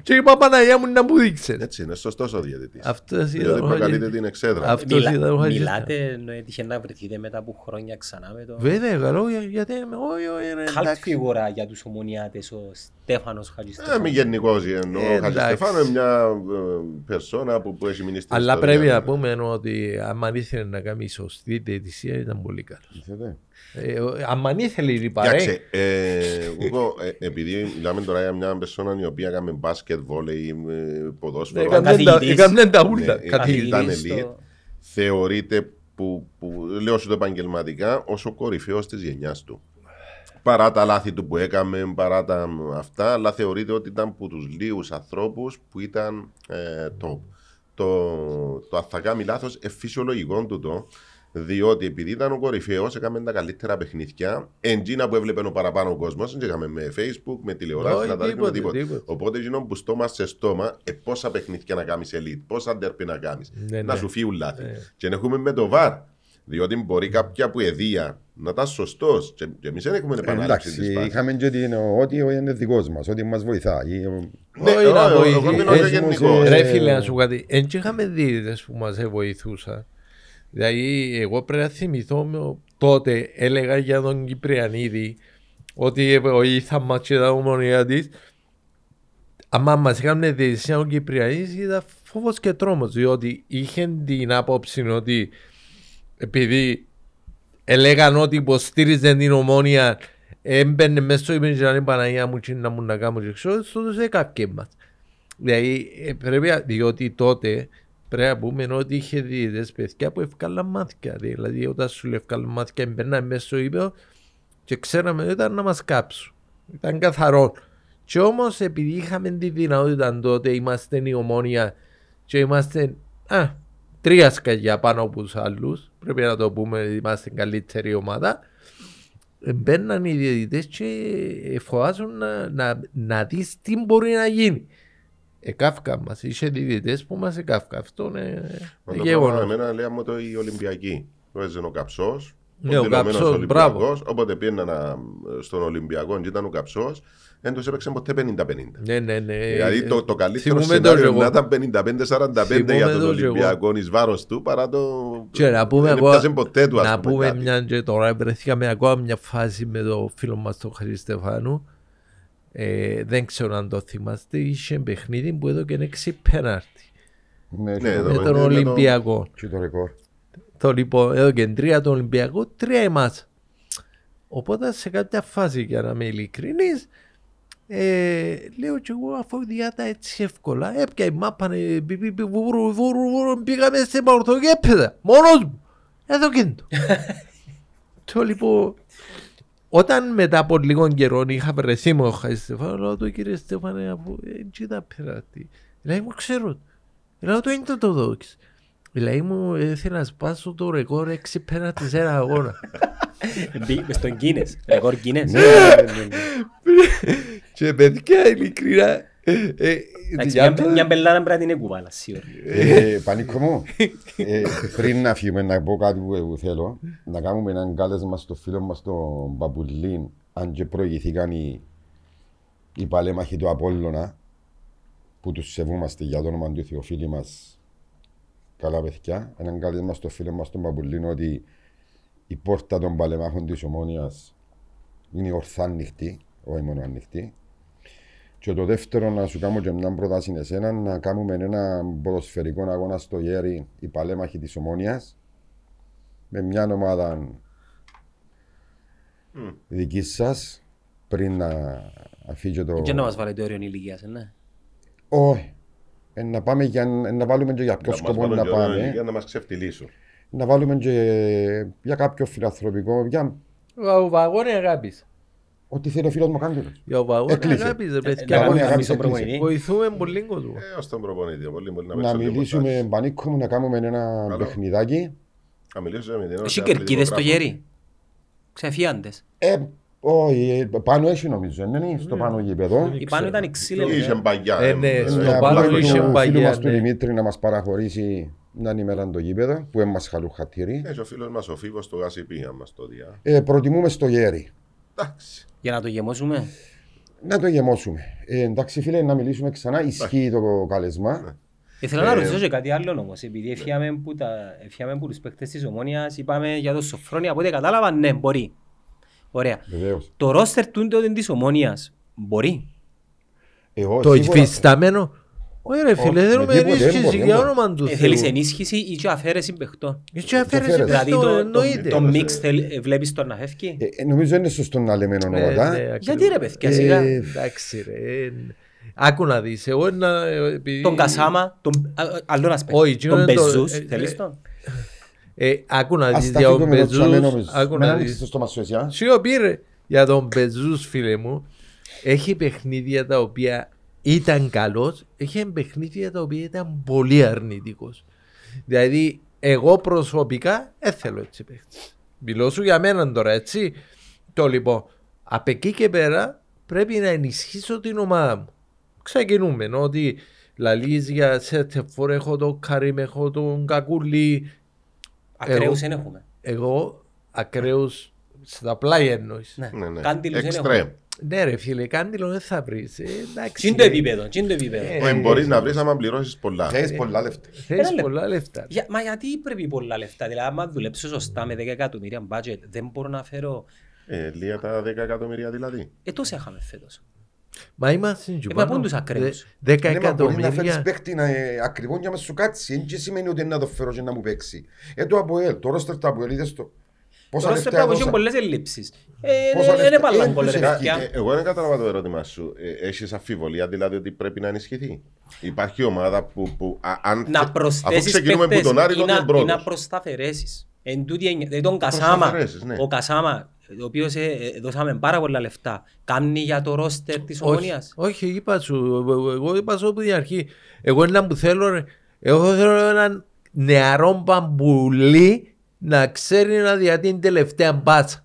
και είπα Παναγία μου να μου δείξες Έτσι είναι, σωστός ο διαιτητής. Αυτός Διότι ήταν ο προκαλείται Χατζη- την εξέδρα. Αυτός ήταν ο Χατζη- Μιλάτε, ναι, έτυχε να βρεθείτε μετά από χρόνια ξανά με το... Βέβαια, καλό, για- γιατί είμαι όχι, όχι, ρε, Καλτ εντάξει. φιγουρά για τους ομονιάτες ο Στέφανος Χατζηστέφανος. Ε, μη γενικό εννοώ. Ο Ε, Εντάξει. Χατζηστεφάνου είναι μια ε, περσόνα που, που έχει μείνει στην Αλλά ιστορία. πρέπει να πούμε ενώ, ότι αν ήθελε να κάνει σωστή διαιτησία ήταν πολύ καλός. Ξέρετε. Ε, ο- Αν ήθελε η παρέ, Κοίταξε, ε, εγώ, ε, επειδή μιλάμε τώρα για μια περσόνα η οποία έκανε μπάσκετ, βόλεϊ, Ναι, ε, ποδόσφαιρο. Έκανε- έκανε τα- καθηγητής. έκανε τα ούλα. Ναι, καθηγητής. ήταν Καθηγητής elite. στο- θεωρείται που, που λέω σου το επαγγελματικά ως ο κορυφαίος της γενιάς του. Παρά τα λάθη του που έκαμε, παρά τα αυτά, αλλά θεωρείται ότι ήταν από τους λίγους ανθρώπους που ήταν ε, top. Το, το αν θα κάνει λάθος ε, φυσιολογικό του το, διότι επειδή ήταν ο κορυφαίος, έκαμε τα καλύτερα παιχνίδια, εντζίνα που έβλεπε ο παραπάνω ο κόσμος, δεν έκαμε με facebook, με τηλεοράση, Όχι, να τα δείχνουμε τίποτε, τίποτα. τίποτε. Οπότε γίνον που στόμα σε στόμα, ε, πόσα παιχνίδια να κάνεις elite, πόσα ντέρπι να κάνεις, Ναι, να ναι. σου φύγουν λάθη. Ναι. Και να έχουμε με το βαρ. Διότι μπορεί κάποια που εδία να ήταν σωστός. Και, και εμείς δεν έχουμε επανάληψη τη Εντάξει, είχαμε και ότι είναι ότι είναι δικός μας, ότι μας βοηθάει. Ε, Ναι, Όχι, εγώ- να εγώ- εγώ βοηθήσει. μιλώ για Ε, γενικό. ε, Ρε φίλε να σου πω κάτι, εν και είχαμε διαιτητές που μας ε, βοηθούσαν. Δηλαδή εγώ πρέπει να θυμηθώ με- τότε έλεγα για τον Κυπριανίδη ότι ε, βοήθα μας και τα ομονία της. Άμα μας έκανε διαιτησία ο Κυπριανίδης ήταν φόβος και τρόμος διότι είχε την άποψη ότι επειδή έλεγαν ότι υποστήριζαν την ομόνια έμπαινε μέσα στο ημεριτζανή Παναγία μου και να μου να κάνω και ξέρω, στο τους έκαπηκε μας. Δηλαδή, ε, πρέπει, να- διότι τότε πρέπει να πούμε ότι είχε διαιτητές παιδιά που ευκάλαν μάθηκα. Δηλαδή, όταν σου λέει ευκάλαν μάθηκα, έμπαιναν μέσα στο ύπεδο και ξέραμε ότι ήταν να μας κάψουν. Ήταν καθαρό. Και όμως επειδή είχαμε τη δυνατότητα τότε, είμαστε η ομόνια και είμαστε α, τρία σκαλιά πάνω από τους άλλους, πρέπει να το πούμε, είμαστε η καλύτερη ομάδα, ε, μπαίναν οι διαιτητές και ε, φοβάζουν να, να, να δεις τι μπορεί να γίνει. Εκάφκα μας, είχε διαιτητές που μας εκάφκα. Αυτό είναι γεγονός. Εμένα λέει μου το η Ολυμπιακή. Το έζαινε ο Καψός. Ναι, ο Καψός, μπράβο. Όποτε πήγαινα να- στον Ολυμπιακό και ήταν ο Καψός, δεν του έπαιξε ποτέ 50-50. Ναι, ναι, ναι. Δηλαδή το, το καλύτερο θυμούμε το σενάριο εγώ. να ήταν 55-45 για Θυμούμε τον το Ολυμπιακό εις βάρος του παρά το... Και να πούμε, δεν ακόμα- έπιασε ποτέ του, ας να πούμε κάτι. μια και τώρα βρεθήκαμε ακόμα μια φάση με το φίλο μας τον Χαρί Στεφάνου. Ε, δεν ξέρω αν το θυμάστε, είχε παιχνίδι που έδωκε έξι πέναρτη Ναι, Ναι, και εδώ το- με παιχνίδι τον με τον- Ολυμπιακό. και το ρεκόρ. Το λοιπόν έδωκε τρία τον Ολυμπιακό, τρία εμάς. Οπότε σε κάποια φάση για να είμαι ειλικρινής, ε, λέω και εγώ αφού διάτα έτσι εύκολα έπια η μάπα ε, πι- πι- πι- βούρου βούρου βούρου πήγαμε σε παορθογέπεδα μόνος μου εδώ και είναι το το λοιπόν όταν μετά από λίγο καιρό είχα βρεθεί με ο Χάι Στεφάνο λέω του κύριε Στεφάνε αφού έτσι τα πέρατη λέει μου ξέρω λέω του είναι το το δόξι λέει μου έθελα να σπάσω το ρεκόρ 6 πέναντι σε ένα αγώνα Μπει- μες Στον Κίνες, Ε, ρεκόρ Κίνες. ναι. Και παιδιά, ειλικρινά. ε, ε, Εντάξει, για μια- μένα- Μια μπελάρα πρέπει να την εκουβάλα, σίγουρα. Ε, Πανίκο μου, ε, πριν να φύγουμε να πω κάτι που εγώ θέλω, να κάνουμε έναν κάλεσμα στο φίλο μας τον Μπαμπουλίν, αν και προηγηθήκαν οι, οι παλέμαχοι του Απόλλωνα που τους σεβούμαστε για το όνομα του Θεού φίλοι μας καλά παιδιά έναν καλέσμα στο φίλο μας τον Παπουλίνο ότι η πόρτα των παλεμάχων της Ομόνιας είναι ορθά ανοιχτή, όχι μόνο ανοιχτή και το δεύτερο να σου κάνω και μια πρόταση είναι εσένα να κάνουμε ένα ποδοσφαιρικό αγώνα στο γέρι η παλέμαχη της Ομόνιας με μια ομάδα δικής σας πριν να αφήσω το. Και να μας βάλετε όριον ηλικίας, ε, ναι. Όχι. Ε, να, πάμε για, ε, να βάλουμε και για ποιο μας σκοπό βάλουν να και όλα πάμε. Για να μας ξεφτυλίσουν. Να βάλουμε και για κάποιο φιλανθρωπικό. Για Ο βαγόνι αγάπης. ό,τι θέλει ο φίλος μου κάνει. Για ο βαγόνι Έκλεισε. αγάπης, ρε Ε, να Και αγώνια παιδιά. κάνουμε αγάπης μισό έκλεισε. προπονητή. Βοηθούμε πολύ του. Ε, ως τον προπονητή. Πολύ μπορεί να Να παίξω μιλήσουμε ρεπορτάζ. μπανίκο μου να κάνουμε ένα Καλό. παιχνιδάκι. Να μιλήσουμε με την Έχει Ορθέα κερκίδες στο Αθλητικογράφο. γέρι. Ξεφιάντες. Ε, όχι, ε, πάνω έχει νομίζω, είναι στο πάνω γήπεδο. Η πάνω ήταν η ξύλινη. Είχε μπαγιά. Ε, ε, ναι, ε, στο ε, Να πάνω πολλά πούμε είχε χρόνια. του φίλου μπαγιά, μας του ναι. Δημήτρη να μας παραχωρήσει να ημέρα το γήπεδο που έμας χαλουχατήρι. Έχει ο φίλος μας ο Φίβος στο Γασιπί, άμα το διά. Ε, προτιμούμε στο γέρι. Εντάξει. Για να το γεμώσουμε. Να το γεμώσουμε. Ε, εντάξει φίλε, να μιλήσουμε ξανά. Ισχύει το Ναι. καλεσμά. Ήθελα Ε, να ρωτήσω και κάτι άλλο όμως, Ναι. επειδή έφυγαμε που, τα, έφυγαμε που τους παίκτες της Ομόνιας, είπαμε για το Σοφρόνια, από ό,τι κατάλαβα, ναι, μπορεί. Ωραία. Βεβαίως. Το ρόστερ του τότε της Ομόνιας, μπορεί. Ε, Εγώ Το σίγουρα- υφισταμένο. Όχι ρε Όχι, φίλε, με θέλουμε τίποτε, δεν ενίσχυση μπορεί, για δεν όνομα του Ε, θέλεις Θεού. ενίσχυση ή και αφαίρεση παιχτών. Είσαι αφαίρεση φέρεσαι. Δηλαδή πιστό, το, το, εννοείται. το Ναι. mix θέλ- ε, βλέπεις τον να φεύγει. Ε, ε, νομίζω είναι σωστό να λέμε Ε, ονόματα. ναι, ακριβώς. Γιατί ρε παιδιά, σιγά. Ε, Εντάξει ρε. ε, Άκου να δεις. Εγώ να... επειδή- Τον Κασάμα, τον α, α, άλλο ένας ε, Όχι, παίκτης, εκείνο τον είναι το- Μπεζούς, ε, ε, θέλεις τον. Ε, Άκου να δεις Ας για τα τον φύγουμε εδώ τσαμέ νομίζω. Μπεζούς. Άκου Με να να δεις. ανοίξεις το στόμα σου εσύ, α. Σιωπή ρε. Για τον Μπεζούς φίλε μου. Έχει παιχνίδια τα οποία ήταν καλός. Έχει παιχνίδια τα οποία ήταν πολύ αρνητικός. Δηλαδή εγώ προσωπικά δεν θέλω έτσι παίχτη. Μιλώ σου για μένα τώρα έτσι. Το λοιπόν. Από εκεί και πέρα πρέπει να ενισχύσω την ομάδα μου. Ξεκινούμε νο, ότι λαλείς για Σέτεφορ έχω τον Καρίμ, έχω τον Κακούλη, Ακραίους δεν έχουμε. εγώ ακραίους στα πλάγια εννοείς. Ναι. Ναι, ναι. Κάντυλους δεν Εξτρέμ. έχουμε. Ναι, ρε φίλε, κάντιλο δεν θα βρεις. εντάξει. Τι είναι το επίπεδο, τι είναι το επίπεδο. Ε, Όχι, μπορείς να βρεις άμα πληρώσεις πολλά. Θέλεις πολλά λεφτά. Θέλει Ένα πολλά λεφτά. Για, μα γιατί πρέπει πολλά λεφτά, δηλαδή άμα δουλέψω σωστά με 10 εκατομμύρια budget δεν μπορώ να φέρω... Ε, Λίγα τα 10 εκατομμύρια δηλαδή. Ε, τόσα είχαμε φέτος. Μα είμαστε στην Ε, μα πού είναι τους ακραίους? Δέκα Ναι, μα μπορεί να φέρεις εκατομμύρια. παίκτη να, ε, ακριβόν για να σου κάτσει. Εν και σημαίνει ότι είναι να το φέρω και να μου παίξει. Ε, το Αποέλ, το roster του Αποέλ, είδες το. Πόσα Τώρα λεφτά πρέπει να έδωσαν. πολλές ελλείψεις. Ε, Πόσα Δεν λεφτά- έπαλαν ε, πολλές τους Κα- λεφτά. ε, Εγώ δεν καταλαβαίνω το ερώτημα σου. Έχει αμφιβολία δηλαδή ότι πρέπει να ενισχυθεί. Υπάρχει ομάδα που. που α, αν, Να αφού προσθέσεις ξεκινούμε που παίκτες τον Άρη, ή να- τον ή να πρώτο. προσταφαιρέσεις. Εν τούτη έννοια, δηλαδή τον Κασάμα, προσταφαιρέσεις, ναι. ο Κασάμα, ο οποίος ε, ε, δώσαμε πάρα πολλά λεφτά, κάνει για το ρόστερ της Όχι, Ομόνιας. όχι, είπα σου. Εγώ είπα σου από την αρχή. Εγώ ένα που θέλω. ρε, Εγώ θέλω έναν νεαρό μπαμπουλί να ξέρει να διατείνει την τελευταία μπάτσα.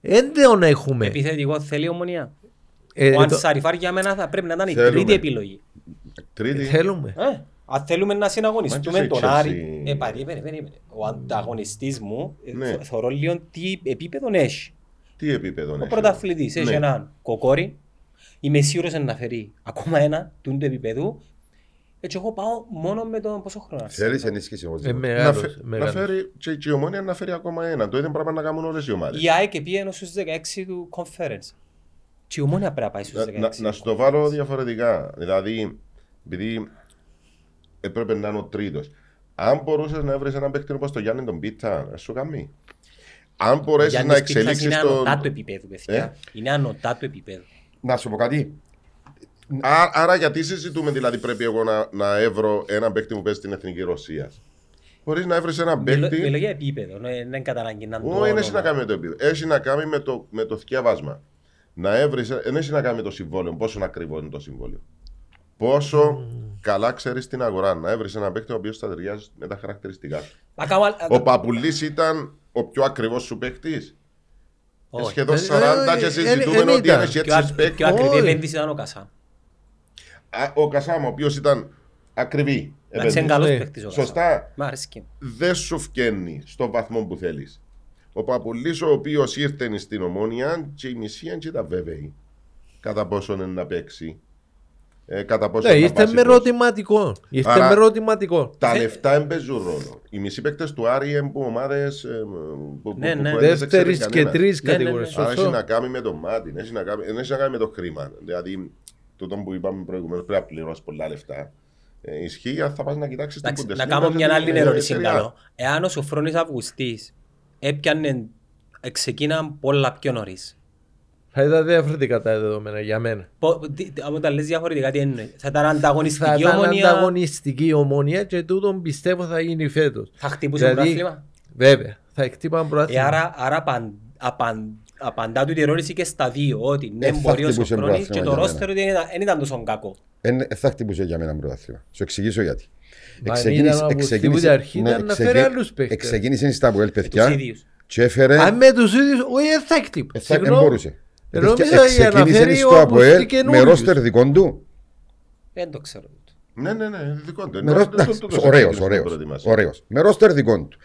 Δεν τον έχουμε. Επιθετικό θέλει η Ομόνια. Ε, Ο το- Ανσαριφάρ για μένα θα πρέπει να ήταν η Θέλουμε. τρίτη επιλογή. Τρίτη. Θέλουμε. Ε, αν θέλουμε να συναγωνιστούμε Manchester τον Chelsea. Άρη. Ε, περίμενε, περίμενε. Ο ανταγωνιστής μου, ε, Ναι. θω- θωρώ λίγο τι επίπεδο έχει. Τι επίπεδο είναι. Ναι. Ο πρωταθλητής έχει έναν κοκόρι. Είμαι σίγουρος να φέρει ακόμα ένα του του επίπεδου. Έτσι εγώ πάω μόνο με τον πόσο χρόνο. Θέλεις ενίσχυση όμως. Ε, Να, μεγάλος, φε- να μεγάλος. φέρει και, και η ομόνια να φέρει ακόμα ένα. Το ίδιο πράγμα να κάνουν όλες οι ομάδες. Η ΑΕΚ πήγαινε στους 16 του conference. Και η ομόνια πρέπει να πάει στους Να, να, 16. να σου το βάλω διαφορετικά. Δηλαδή, επειδή έπρεπε να είναι ο τρίτος. Αν μπορούσες να βρεις έναν παίκτη όπως τον Γιάννη τον Πίτσα, να σου κάνει. Αν μπορέσεις να Γιάννης Πίτσας εξελίξεις Είναι τον. ανωτά του επίπεδου, παιδιά. Ε? Είναι ανωτά του επίπεδου. Να σου πω κάτι. Ά- άρα, γιατί συζητούμε, δηλαδή, πρέπει εγώ να, να εύρω έναν παίκτη που παίζει στην εθνική Ρωσία. Μπορείς να έβρει έναν Μιλώ παίκτη. μιλώ για επίπεδο, ναι, δεν κατά ανάγκη να το Όχι, δεν όνομα. έχει να κάνει με το επίπεδο. Έχει να κάνει με το, με το θκιαβάσμα. Να έβρεις, δεν έχει να κάνει με το συμβόλαιο. Πόσο ακριβό είναι το συμβόλαιο. Πόσο Mm. καλά ξέρεις την αγορά. Να έβρει ένα παίκτη ο οποίος θα ταιριάζει με τα χαρακτηριστικά σου. Να κάνω άλλα- Ο Παπουλής ήταν ο πιο ακριβός σου παίκτης. Όχι. Σχεδόν Ε, 40 και ε, συζητούμε ε, ε, ότι ήταν. είναι Πιο έτσι ακ- παίκτη. ε. Πιο ακριβή όχι. επένδυση ήταν ο Κασά. Ο Κασάμα, ο οποίος ήταν ακριβή. Εντάξει, είναι επένδυση. καλός Ναι. παίκτης ο Κασά. Σωστά. Μ' αρέσει και. δεν σου φκαίνει στον βαθμό που θέλεις. Ο Παπουλής, ο οποίος ήρθε στην ομόνια, και η μισή είναι και τα βέβαιη. κατά πόσο είναι να παίξει. Ε, κατά πόσο Ναι, να ήρθε πάσει με πόσο. ερωτηματικό. Ήρθε Άρα- με ερωτηματικό. Τα Ε, λεφτά δεν παίζουν ρόλο. Οι μισοί παίκτες του Άρη είναι που ομάδες. που, Ναι, ναι. που- που δεν σε ξέρεις Δεύτερης και κανένας. τρεις Ναι, ναι, ναι. κατηγορίες. Άρα έχει Σωστό. να κάνει με το μάτι, έχει να κάνει, δεν έχει να κάνει με το χρήμα. Δηλαδή, τούτο που είπαμε προηγουμένως, πρέπει να πληρώσει πολλά λεφτά. Ε, ισχύει, αν θα πας να κοιτάξεις την Εντάξει, Bundesliga, να κάνω σε μια την άλλη εταιρεία. ερώτηση κάνω. Εάν ο Σοφρόνης Αυγουστής έπιανε, ε, ξεκίναν πολλά πιο νωρίς. Θα ήταν διαφορετικά τα δεδομένα για μένα. Πο- τι- τι- Όταν λες διαφορετικά τι εννοείς. Θα ήταν Θα ανταγωνιστική ήταν ομονία. ανταγωνιστική η ομονία και τούτον πιστεύω θα γίνει φέτος. Θα χτυπούσαν πρωτάθλημα. βέβαια, Δηλαδή- θα εκτύπαμε Ε, πρωτάθλημα. άρα, άρα απαν- απαν- απαντά του την ερώτηση και στα δύο, ότι ναι, Ε, θα μπορεί ο χτυπούσε Σοφρόνης και πρωτάθλημα το για μένα. ρόστερο δεν ήταν- δεν ήταν τόσο κακό. Δεν ε, θα χτυπούσε για μένα πρωτάθλημα. Σου εξηγήσω γιατί. ναι, Μα ήταν από την αρχή ήταν να φέρει άλλους παίκτες. Ε, εξεκίνησε στα Αποέλ, Ε, Τους παιδιά. ίδιους. Και έφερε. Αν με τους ίδιους, όχι δεν θα εκτύπω. ε, θα- Δεν μπορούσε. Ε, Νόμιζα παιδιά, για να Εξεκίνησε φέρει στο όπως Αποέλ και με καινούριους. ρόστερ δικών του. Δεν το ξέρω. Ναι, ναι, ναι, δικό του. Με ρόστερ- τούτο- τούτο σε Ωραίος, ξεκίνησε ωραίος, να προετοιμάσει. ωραίος. Με ρόστερ δικών του.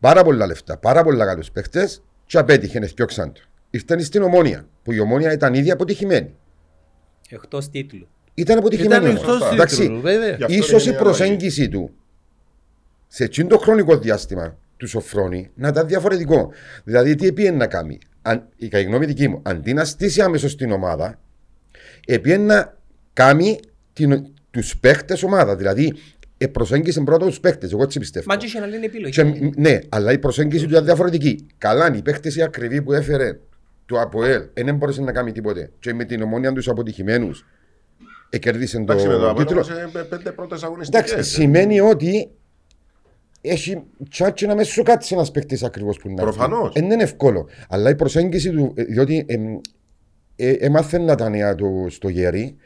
Πάρα πολλά λεφτά, πάρα πολλά καλούς παίχτες και απέτυχε να φτιάξαν του. Ήρθαν στην Ομόνια, που η Ομόνια ήταν ήδη αποτυχημένη. Εκτός Ε, τίτλου. Ήταν Ήταν αποτυχημένη. όμως. εκτός Εντάξει, τίτλου, βέβαια. Για- Γι' αυτό ίσως είναι η η προσέγγιση του σε εκείνο το χρονικό διάστημα του Σοφρόνη να ήταν διαφορετικό. Δηλαδή, τι επίεν να κάνει. Αν, η κατά τη γνώμη δική μου, αντί να στήσει αμέσω την ομάδα, επίεν να κάνει του παίχτε ομάδα. Δηλαδή, ε, προσέγγισε πρώτα τους παίχτε. Εγώ έτσι πιστεύω. Μα και είχε να λένε επιλογή. Και μ- ναι, αλλά η προσέγγιση του ήταν διαφορετική. Καλά, αν η παίχτηση ακριβή που έφερε το ΑΠΟΕΛ ε, δεν μπορούσε να κάνει τίποτε. Και με την ομόνια τους αποτυχημένους εκερδίσε Εντάξει, με το το Αποέλ τίτλο. όμως, ε, πέ- πέντε πρώτες αγωνιστικές. Εντάξει, σημαίνει ότι έχει τσάτσι να με σου κάτσει ένας παίκτης ακριβώς που είναι. Προφανώς. Δεν είναι εύκολο. Αλλά η προσέγγιση του. ε, Διότι εμ, ε, έμαθαν να τα νέα του στο γέρι,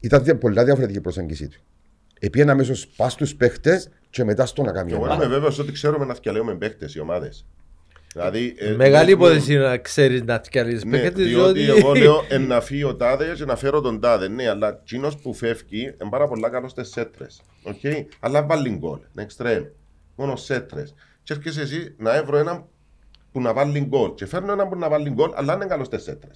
ήταν δια- πολλά διαφορετική η προσέγγιση του. Επίεν αμέσω πας στους παίχτες και μετά στο να κάνει. Εγώ ομάδα. είμαι βέβαιος ότι ξέρουμε να θυκαλέουμε παίκτε οι ομάδες. Δηλαδή, ε, Μεγάλη δεν- υπόθεση είναι να ξέρεις να θυκαλείς Ναι, παίκτες, διότι διότι- εγώ λέω «Εν να φύγει ο τάδες και να φέρω τον τάδες. Ναι, αλλά εκείνο που φεύγει είναι πάρα πολλά καλό στις σέτρες. Okay? Αλλά βάλει γκολ. Ναι, εξτρέμ. Μόνο σέτρες. Και έρχεσαι εσύ να έβρω έναν που να βάλει γκολ. Και φέρνω έναν που να βάλει γκολ, αλλά είναι καλό στις σέτρες.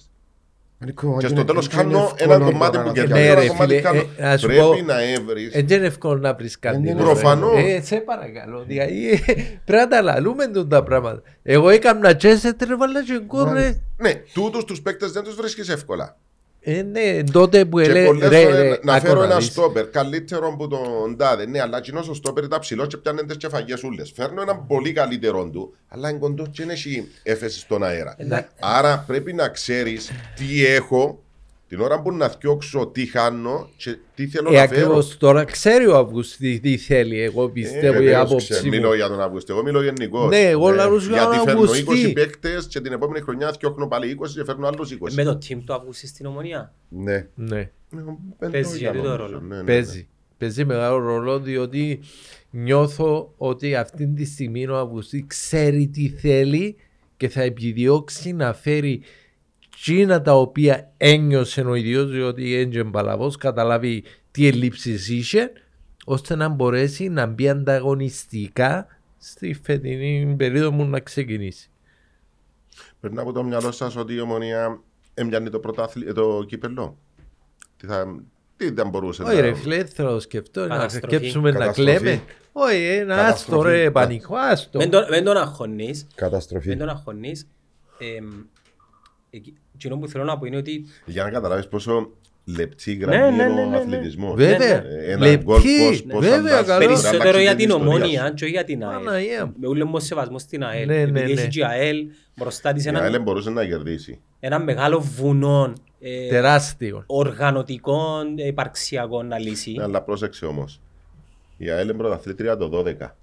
Νικό, Και είναι- στο τέλος είναι κάνω εύκολο ένα να κομμάτι το που αναφέρω. κερδίζει, Ναι, ένα ρε, κομμάτι φίλε, κάνω. ε, να σου Πρέπει πω, Ε, να έβρεις. Δεν είναι εύκολο να βρεις κάτι. είναι ρε. Ε, ναι, προφανώς. Ε, σε παρακαλώ. Δηλαδή, ε, πρέπει να τα λαλούμε τούτα τα πράγματα. Εγώ έκανα τσέσσετ, ρε, βάλα και γκολ, ρε. Ναι, τούτους τους παίκτες δεν τους βρίσκεις εύκολα. Ε, ναι, τότε που Και έλεγε. πολλές Ρε, φορές ρε, να άκου φέρω ένα δεις. στόπερ καλύτερο από τον τάδε. Ναι, αλλά κοινό ο στόπερ ήταν ψηλός και πιάνε τι κεφαγιασούλε. Φέρνω έναν πολύ καλύτερο του, αλλά εν κοντός και δεν έχει έφεση στον αέρα. Ε, Εντάξει. Άρα πρέπει να ξέρεις τι έχω την ώρα που να θιώξω τι χάνω και τι θέλω Ε, να φέρω. Ε, ακριβώς τώρα ξέρει ο Αυγουστής τι θέλει. Εγώ πιστεύω η βεβαίως άποψή ξέρω. μου. Μιλώ για τον Αυγουστή. Εγώ μιλώ γενικώς. Ναι, εγώ λαρούζω για Γιατί τον φέρνω Αυγουστή. 20 παίκτες και την επόμενη χρονιά θιώχνω πάλι 20 και φέρνω άλλους 20. Με το team του Αυγουστή στην ομονία. Ναι. Ναι, Ε, Παίζει για γιατί το τον- ρόλο. ναι, ναι, ναι. παίζει. Παίζει μεγάλο ρόλο διότι νιώθω ότι αυτή τη στιγμή ο Αυγουστή ξέρει τι θέλει και θα επιδιώξει να φέρει εκείνα τα οποία ένιωσε ο ίδιος διότι έγινε μπαλαβός, καταλάβει τι ελλείψεις είχε ώστε να μπορέσει να μπει ανταγωνιστικά στη φετινή περίοδο μου να ξεκινήσει. Περνά από το μυαλό σας ότι η ομονία έμπιανε το, πρωτάθλη- το κύπελο. Τι, θα... τι δεν μπορούσε Όχι ρε φίλε, δεν θέλω να το σκεφτώ, να Καταστροφή. σκέψουμε να Καταστροφή. κλαίμε. Όχι, ένα Καταστροφή. άστο ρε, πανικό, άστο. Μεν τον- Μεν τον αγχωνείς. Καταστροφή. Μεν τον αγχωνείς. Εμ, εκεί- Εκείνο που θέλω να πω είναι ότι Για να καταλάβεις πόσο λεπτή γραμμή ναι, είναι ναι, ο ναι, ναι. αθλητισμός. Βέβαια, Ε, ένα γκολ πώς- λεπτή, πώς βέβαια αντάζει. καλό. Περισ- Περισσότερο αλλάξει για την την ιστορία ομόνια σου. και για την ΑΕΛ. Παναγία μου. Με ούλε μου σεβασμός στην ΑΕΛ. Ναι, ναι, Επειδή ναι. έχει και η ΑΕΛ μπροστά της Η ΑΕΛ έναν- μπορούσε να κερδίσει. ένα μεγάλο βουνό ε, Ναι. Τεράστιο. οργανωτικών ε, υπαρξιακών να λύσει. Ναι, αλλά πρόσεξε όμως. Η ΑΕΛ είναι πρωταθλήτρια το 12.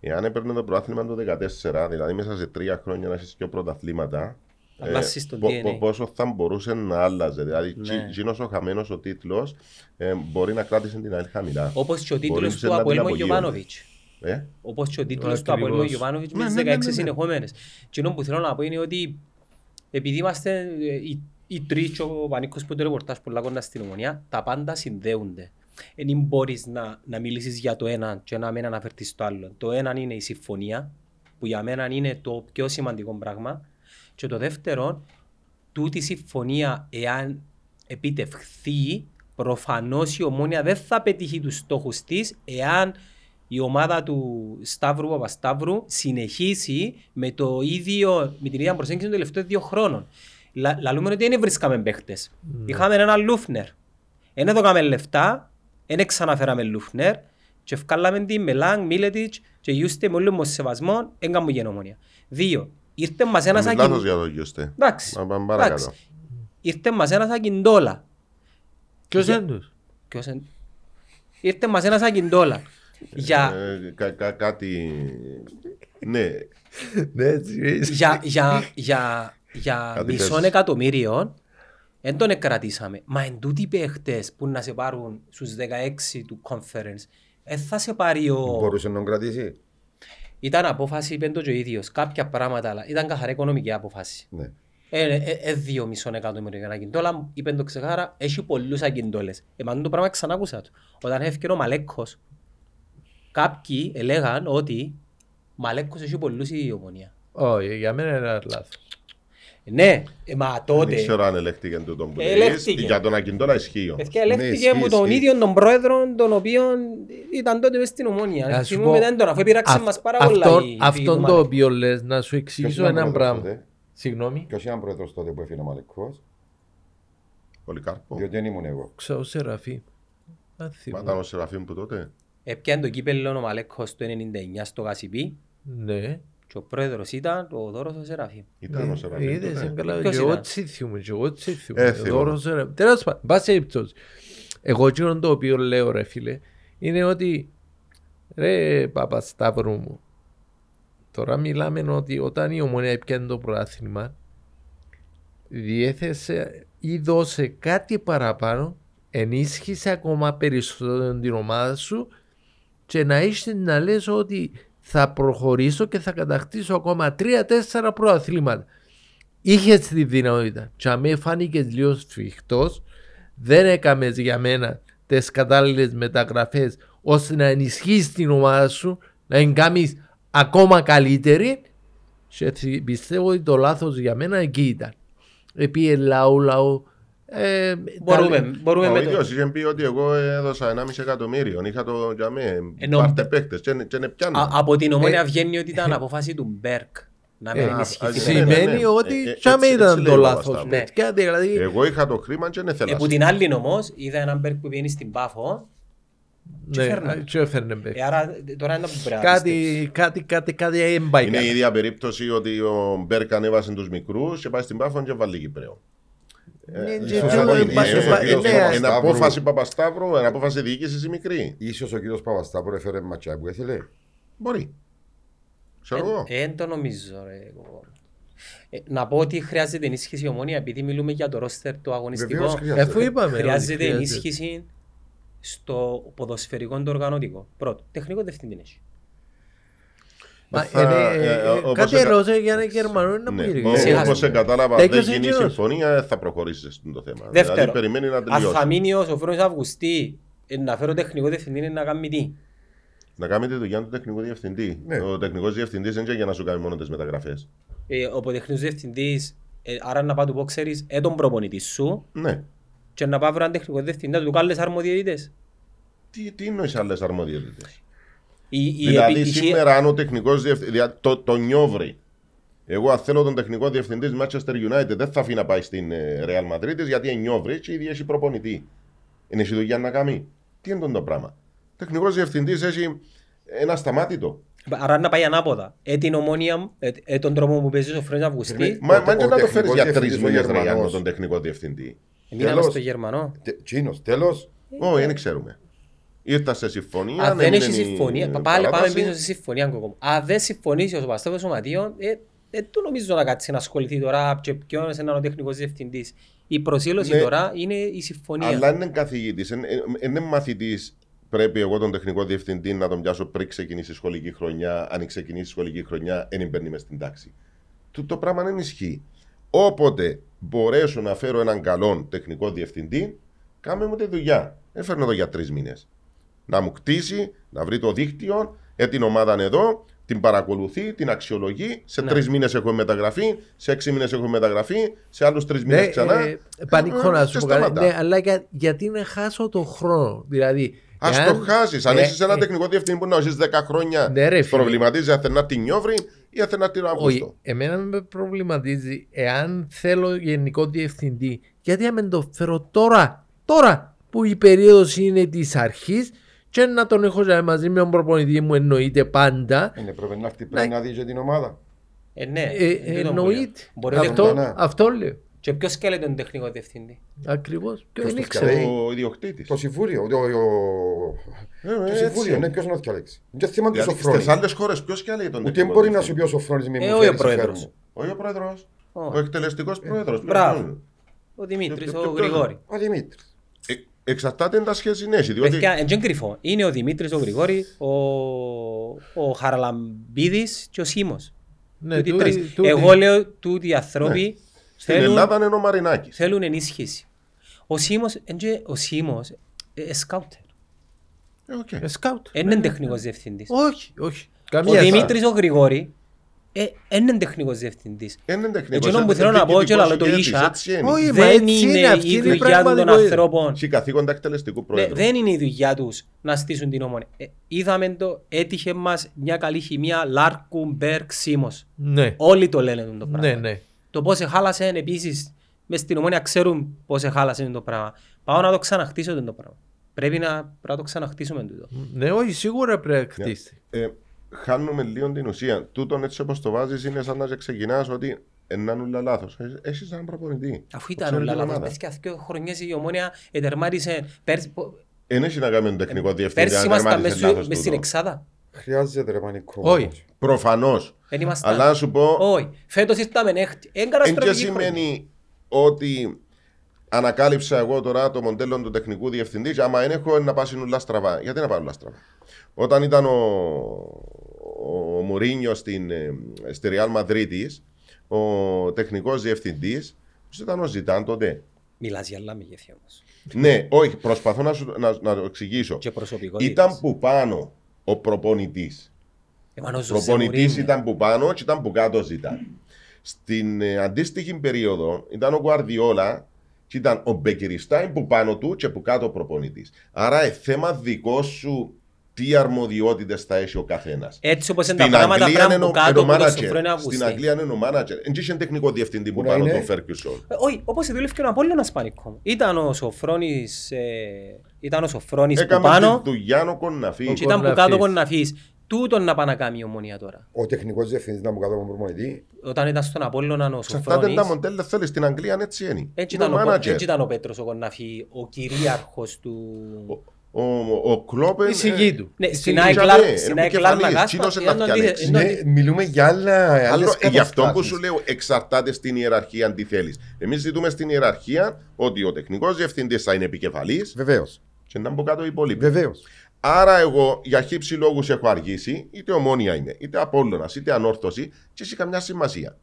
Εάν έπαιρνε το πρωτάθλημα το 14, δηλαδή μέσα σε τρία χρόνια να έχεις πιο πρωταθλήματα, ε, Αλλάζεις το DNA. πόσο θα μπορούσε να άλλαζε. Δηλαδή, Ναι. ναι. ο χαμένος ο τίτλος ε, μπορεί να κράτησε την ΑΕΛ χαμηλά. Όπως και ο Μπορεί τίτλος σε του να την Αποέλμο απογείωνε. Γιωβάνοβιτς. Ε? Όπως και ο τίτλος του Ακριβώς. Αποέλμο Γιωβάνοβιτς με τις 16 συνεχόμενες. Και που θέλω να πω είναι ότι επειδή είμαστε ε, οι, οι τρεις και ο Πανίκος που το ρεπορτάζ πολλά κοντά στην ομονία, τα πάντα συνδέονται. Δεν μπορείς να, να μιλήσεις για το ένα και να μην αναφερθείς στο άλλο. Το ένα είναι η συμφωνία, που για μένα είναι το πιο σημαντικό πράγμα. Και το δεύτερο, τούτη συμφωνία, εάν επιτευχθεί, προφανώς η ομόνια δεν θα πετύχει τους στόχους της, εάν η ομάδα του Σταύρου Παπασταύρου συνεχίσει με, το ίδιο, με την ίδια προσέγγιση των τελευταίων δύο χρόνων. Λα, λαλούμε ότι δεν βρίσκαμε παίχτες. Είχαμε έναν Λούφνερ. Δεν έδωκαμε λεφτά, δεν ξαναφέραμε Λούφνερ. Και ευκάλαμε τη με Λάγκ, Μίλετιτ και Γιούστε με όλο μου σεβασμό, έγκαμε γενομονία. Δύο. Ήρθε μας ένας Κάνεις λάθος ακιν... για το γιωστέ. Εντάξει. Να πάμε εντάξει. παρακάτω. Ήρθε μας ένας ακιντόλα. Ποιος είναι τους. Ποιος εν... Ήρθε μας ένας ακιντόλα. για, Ε, κα- κα- κάτι... Ναι, Ναι, έτσι είναι. για, για, για, για Κάτι μισό παίζεις. εκατομμύριο δεν τον κρατήσαμε. Μα εν τούτοι παίχτες που να σε πάρουν στους 16 του conference, δεν θα σε πάρει ο... Μπορούσε να τον κρατήσει. Ήταν απόφαση, είπε το και ο ίδιος, κάποια πράγματα, αλλά ήταν καθαρά οικονομική απόφαση. Ναι. Ε, ε, ε, δύο μισό εκατομμύριο για ένα κιντόλα, είπε το ξεχάρα, έχει πολλούς ακιντόλες. Εμάν το πράγμα ξανά ακούσα το. Όταν έφυγε ο Μαλέκος, κάποιοι έλεγαν ότι Μαλέκος έχει πολλούς η ομονία. Όχι, για μένα είναι ένα λάθος. Ναι, ε, μα τότε... δεν ξέρω αν ελέγχθηκε τούτο που λες. Ελέγχθηκε. Για τον Ακιντόλα ισχύει. Παιδιά, Ναι, ελέγχθηκε ισχύει, από τον ισχύει. ίδιο τον πρόεδρο, τον οποίο ήταν τότε μες στην Να ομόνια. σου Θυμούμε πω, μετά τον, αφού επειράξε Αυ- μας πάρα πολλά. αυτόν- η- η Αυτόν ομάδα. το οποίο λες, να σου εξηγήσω Ποιος ένα ήταν πρόεδρος πράγμα. ε? τότε? Συγγνώμη. Ποιος ήταν πρόεδρος τότε που έφυγε ο Μαλεκός, Πολυκάρπο. διότι δεν ήμουν εγώ. Ξέρω σε ραφή. Αν Μα θυμώ. ήταν ο Σεραφείμ που τότε. Έπιανε το κύπελλο ο Μαλέκος το 99 στο Γασιπί Ναι. και ο πρόεδρος ήταν ο Δώρος ο Σεραφείμ. Ήταν ο Σεραφείμ Ε, Είδες, είναι τότε. καλά. Ναι. Ποιος Και εγώ ήταν? τσίθιουμε, και εγώ τσίθιουμε. Ε, θυμώ. Δώρος, ρε. Τέλος πάντων, πάση περιπτώσει. Εγώ εκείνο το οποίο λέω ρε φίλε, είναι ότι ρε Παπασταύρου μου, τώρα μιλάμε ότι όταν η Ομονία έπιανε το πρωτάθλημα, διέθεσε ή δώσε κάτι παραπάνω, ενίσχυσε ακόμα περισσότερο την ομάδα σου και να είσαι να λες ότι θα προχωρήσω και θα κατακτήσω ακόμα τρία-τέσσερα προαθλήματα. Είχε τη δυνατότητα. Και αμέ φάνηκες λίγο σφιχτός, δεν έκαμες για μένα τις κατάλληλες μεταγραφές ώστε να ενισχύσεις την ομάδα σου, να την κάνεις ακόμα καλύτερη. Και θυ- πιστεύω ότι το λάθος για μένα εκεί ήταν. Επί λαού λαού. Ε, Μπορούμε, τα- μπορούμε Ο με το- ίδιος είχε πει ότι εγώ έδωσα 1,5 εκατομμύριο. Είχα το για μέ. Ενώ- Πάρτε παίκτες. Και και είναι πιάνω. Ε, Α- Από την ομόνια Ε, βγαίνει ότι ήταν απόφαση του Μπέρκ να μην ε, α, ενισχυθεί. ναι, ναι. Σημαίνει ότι Ε, ε, τσάμε έτσι- έτσι ήταν λέει το ο λάθο. Παπασταύρου. Δηλαδή, Εγώ είχα το χρήμα και δεν Ε, θέλω. Από την άλλη όμως είδα έναν Μπέρκ που βγαίνει στην Πάφο ναι, φέρνε. και έφερνε ε, παίκτη. άρα ε, τώρα είναι που πρέπει να πιστέψεις. Κάτι, κάτι, κάτι, κάτι δεν πάει Είναι η καλά. ίδια περίπτωση ότι ο Μπέρκ ανέβασε τους μικρούς και πάει στην Πάφο και βάλει Κυπρέο. Ναι, Ε, και ε, αυτό ε, δεν ε, πάει- ε, δεν πάει- ε, ναι, ε, Είναι Παπασταύρου. απόφαση Παπασταύρου, είναι απόφαση διοίκηση η μικρή. Ίσως ο κύριος Παπαστάπορ έφερε ματσιά που έθελε. Μπορεί. Ξέρω εγώ. Ε, Δεν το νομίζω ρε εγώ. Ε, Να πω ότι χρειάζεται ενίσχυση η ομόνια επειδή μιλούμε για το ρόστερ το Βεβαίως αγωνιστικό. χρειάζεται. Εφού είπαμε. ότι Χρειάζεται ενίσχυση στο ποδοσφαιρικό το οργανωτικό. Πρώτο, τεχνικό διευθυντή έχει. Μα Θα- είναι- ε, ε, ε, όπως Κάτι εκα- ερώτησε για ένα Γερμανό είναι να Ναι. πει. Εσύ Όπω χάσαμε. σε κατάλαβα, Τέτοιος δεν γίνει η είναι γύρος. συμφωνία, δεν θα προχωρήσεις σε το θέμα. Δεύτερο. Δηλαδή περιμένει να Αν θα τελειώσει. μείνει ο Σοφρόνης Αυγουστή ε, να φέρω τεχνικό διευθυντή είναι να κάνει τι. Να κάνει τη δουλειά του τεχνικού διευθυντή. Ναι. Ο τεχνικός διευθυντής δεν είναι για να σου κάνει μόνο τις μεταγραφές. Ε, ο τεχνικός διευθυντής, ε, άρα να πάει του ξέρεις, ε τον προπονητή σου Ναι. και να πάει βρω έναν τεχνικό διευθυντή, να του κάλες αρμοδιότητες. Τι, τι εννοείς άλλες αρμοδιότητες. Η, η Δηλαδή επιτυχία- σήμερα αν ο τεχνικός διευθυντή. Το, το νιόβρι. Εγώ αν θέλω τον τεχνικό διευθυντής Manchester United δεν θα αφήνω να πάει στην ε, Real Madrid της, γιατί είναι νιόβρι και ήδη έχει προπονητή. Είναι η δουλειά να κάνει. Τι είναι το πράγμα. Τεχνικός διευθυντής έχει ένα σταμάτητο. Άρα να πάει ανάποδα. Ε την ομόνια, ε, ε, τον τρόπο που παίζει ο Σοφρόνης Αυγουστή, Περίμενε. Μα, Ε, Ο- μα και ο να το φέρεις τεχνικός για τρει διευθυντής ο μήνες Γερμανός. Ραγιάννο τον τεχνικό διευθυντή. μείναμε Τέλος. στο Γερμανό. Τε- Τσίνος, τέλος. Όχι, δεν ξέρουμε. Ήρθα σε συμφωνία. Αν δεν έμεινε έχεις η συμφωνία, πα- πάλι πάμε παράταση. πίσω στη συμφωνία. Κοκκόμ. Αν δεν συμφωνήσει ο Σεβαστόπουλο Σωματείων, ε, ε, του νομίζω να κάτσει να ασχοληθεί τώρα και ποιο είναι έναν τεχνικός διευθυντής. Η προσήλωση Ναι. τώρα είναι η συμφωνία. Αλλά είναι καθηγητής, είναι μαθητής. Πρέπει εγώ τον τεχνικό διευθυντή να τον πιάσω πριν ξεκινήσει η σχολική χρονιά. Αν ξεκινήσει η σχολική χρονιά, δεν μπαίνει μες στην τάξη. Το, το πράγμα δεν ισχύει. Όποτε μπορέσω να φέρω έναν καλό τεχνικό διευθυντή, κάμε μου τη δουλειά. Έφερνω εδώ για τρεις μήνες. Να μου κτίσει, να βρει το δίκτυο, ε, την ομάδα είναι εδώ, την παρακολουθεί, την αξιολογεί. Σε Ναι. τρεις μήνες έχω μεταγραφή, σε έξι μήνες έχω μεταγραφή, σε άλλους τρεις μήνες ξανά. ε, πανικό να και σου πω κάτι. σταματά. Ναι, αλλά για- γιατί να χάσω τον χρόνο. Δηλαδή, Ας εάν- το χάσεις. Αν ε, είσαι ένα ε, τεχνικό διευθυντή που να ζεις 10 χρόνια, Ναι, ρε, φίλε. προβληματίζει αθενά την Νιόβρη ή αθενά την Όχι, Αύγουστο. εμένα με προβληματίζει εάν θέλω γενικό διευθυντή. Γιατί να μην το φέρω τώρα, τώρα που η περίοδος είναι της αρχής και να τον έχω για μαζί με τον προπονητή μου εννοείται πάντα. Είναι πρέπει να έρθει πρέπει Ναι. να δει και την ομάδα. Ε, ναι, Ε, εν τούτον που λέω. εννοείται. Μπορεί να Αυτό, Ναι, ναι. αυτό λέω. Και ποιος θέλει τον τεχνικό διευθυντή. Ακριβώς. Και Ποιος δεν το ήξερα. φτιάχνει. Ο ιδιοκτήτης. Το συμβούλιο. ο- ο- ο- Ε, Το συμβούλιο, ναι, ποιος να το διαλέξει. Δεν θέμα Δηλαδή, του Σοφρόνη. Στις άλλες χώρες ποιος και λέει τον Ούτε τεχνικό μπορεί να σου διευθυντή? πει ο Σοφρόνη με Ε, μου όχι ο φέρεις πρόεδρο. συμφέρον μου. Όχι ο πρόεδρο. Όχι. Ο Ε, εκτελεστικό πρόεδρος. Μπράβο. Ο Δημήτρης, Και- ο και- και- Γρηγόρη. Ο Δημήτρης. Ε, Εξαρτάται τα σχέση νέση. Διότι Παιδιά, εν τζεν κρυφό. Είναι ο Δημήτρης, ο Γρηγόρη, ο, ο Χαραλαμπίδης και ο Σίμος. Ναι, τούτοι τούτη- τρεις. τούτη. Εγώ λέω τούτοι οι άνθρωποι στην θέλουν, Ελλάδα είναι ο Μαρινάκης. θέλουν ενίσχυση. Ο Σίμος, ο Σίμος, ε, ε, σκάουτερ. Ε, σκάουτ. Είναι τεχνικός διευθυντής. Όχι, όχι. ναι. Ο Καμία Δημήτρης, ο Γρηγόρη, ε, είναι τεχνικό διευθυντής. Είναι τεχνικό. Εκείνο που θέλω να πω, και λαλό το ίσα, Όχι, μα Δεν έτσι είναι, είναι αυτή η είναι η δουλειά των πραγματικότητα. ανθρώπων. Έχει καθήκοντα εκτελεστικού Ναι, πρόεδρου. δεν είναι η δουλειά τους να στήσουν την ομόνια. Ε, είδαμε το, έτυχε μας μια καλή χημεία Λάρκου Μπέρκ Σίμω. Ναι, Όλοι το λένε το πράγμα. ναι, ναι. Το πώς εχάλασε επίσης, μες στην ομόνια ξέρουν πώς εχάλασε το πράγμα. Πάω να το ξαναχτίσω το πράγμα. Πρέπει να, πρέπει να το ξαναχτίσουμε τούτο. Ναι, όχι, σίγουρα πρέπει Ναι. να χτίσει. Ε, χάνουμε λίγο την ουσία. Τούτον έτσι όπως το βάζεις είναι σαν να ξεκινάς ότι έναν ούλα λάθος. Έχεις έναν Ε, προπονητή. Αφού που ήταν ξέρει όλα την λάθος, ομάδα. πες και δύο χρονιές η ομόνια ετερμάρισε. Πέρσι, πο- Δεν έχει να κάνει με τον τεχνικό διευθυντή. Ε, πέρσι αν ήμασταν τερμάτισες λάθος μέσα στην τούτο. Εξάδα. Χρειάζεται ρε πανικό. Όχι. όμως. Προφανώ. Δεν ήμασταν. Αλλά να σου πω, Όχι. Φέτος ήρθαμε ναι, έκτη. Εν εν και καταστροφική χρονιά. σημαίνει ότι ανακάλυψα εγώ τώρα το μοντέλο του τεχνικού διευθυντή. και Άμα δεν έχω να πάσει νουλά στραβά. Γιατί να πάει νουλά στραβά. Όταν ήταν ο, ο Μουρίνιο στην, ε, στη Real Madrid, ο τεχνικός διευθυντής, ποιο ήταν ο Ζητάν τότε. Μιλάς για άλλα μεγέθη όμως. ναι, όχι, προσπαθώ να, σου, να, να το εξηγήσω. Και προσωπικό. Ήταν που πάνω ο προπονητής. Προπονητή ήταν που πάνω και ήταν που κάτω ζητά. Στην ε, αντίστοιχη περίοδο ήταν ο Γκουαρδιόλα και ήταν ο Μπεκυριστάιν που πάνω του και που κάτω προπονητής. Άρα ε, θέμα δικό σου τι αρμοδιότητες θα έχει ο καθένας. Έτσι όπως είναι Ε, τα Στην πράγματα Αγγλία πράγμα είναι που ο, κάτω είναι ο από το σοφρό είναι μάνατζερ. Στην Αγγουστή. Αγγλία είναι ο μάνατζερ. Δεν είχε τεχνικό διευθυντή που Που να πάνω είναι. τον Φέρκιουσον. Ε, Όχι, όπως δούλευε ο Απόλλωνας πανικό. Ήταν ο Σοφρόνης, ε, ήταν ο Σοφρόνης που Έκαμε πάνω τη δουλειά ο Κοναφή. και ήταν που Κοναφής. κάτω ο Κοναφής. Τούτον να πάει να κάνει η ομονία τώρα. Ο τεχνικός διευθυντής να μου κατέβει τον προπονητή. Όταν ήταν στον Απόλλωνα ο Ξαφτάτε τα Σοφρόνης, μοντέλα θέλει. Στην Αγγλία είναι έτσι είναι. έτσι Είναι ήταν, ο, μάνατζερ. έτσι ήταν ο Πέτρος ο Κοναφή, ο κυρίαρχος του... Ο, ο, ο Κλόπεν. Η σιγή του. Ναι, Η στην σιγή ΑΕΚ ΑΕΚ ναι, Λάρ- ναι, στην ναι, ΑΕΚ ναι, Λάρνα ναι, Γάσπα ναι, ήταν ναι, αντίθε- ναι, ήταν- Ναι, μιλούμε για άλλα. Ε, Άλλο, άλλες γι' αυτό που καταστάσεις. σου λέω εξαρτάται στην ιεραρχία αν τη θέλεις. Εμείς ζητούμε στην ιεραρχία ότι ο τεχνικός διευθυντής θα είναι επικεφαλής Βεβαίως, και να μπω κάτω οι υπόλοιποι. βεβαίως. Άρα, εγώ για χύψη λόγους έχω αργήσει, είτε ομόνια είμαι, είτε απόλυνα, είτε ανόρθωση, και έχει καμιά σημασία.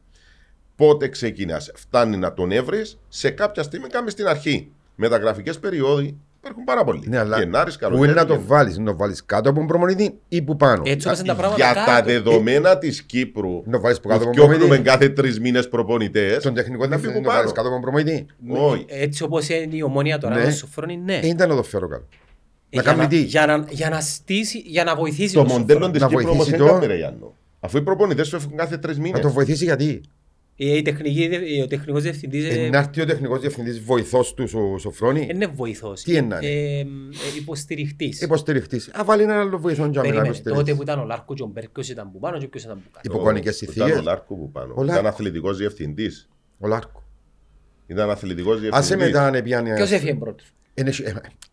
Πότε ξεκινάς, φτάνει να τον έβρεις, σε κάποια στιγμή κάνεις την αρχή. Μεταγραφικές περιόδοι υπάρχουν πάρα πολλοί. Ναι, αλλά Γενάρης, Που είναι καλοκαίρι, να το Γενάρης. βάλεις, να το βάλεις κάτω από τον προμονητή ή που πάνω. Έτσι όπως είναι τα πράγματα Για τα κάτω. δεδομένα της Κύπρου, Να το βάλεις που κάτω που από τον διώχνουμε προμονητή. κάθε τρεις μήνες προπονητές. Τον τεχνικό Να διευθυντή φύγουν να βάλεις πάνω. κάτω από τον προμονητή. Όχι. Έτσι όπως είναι η ομόνια τώρα, Ναι. ο Σοφρόνης, ναι. Ε, Ήταν να το φέρω κάτω. Ε, να για κάνει τι? Για να, για να στήσει, για να βοηθήσει Το τον μοντέλο Σοφρόνη. της Να Κύπρου όμως βοηθήσει δεν το. κάμερε, Γιάννο. Αφού οι προπονητές σου έφυγαν κάθε τρεις Να μήνες. το βοηθήσει γιατί. Ε, η τεχνική, δε- ε, ο τεχνικός διευθυντής ε, Ε, Να έρθει ο τεχνικός διευθυντής βοηθός του ο ε, Σοφρόνη, είναι βοηθός. Τι ναι. Ε, είναι να είναι? Ε, ε, υποστηριχτής. υποστηριχτής. Α, βάλει έναν άλλο βοηθό για να Περίμενε, τότε υποστηριχτεί. που ήταν ο Λάρκο και ο Μπέρκος ήταν που πάνω και ποιος ήταν που κάτω. Υποκονικέ Που Ήταν ο συνθήκε. Λάρκο που πάνω. Ο Ήταν Λάρκο. αθλητικός διευθυντής. Ο Λάρκο. Ήταν αθλητικός Α σε διευθυντής. μετά αν Ε, ναι, πιάνει. Ποιος έφυγε πρώτος.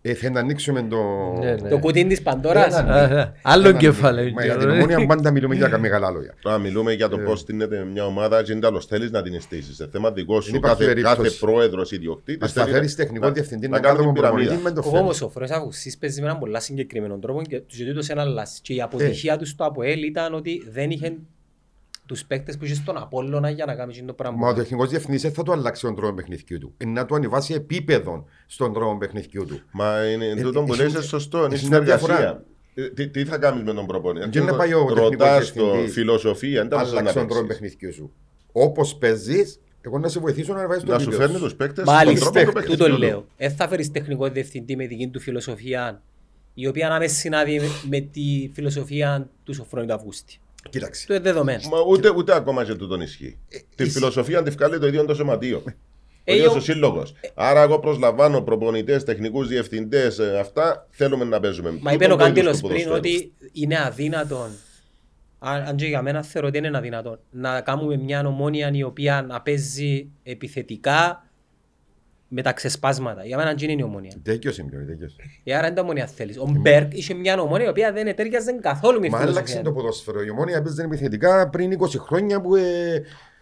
Θέλει να ανοίξουμε το. Ναι, ναι. Το κουτίν της ε, Παντόρας. Έναν. Α, ναι. Άλλο Έναν- κεφάλαιο. Μα για την ομόνια πάντα μιλούμε για μεγάλα λόγια. Να μιλούμε για Ε. το πώς στείνεται μια ομάδα, και είναι άλλος θέλεις να την στήσει. Σε θέμα δικό σου, υπάρχει κάθε, περίπτωση. κάθε πρόεδρος ιδιοκτήτης. Ας θα φέρεις τεχνικό διευθυντή να κάνει κάνω την τον ε, πυραμίδα. προπονητή με το Εγώ φέρνει. όμως ο Φρόνης Αγουσής παίζει με έναν πολλά συγκεκριμένο τρόπο και τους ζητεί το σε ένα λάση. Και η Ε. αποτυχία τους στο ΑΠΟΕΛ ήταν ότι δεν είχε τους παίκτες που είχε στον Απόλλωνα για να κάνεις εκείνο το Μα ο πράγμα. τεχνικό διευθυντή δεν θα του αλλάξει τον τρόπο παιχνιδιού του. Είναι να του ανεβάσει επίπεδο στον τρόπο παιχνιδιού του. Μα είναι Ε, τούτο που ε, λέει ε, σωστό, είναι ε, είναι μια διαφορά. συνεργασία. Ε, Τι, τι θα κάνεις με τον προπονητή. Και να πάει ο Ρωτά τεχνικός το διευθυντής. φιλοσοφία, δεν τα μπορείς Άλλαξε τον να τρόπο παίξεις. παιχνιδιού σου. Όπως παίζεις, εγώ να σε βοηθήσω να βάζει το Να σου βίντεο φέρνει τους παίκτες Μάλιστα, τούτο λέω. Δεν θα φέρεις τεχνικό διευθυντή με δική του φιλοσοφία, η οποία να με συνάδει με- με τη φιλοσοφία του Σοφρόνιου Αυγούστη. Κοίταξε. Του είναι δεδομένο. Μα ούτε, ούτε ακόμα και τούτον ισχύει. Ε, Τη ισχύει. φιλοσοφία αν τη βγάλει το ίδιο το σωματείο. Ε, Ο ίδιος ο- ο σύλλογος. Άρα, εγώ προσλαμβάνω προπονητές, τεχνικούς διευθυντές, ε, αυτά θέλουμε να παίζουμε. Μα Τούτον είπε ο το είδος Κάντιλος του πριν ποδοσφαίρου. ότι είναι αδύνατον. Αν αν και για μένα θεωρώ ότι είναι αδύνατον να κάνουμε μια ομόνια η οποία να παίζει επιθετικά με τα ξεσπάσματα. Για μένα δεν είναι η ομόνια. Τέτοιο είναι τέτοιο. Ε, άρα δεν τα ομόνια θέλεις. Ο Μπέρκ είχε μια ομόνια η οποία δεν τέριαζε καθόλου με Μα άλλαξε φιλοσοφία. το ποδόσφαιρο. Η ομόνια παίζει επιθετικά πριν 20 χρόνια που. ε,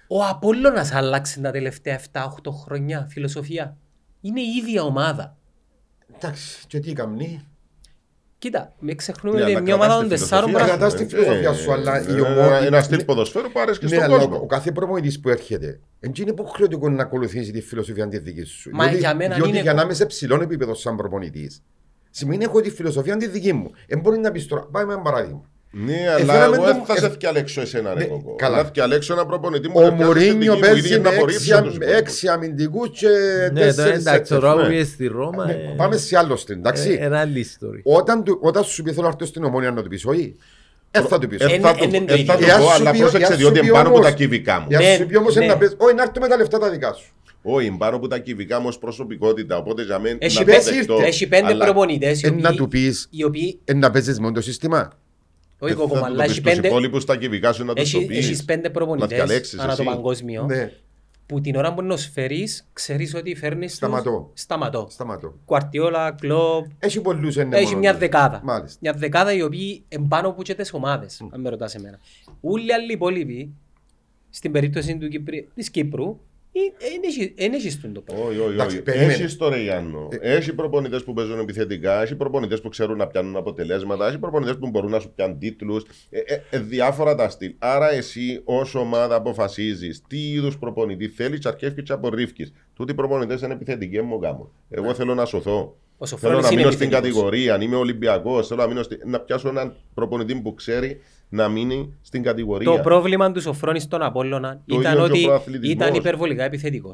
Ο Απόλλωνας άλλαξε τα τελευταία 7-8 χρόνια φιλοσοφία. Είναι η ίδια ομάδα. Εντάξει, και τι καμνή. Κοίτα, μην ξεχνούμε Ναι, ότι αλλά είναι μια ομάδα των κρατάς τη τεσσάρων φιλοσοφία πραγμάτων. Κρατάς της φιλοσοφίας ε, σου, αλλά ε, η ομόνια- Ένα στυλ ποδοσφαίρου που άρεσε Ναι, στον αλλά ο, κόσμο. ο κάθε προπονητής που έρχεται, δεν είναι υποχρεωτικό να ακολουθήσει τη φιλοσοφία της δικής σου. Μα για μένα διότι είναι- για να είμαι σε ψηλό επίπεδο σαν προπονητής, σημαίνει έχω τη φιλοσοφία της δική μου. Δεν μπορεί να πεις τώρα, πάμε με ένα παράδειγμα. Ναι, αλλά θέλαμε εγώ το- δεν θα ε, σε διαλέξω εσένα, ρε ναι, κόκο. καλά. Θα διαλέξω ένα προπονητή μου. Ο που θα πιάσει την Μουρίνιο δική μου, παίζει ήδη να με απορρίψω έξι, αμ- τους υπόλοιπους. έξι αμυντικούς και Ναι, τώρα τέσσερις εντάξει, τέτοιους. τώρα ναι. που είσαι στη Ρώμα. Ναι, ε, Πάμε σε άλλο στην, ε, εντάξει. Ένα άλλη story. Όταν, του- όταν σου πει θέλω να έρθω στην ομόνια να του πεις όχι, δεν θα του πεις όχι. Ε, θα Είναι- το- είναι το ε, θα ίδιο. το Εάν πω, σου αλλά πει- πρόσεξε, εάν διότι σου πει είναι πάνω από όμως- τα κυβικά μου. Για να ναι, σου πει όμως ναι. να πεις όχι να έρθω με τα λεφτά τα δικά σου. Όχι, είναι πάνω από τα κυβικά μου ως προσωπικότητα. Οπότε για μένα. Έχει να πέντε- το δεχτώ. Έχει πέντε Αλλά προπονητές οι Ε, να οποίοι- του πεις οι οποίοι ε, να παίζεις μόνο το σύστημα. Όχι δεν Ε, θα κόκκομα, του το αλλά πεις έχεις στους πέντε, υπόλοιπους τα κυβικά σου να τους το έχει, πεις. έχεις πέντε Να διαλέξεις προπονητές ανά το εσύ. παγκόσμιο Ναι, που την ώρα που να σου φέρεις, ξέρεις ότι φέρνεις Σταματώ. Τους, σταματώ. σταματώ. Κουαρτιόλα, Κλόπ, Έχει πολλούς ένα έχει μια δεκάδα. Μάλιστα. Μια δεκάδα οι οποίοι εμπάνω από και τις ομάδες, αν με ρωτάς εμένα. Όλοι οι άλλοι υπόλοιποι, στην περίπτωση του Κύπρι, της Κύπρου, ε, δεν έχεις τον το πράγμα. Όχι, όχι, Εντάξει, όχι. περίμενε. Ε, Έχει τώρα, Γιάννο. Έχει προπονητές που παίζουν επιθετικά, έχει προπονητές που ξέρουν να πιάνουν αποτελέσματα, έχει προπονητές που μπορούν να σου πιάνουν τίτλους. Ε, ε, ε, διάφορα τα στυλ. Άρα, εσύ ως ομάδα αποφασίζεις τι είδους προπονητή θέλεις, τσαρκεύει και απορρίφκεις. Τούτοι προπονητές είναι επιθετικοί μου γάμο. Εγώ θέλω να σωθώ. Ο Θέλω Σοφρόνης να είναι μείνω στην επιθετικός. κατηγορία, αν είμαι Ολυμπιακός, θέλω να, μείνω στη- να πιάσω έναν προπονητή που ξέρει να μείνει στην κατηγορία. Το πρόβλημα τους Σοφρόνη στον Απόλλωνα Το ήταν ίδιος και ο ότι προαθλητισμός. ήταν υπερβολικά επιθετικός.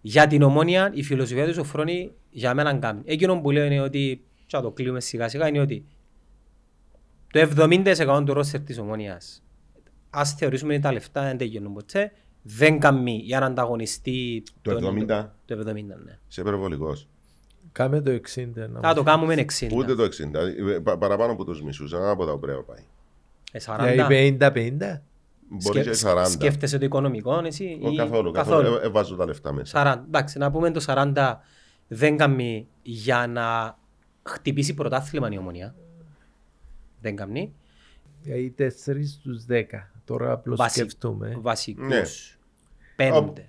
Για την ομόνια, η φιλοσοφία τους Σοφρόνη για μένα κάνει. Εκείνο που λέω είναι ότι. τσα το κλείουμε σιγά σιγά είναι ότι το 70% του ρόστερ της ομόνιας, ας θεωρήσουμε ότι τα λεφτά δεν τα γίνουν ποτέ, δεν κάνει για να ανταγωνιστεί. Το τον- 70. Το 70, ναι. Σε υπερβολικός. Κάμε το 60. να Θα το κάνουμε 60. Ούτε το 60. ε, πα- Παραπάνω από τους μισούς. Ένα από τα οποία πάει. Ε, Για 40. οι 50-50. Μπορεί και Σκεφ- 40. Σκέφτεσαι το οικονομικό, εσύ. Ο, ή- καθόλου, καθόλου. Ε, ε, βάζω τα λεφτά μέσα. 40, εντάξει, να πούμε το 40 δεν κάνει για να χτυπήσει πρωτάθλημα η ομονία. Δεν κάνει. Για οι 4 στου 10. Τώρα απλώς Βασι- σκεφτούμε. Βασικούς. Ναι. Πέντε.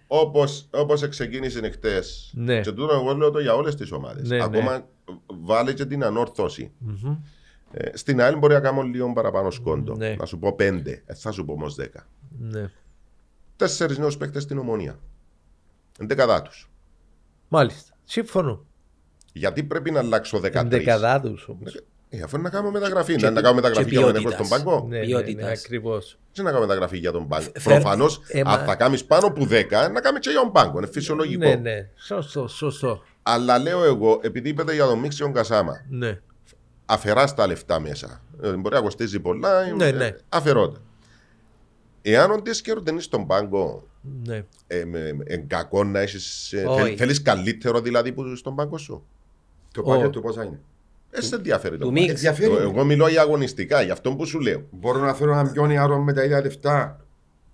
Όπω ξεκίνησε χτε. Ναι. Και τούτο εγώ λέω το για όλες τις ομάδες. Ναι, ναι. Ακόμα βάλε και την ανόρθωση. Μμμ. Ε, στην ΑΕΛ μπορεί να κάνω λίγο παραπάνω σκόντο. Ναι. Να σου πω πέντε. Ε, θα σου πω όμως δέκα. Ναι. Τέσσερις νέους παίκτες στην ομονία. Δεκαδά του. Μάλιστα. Σύμφωνο. Γιατί πρέπει να αλλάξω 13. Δεκαδά του όμως. Ε, αφού είναι να κάνουμε μεταγραφή. Και Να, να κάνουμε ποι- μεταγραφή και για τον ποιότητας. στον πάγκο. Ναι, ναι, ναι, Ποιότητας. ακριβώς. Τι να κάνουμε μεταγραφή για τον πάγκο. Φε- Προφανώ, ε, μα- αν θα κάνεις πάνω από 10, να κάνεις και για τον πάγκο. Είναι φυσιολογικό. Ναι, ναι. Σωστό, σωστό. Αλλά λέω εγώ, επειδή είπατε για τον Μίξιον Κασάμα, Ναι. αφαιρά τα λεφτά μέσα. Ε, μπορεί να κοστίζει πολλά, ε, Ναι, ε, ναι. αφαιρώντα. Εάν ο Ντίσκερ δεν είναι στον πάγκο, ναι. ε, με- ε, ε, κακό να έχεις. Όχι. Θέλεις καλύτερο δηλαδή που στον πάγκο σου. Το Ω. πάγιο του πόσα είναι. Ε, σε ενδιαφέρει το του πάγκο. Μίξ. Ενδιαφέρει. Εγώ, εγώ μιλώ για αγωνιστικά, για αυτό που σου λέω. Μπορώ να θέλω έναν πιο νεαρό με τα ίδια λεφτά.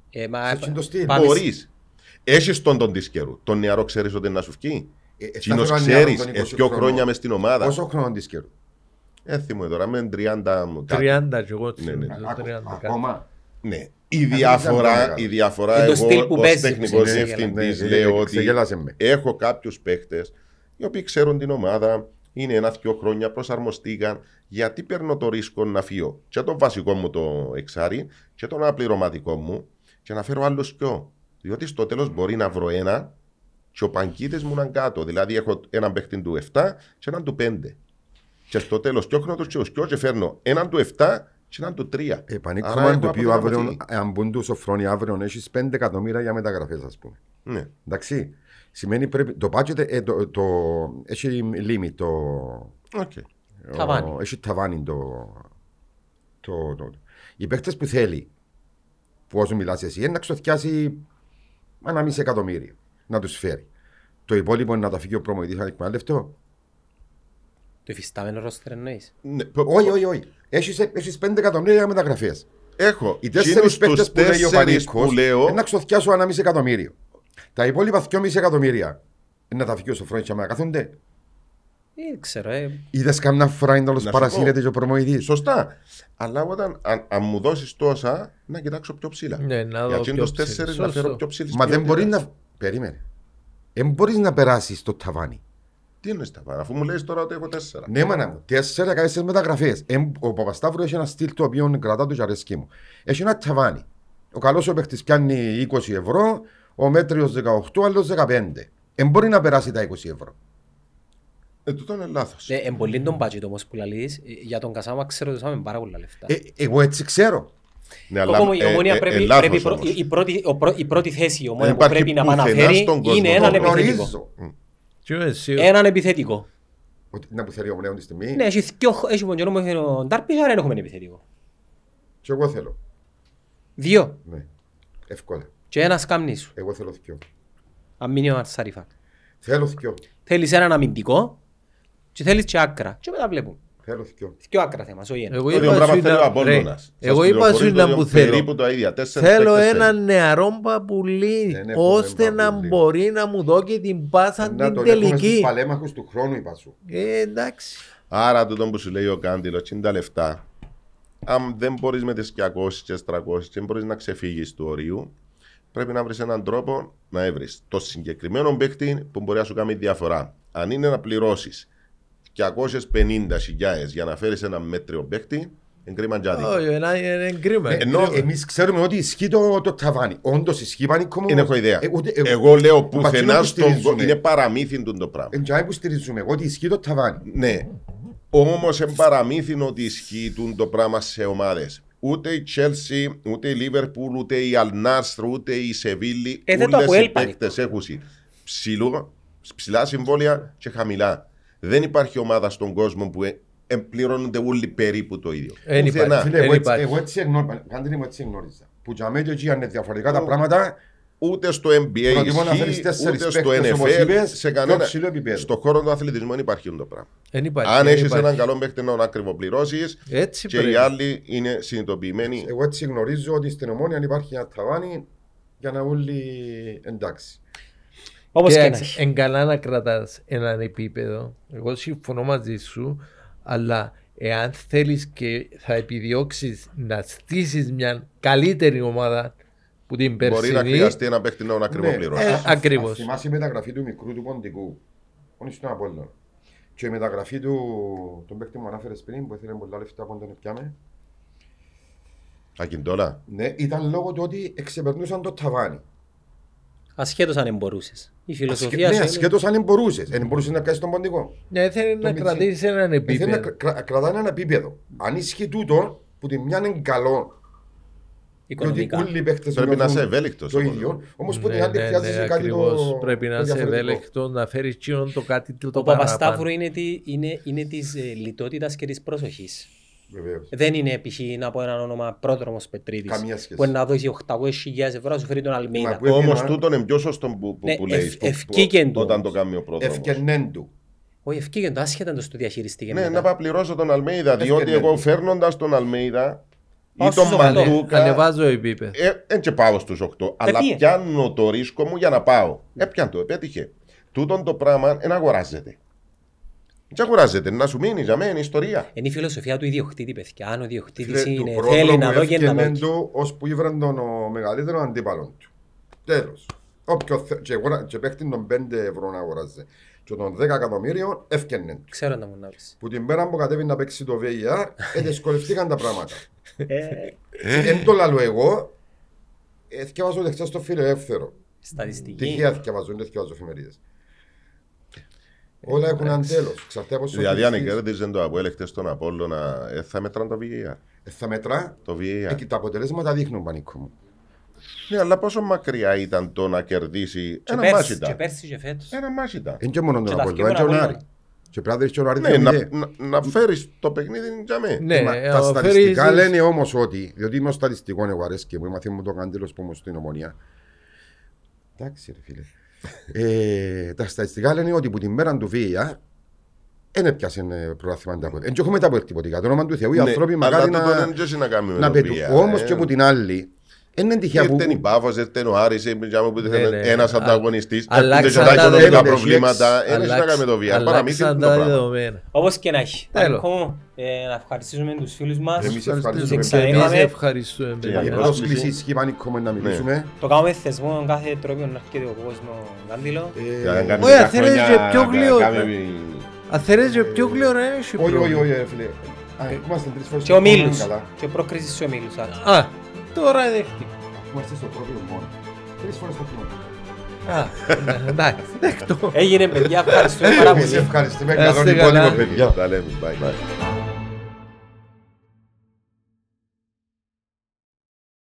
Ε, μα, Σε το στυλ. πάμε σε- Μπορεί. Έχεις τον τον Ντίσκερ. Τον νεαρό ξέρεις ότι είναι να σου βγει. Ε, θα Κοινό θέλω έναν νεαρό ξέρεις, των 20 ε, πιο χρόνων. χρόνια μες στην ομάδα. Πόσο χρόνο τη καιρού. Έθι μου τώρα, με 30 μου κάτι. 30 κι εγώ. Ναι, ναι. Ε, το 30 κάτι. Ακόμα. Ναι. Η ήταν διάφορα, μεγάλο. η διαφορά Είναι το στυλ εγώ που ως παίζεις, τεχνικός ξεγέλα. διευθυντής Ναι, λέω ε, ότι ξεγέλασε με. έχω κάποιους παίχτες οι οποίοι ξέρουν την ομάδα, είναι ένα-δυο χρόνια, προσαρμοστήκαν. Γιατί παίρνω το ρίσκο να φύγω και τον βασικό μου το εξάρι και τον απληρωματικό μου και να φέρω άλλο πιο. Διότι στο τέλος μπορεί να βρω ένα και ο παγκίτη μου να είναι κάτω. Δηλαδή έχω έναν παίχτη του 7 και έναν του 5. Και στο τέλος, διώχνω του και οσκιό και φέρνω έναν του 7 και έναν του 3. Ε, Άρα Πανίκομα έχω το οποίο αύριο, αποτελεσματική. αν μπουν τους σοφρόνοι αύριο, έχεις 5 εκατομμύρια για μεταγραφές, ας πούμε. Ναι. Εντάξει. Σημαίνει πρέπει. Το budget ε, το, το, έχει limit. Το, Οκ. Ταβάνι. ο- έχει Ε, ταβάνι το. το, το. Οι παίχτε που θέλει, που όσο μιλάς εσύ, είναι να ξοθιάσει ένα μισή εκατομμύριο να τους φέρει. Το υπόλοιπο είναι να τα φύγει ο προμοητή ανεκμετάλλευτο. Το υφιστάμενο ρόστερ εννοείς. Ναι. Όχι, όχι, όχι. Έχεις 5 εκατομμύρια για μεταγραφές. Έχω. Οι τέσσερις Εκείνους παίχτε τους που λέει ο τέσσερις Πανίκο που λέω. είναι να ξοθιάσω ένα μισή εκατομμύριο. Τα υπόλοιπα 2,5 εκατομμύρια είναι να τα φύγει ο Σοφρόνης και να κάθονται. Δεν ξέρω, ε. Είδες καμιά φορά είναι Να τέλο σου παρασύρεται πω. και ο προμοητή. Σωστά. Αλλά όταν αν, αν μου δώσεις τόσα, να κοιτάξω πιο ψηλά. Ναι, να Για δω εκείνου πιο του τέσσερι ψηλά. να φέρω Σωστό. πιο ψηλή. Μα δεν ποιότητας. μπορεί να. Περίμενε. Δεν μπορείς να περάσεις το ταβάνι. Τι εννοείς τα πάνω, αφού μου λέει τώρα ότι έχω τέσσερα. Ναι, μάνα μου, τέσσερα κάποιε μεταγραφέ. Ο Παπασταύρου έχει ένα στυλ το οποίο κρατά του αρέσκει μου. Έχει ένα ταβάνι. Ο καλός ο παίχτη πιάνει 20 ευρώ, ο μέτριος 18, άλλο 15. Δεν μπορεί να περάσει τα 20 ευρώ. Ε, τούτο είναι λάθος. Ναι, Ε, εμπολύν τον budget όμως που λαλείς. Ε, Για τον Κασάμα ξέρω ότι είχαμε πάρα πολλά λεφτά. Ε, εγώ έτσι ξέρω. Ναι, Κόκο μου, η Ομόνια ε, πρέπει- ε, λάθος πρέπει πρω- όμως. Ε, η- η πρώτη- ο πρω- η πρώτη θέση η Ομόνια που υπάρχει πρέπει να πουθενά επαναφέρει στον κόσμο. Ε, είναι Το έναν Το επιθετικό. γνωρίζω. Τι είναι εσύ, Έναν επιθετικό. Ότι είναι που θέλει ο Μνέων τη στιγμή. Ναι, έχει δυο- έχει μόνο καιρό που έχει ο Ντάρπις, άρα δεν έχουμε επιθετικό. Και εγώ θέλω. Δύο. Ναι. Εύκολα. Και ένας κάμνης. Εγώ θέλω θκιο. Αν μείνει ο Αρσαριφάκ. Θέλω θκιο. Θέλεις έναν αμυντικό και θέλεις και άκρα. Και μετά βλέπουμε. Θέλω θκιο. Δυο άκρα θέμα, όχι ένα. Εγώ Το ίδιο είπα πράγμα σου θέλει ο να- ρε, Απόλλωνας. Σας Εγώ είπα πληροφορίζω σου να ότι που είναι θέλω. Περίπου τα ίδια. Τέσσερις Θέλω παίκτες έναν νεαρό παπουλί Δεν Ναι, έχουμε ώστε να παπουλί. μπορεί να μου δω και την πάσα Να την τον έχουμε στους τελική. παλέμαχους του χρόνου είπα σου. Ε, εντάξει. Άρα τούτο που σου λέει ο Κάντιλος, είναι τα λεφτά. Αν δεν μπορείς με τις 200 και 300, δεν μπορείς να ξεφύγεις του ορίου, πρέπει να βρεις έναν τρόπο να έβρεις το συγκεκριμένο παίκτη που μπορεί να σου κάνει διαφορά. Αν είναι να πληρώσεις 250 χιλιάδες για να φέρεις ένα μέτριο παίκτη, εγκρίμα τζάδι. Όχι, ένα ένα κρίμα. Ενώ Ε, Εμείς ξέρουμε ότι ισχύει το, το ταβάνι. Όντως ισχύει πανικό μου. δεν έχω ιδέα. Ε, ούτε- Εγώ λέω Μα εκείνο πουθενά που στον κόσμο. στηρίζουμε. Είναι παραμύθι του το πράγμα. Εν ε, τζάι που στηριζούμε. Εγώ ότι ισχύει το ταβάνι. Ναι. Όμως εμπαραμύθιν ότι ισχύει τούν το πράγμα σε ομάδες. Ούτε η Τσέλσι, ούτε η Λίβερπουλ, ούτε η Αλνάστρ, ούτε η Σεβίλη. Ε, δεν το όλες οι Αποέλ πάλι. παίκτες έχουν ψηλό, ψηλά συμβόλαια και χαμηλά. Δεν υπάρχει ομάδα στον κόσμο που ε, ε, πληρώνονται όλοι περίπου το ίδιο. Ε, Ε, Εν υπάρχει. Πουθενά. Φίλε, εγώ δεν έτσι, υπάρχει. εγώ έτσι εγνώριζα. Κάντε μου έτσι εγνώριζα. Που για μένα και εκεί είναι διαφορετικά Ε, τα πράγματα. Ούτε στο NBA Προτιμώ να φέρεις ισχύει, τέσσερις ούτε στο παίκτες, όπως NFL, είπες, σε πιο κανένα. ψηλό επίπεδο. Στον χώρο του αθλητισμού δεν υπάρχει το πράγμα. Δεν υπάρχει, Αν δεν έχεις υπάρχει. έναν καλό παίκτη να τον ακριβοπληρώσεις, Έτσι και οι πρέπει. άλλοι είναι ε. συνειδητοποιημένοι. Εγώ έτσι γνωρίζω ότι στην ομόνια υπάρχει ένα ταβάνι για να όλοι εντάξει. Όπως και να Κοίταξε, έχει. Εν καλά να κρατάς έναν επίπεδο. Εγώ συμφωνώ μαζί σου, αλλά εάν θέλεις και θα επιδιώξεις να στήσεις μια καλύτερη ομάδα που την Μπορεί να περσινή, χρειαστεί ένα παίκτη να τον Ναι, ακριβοπληρώσει. ε, α- α- ακριβώς. α- Θυμάσαι η μεταγραφή του μικρού του Ποντικού. Όχι στον Απόλλωνα. Και η μεταγραφή του τον παίκτη μου ανάφερες πριν που ήθελε πολλά λεφτά από τον πιάμε. Ακιντόλα. Ναι, ήταν λόγω του ότι εξεπερνούσαν το ταβάνι. Ασχέτως αν εμπορούσες. Η φιλοσοφία Ασχε- σου Ναι, είναι- ασχέτως αν μπορούσες. Δεν μπορούσες να πιάσεις τον ποντικό. ναι, θέλει να μισή. κρατήσεις έναν Θέλει να επίπεδο. κρα- κρα- κρατάνε ένα επίπεδο. Αν ισχύει τούτο, που τη μια είναι καλό, διότι οικονομικά. όλοι οι παίχτες Πρέπει να νιώθουν είσαι ευέλικτος, Το όμως. ίδιο, όμως που Ναι, την άλλη ναι, ναι, χρειάζεσαι κάτι ακριβώς. το Πρέπει να το είσαι διαφορετικό. ευέλικτο, να φέρεις τσίνον το κάτι του το Ο παραπάνω. Παπασταύρου είναι, τη, είναι, είναι της ε, λιτότητας και της προσοχής. Βεβαίως. Ε, Δεν είναι π.χ. να πω έναν όνομα πρόδρομος Πετρίδης Καμία σχέση. που είναι να δώσει 800.000 ευρώ να σου φέρει τον Αλμίδα. Μα που- Όμω έπινα- τούτον είναι πιο σωστό που, που, Ναι, που ευ- λέει. ευκήκεν του Όταν όμως. το κάνει ο πρόδρομος. Ευκαινέν του. Όχι, ευκήγεν το άσχετα να το διαχειριστήκε Ναι, να μετά. πάω πληρώσω τον Αλμέιδα. Διότι Ευκαινέν εγώ του. φέρνοντας τον Αλμέιδα ή Πάω τον στους οκτώ. Μαντούκα. Ανεβάζω επίπεδο. Δεν και πάω στους 8. Αλλά τι, ε. πιάνω το ρίσκο μου για να πάω. Έπιαν το, επέτυχε. Τούτον το πράγμα δεν αγοράζεται. Δεν αγοράζεται. Να σου μείνει για μένα η ιστορία. Είναι η φιλοσοφία του ιδιοκτήτη, παιδιά. Αν ο Φίλε, ιδιοκτήτης του είναι, πρόδρομου θέλει να δω και να έφτιανε δω. του ως που ήβραν τον ο μεγαλύτερο αντίπαλο του. Τέλος. Όποιο θε... και, αγορα... και παίχτη των 5 ευρώ να αγοράζει. Και των 10 εκατομμύριων έφτιανε του. Ξέρω να μου να πεις. Που την πέρα που κατέβει να παίξει το VAR, ε, δυσκολευτήκαν τα πράγματα. Ε, Εν το λαλώ εγώ, ε, έθιαβαζω δεχτά στο φιλελεύθερο. Στατιστική. Τυχαία έθιαβαζω, δεν έθιαβαζω εφημερίδες. Όλα έχουν έναν τέλο. Εξαρτάται από σου Δηλαδή, αν χειριστείς. κέρδιζε το Αποέλ χτες τον Απόλλωνα, ε, θα μέτραν το VAR. Ε, Θα μετρά. Το Ε, VAR. και τα αποτελέσματα δείχνουν πανικό μου. Ναι, αλλά πόσο μακριά ήταν το να κερδίσει Και ένα πέρσι- μάτσι Και ήταν. πέρσι και φέτος. Ένα μάτσι ήταν. Είναι και μόνο Και τον τα Απόλλωνα, είναι και Απόλλωνα. τον Άρη. Και πρέπει να δεις και τον Άρη Ναι, να, διαιτητή. να, να φέρεις το παιχνίδι για μένα. Ναι, Μα- ε, τα ο στατιστικά Φερίζης- λένε όμως ότι. Διότι είμαι ο στατιστικός εγώ αρέσει και μου έμαθε μου το καντήλο που είμαι στην ομονία. Εντάξει, ρε φίλε. ε, τα στατιστικά λένε ότι που τη μέρα του VAR δεν έπιασε ε, πρωτάθλημα τα πόδια. Δεν έχουμε τα πόδια τίποτα. Για το όνομα του Θεού, οι άνθρωποι Ναι, αλλά μεγάλοι το να, δεν ξέρει να κάνουμε να με το VAR, πετύχουν. Όμως ε. και από την άλλη, δεν είναι τυχαία που. Ήρθε η Πάφος, ήρθε ο Άρης, ήρθε που Ναι, ήθελε ναι. ένας Α- ανταγωνιστής, αλλάξαν έρχονται και τα τα οικονομικά δεδομένα. προβλήματα, Αλλάξ- ένα να κάνουμε το VR, παραμύθι αλλάξαν το τα πράγμα. δεδομένα. Όπως και να έχει. Τέλος. Ακόμη, ε, να ευχαριστήσουμε τους φίλους μας. Εμείς Ευχαριστούμε. ευχαριστούμε. Ξανά Εμείς είπαμε. ευχαριστούμε. Και Η παιδιά. ευχαριστούμε. Ε, πρόσκληση ισχύει πανικό Ναι. να μιλήσουμε. Το κάνουμε θεσμό με κάθε τρόπο να έρχεται ο κόσμος Γάντιλο. Ε, Για να κάνουμε Ωραία, τα θέλεις χρόνια, και πιο να γλυό. κάνουμε- Αν θέλεις και πιο ε, γλυόρα είναι Όχι, Κύπρο. όχι, όχι, όχι, ρε ε, φίλε. Α, Είμαστε τρεις φορές. Και ο Μίλους. ε, Καλά. Και πρόκριση σε ο Μίλους. άρα. Α, τώρα δέχτηκα. Είμαστε στο πρόβλημα μόνο. Τρεις φορές το χρόνο. Α, ναι, εντάξει, δέχτω. Έγινε παιδιά, ευχαριστούμε πάρα Εμείς πολύ. ευχαριστούμε. Είστε Καλό καλά. υπόλοιπο, παιδιά. Ε, Τα λέμε, bye, bye.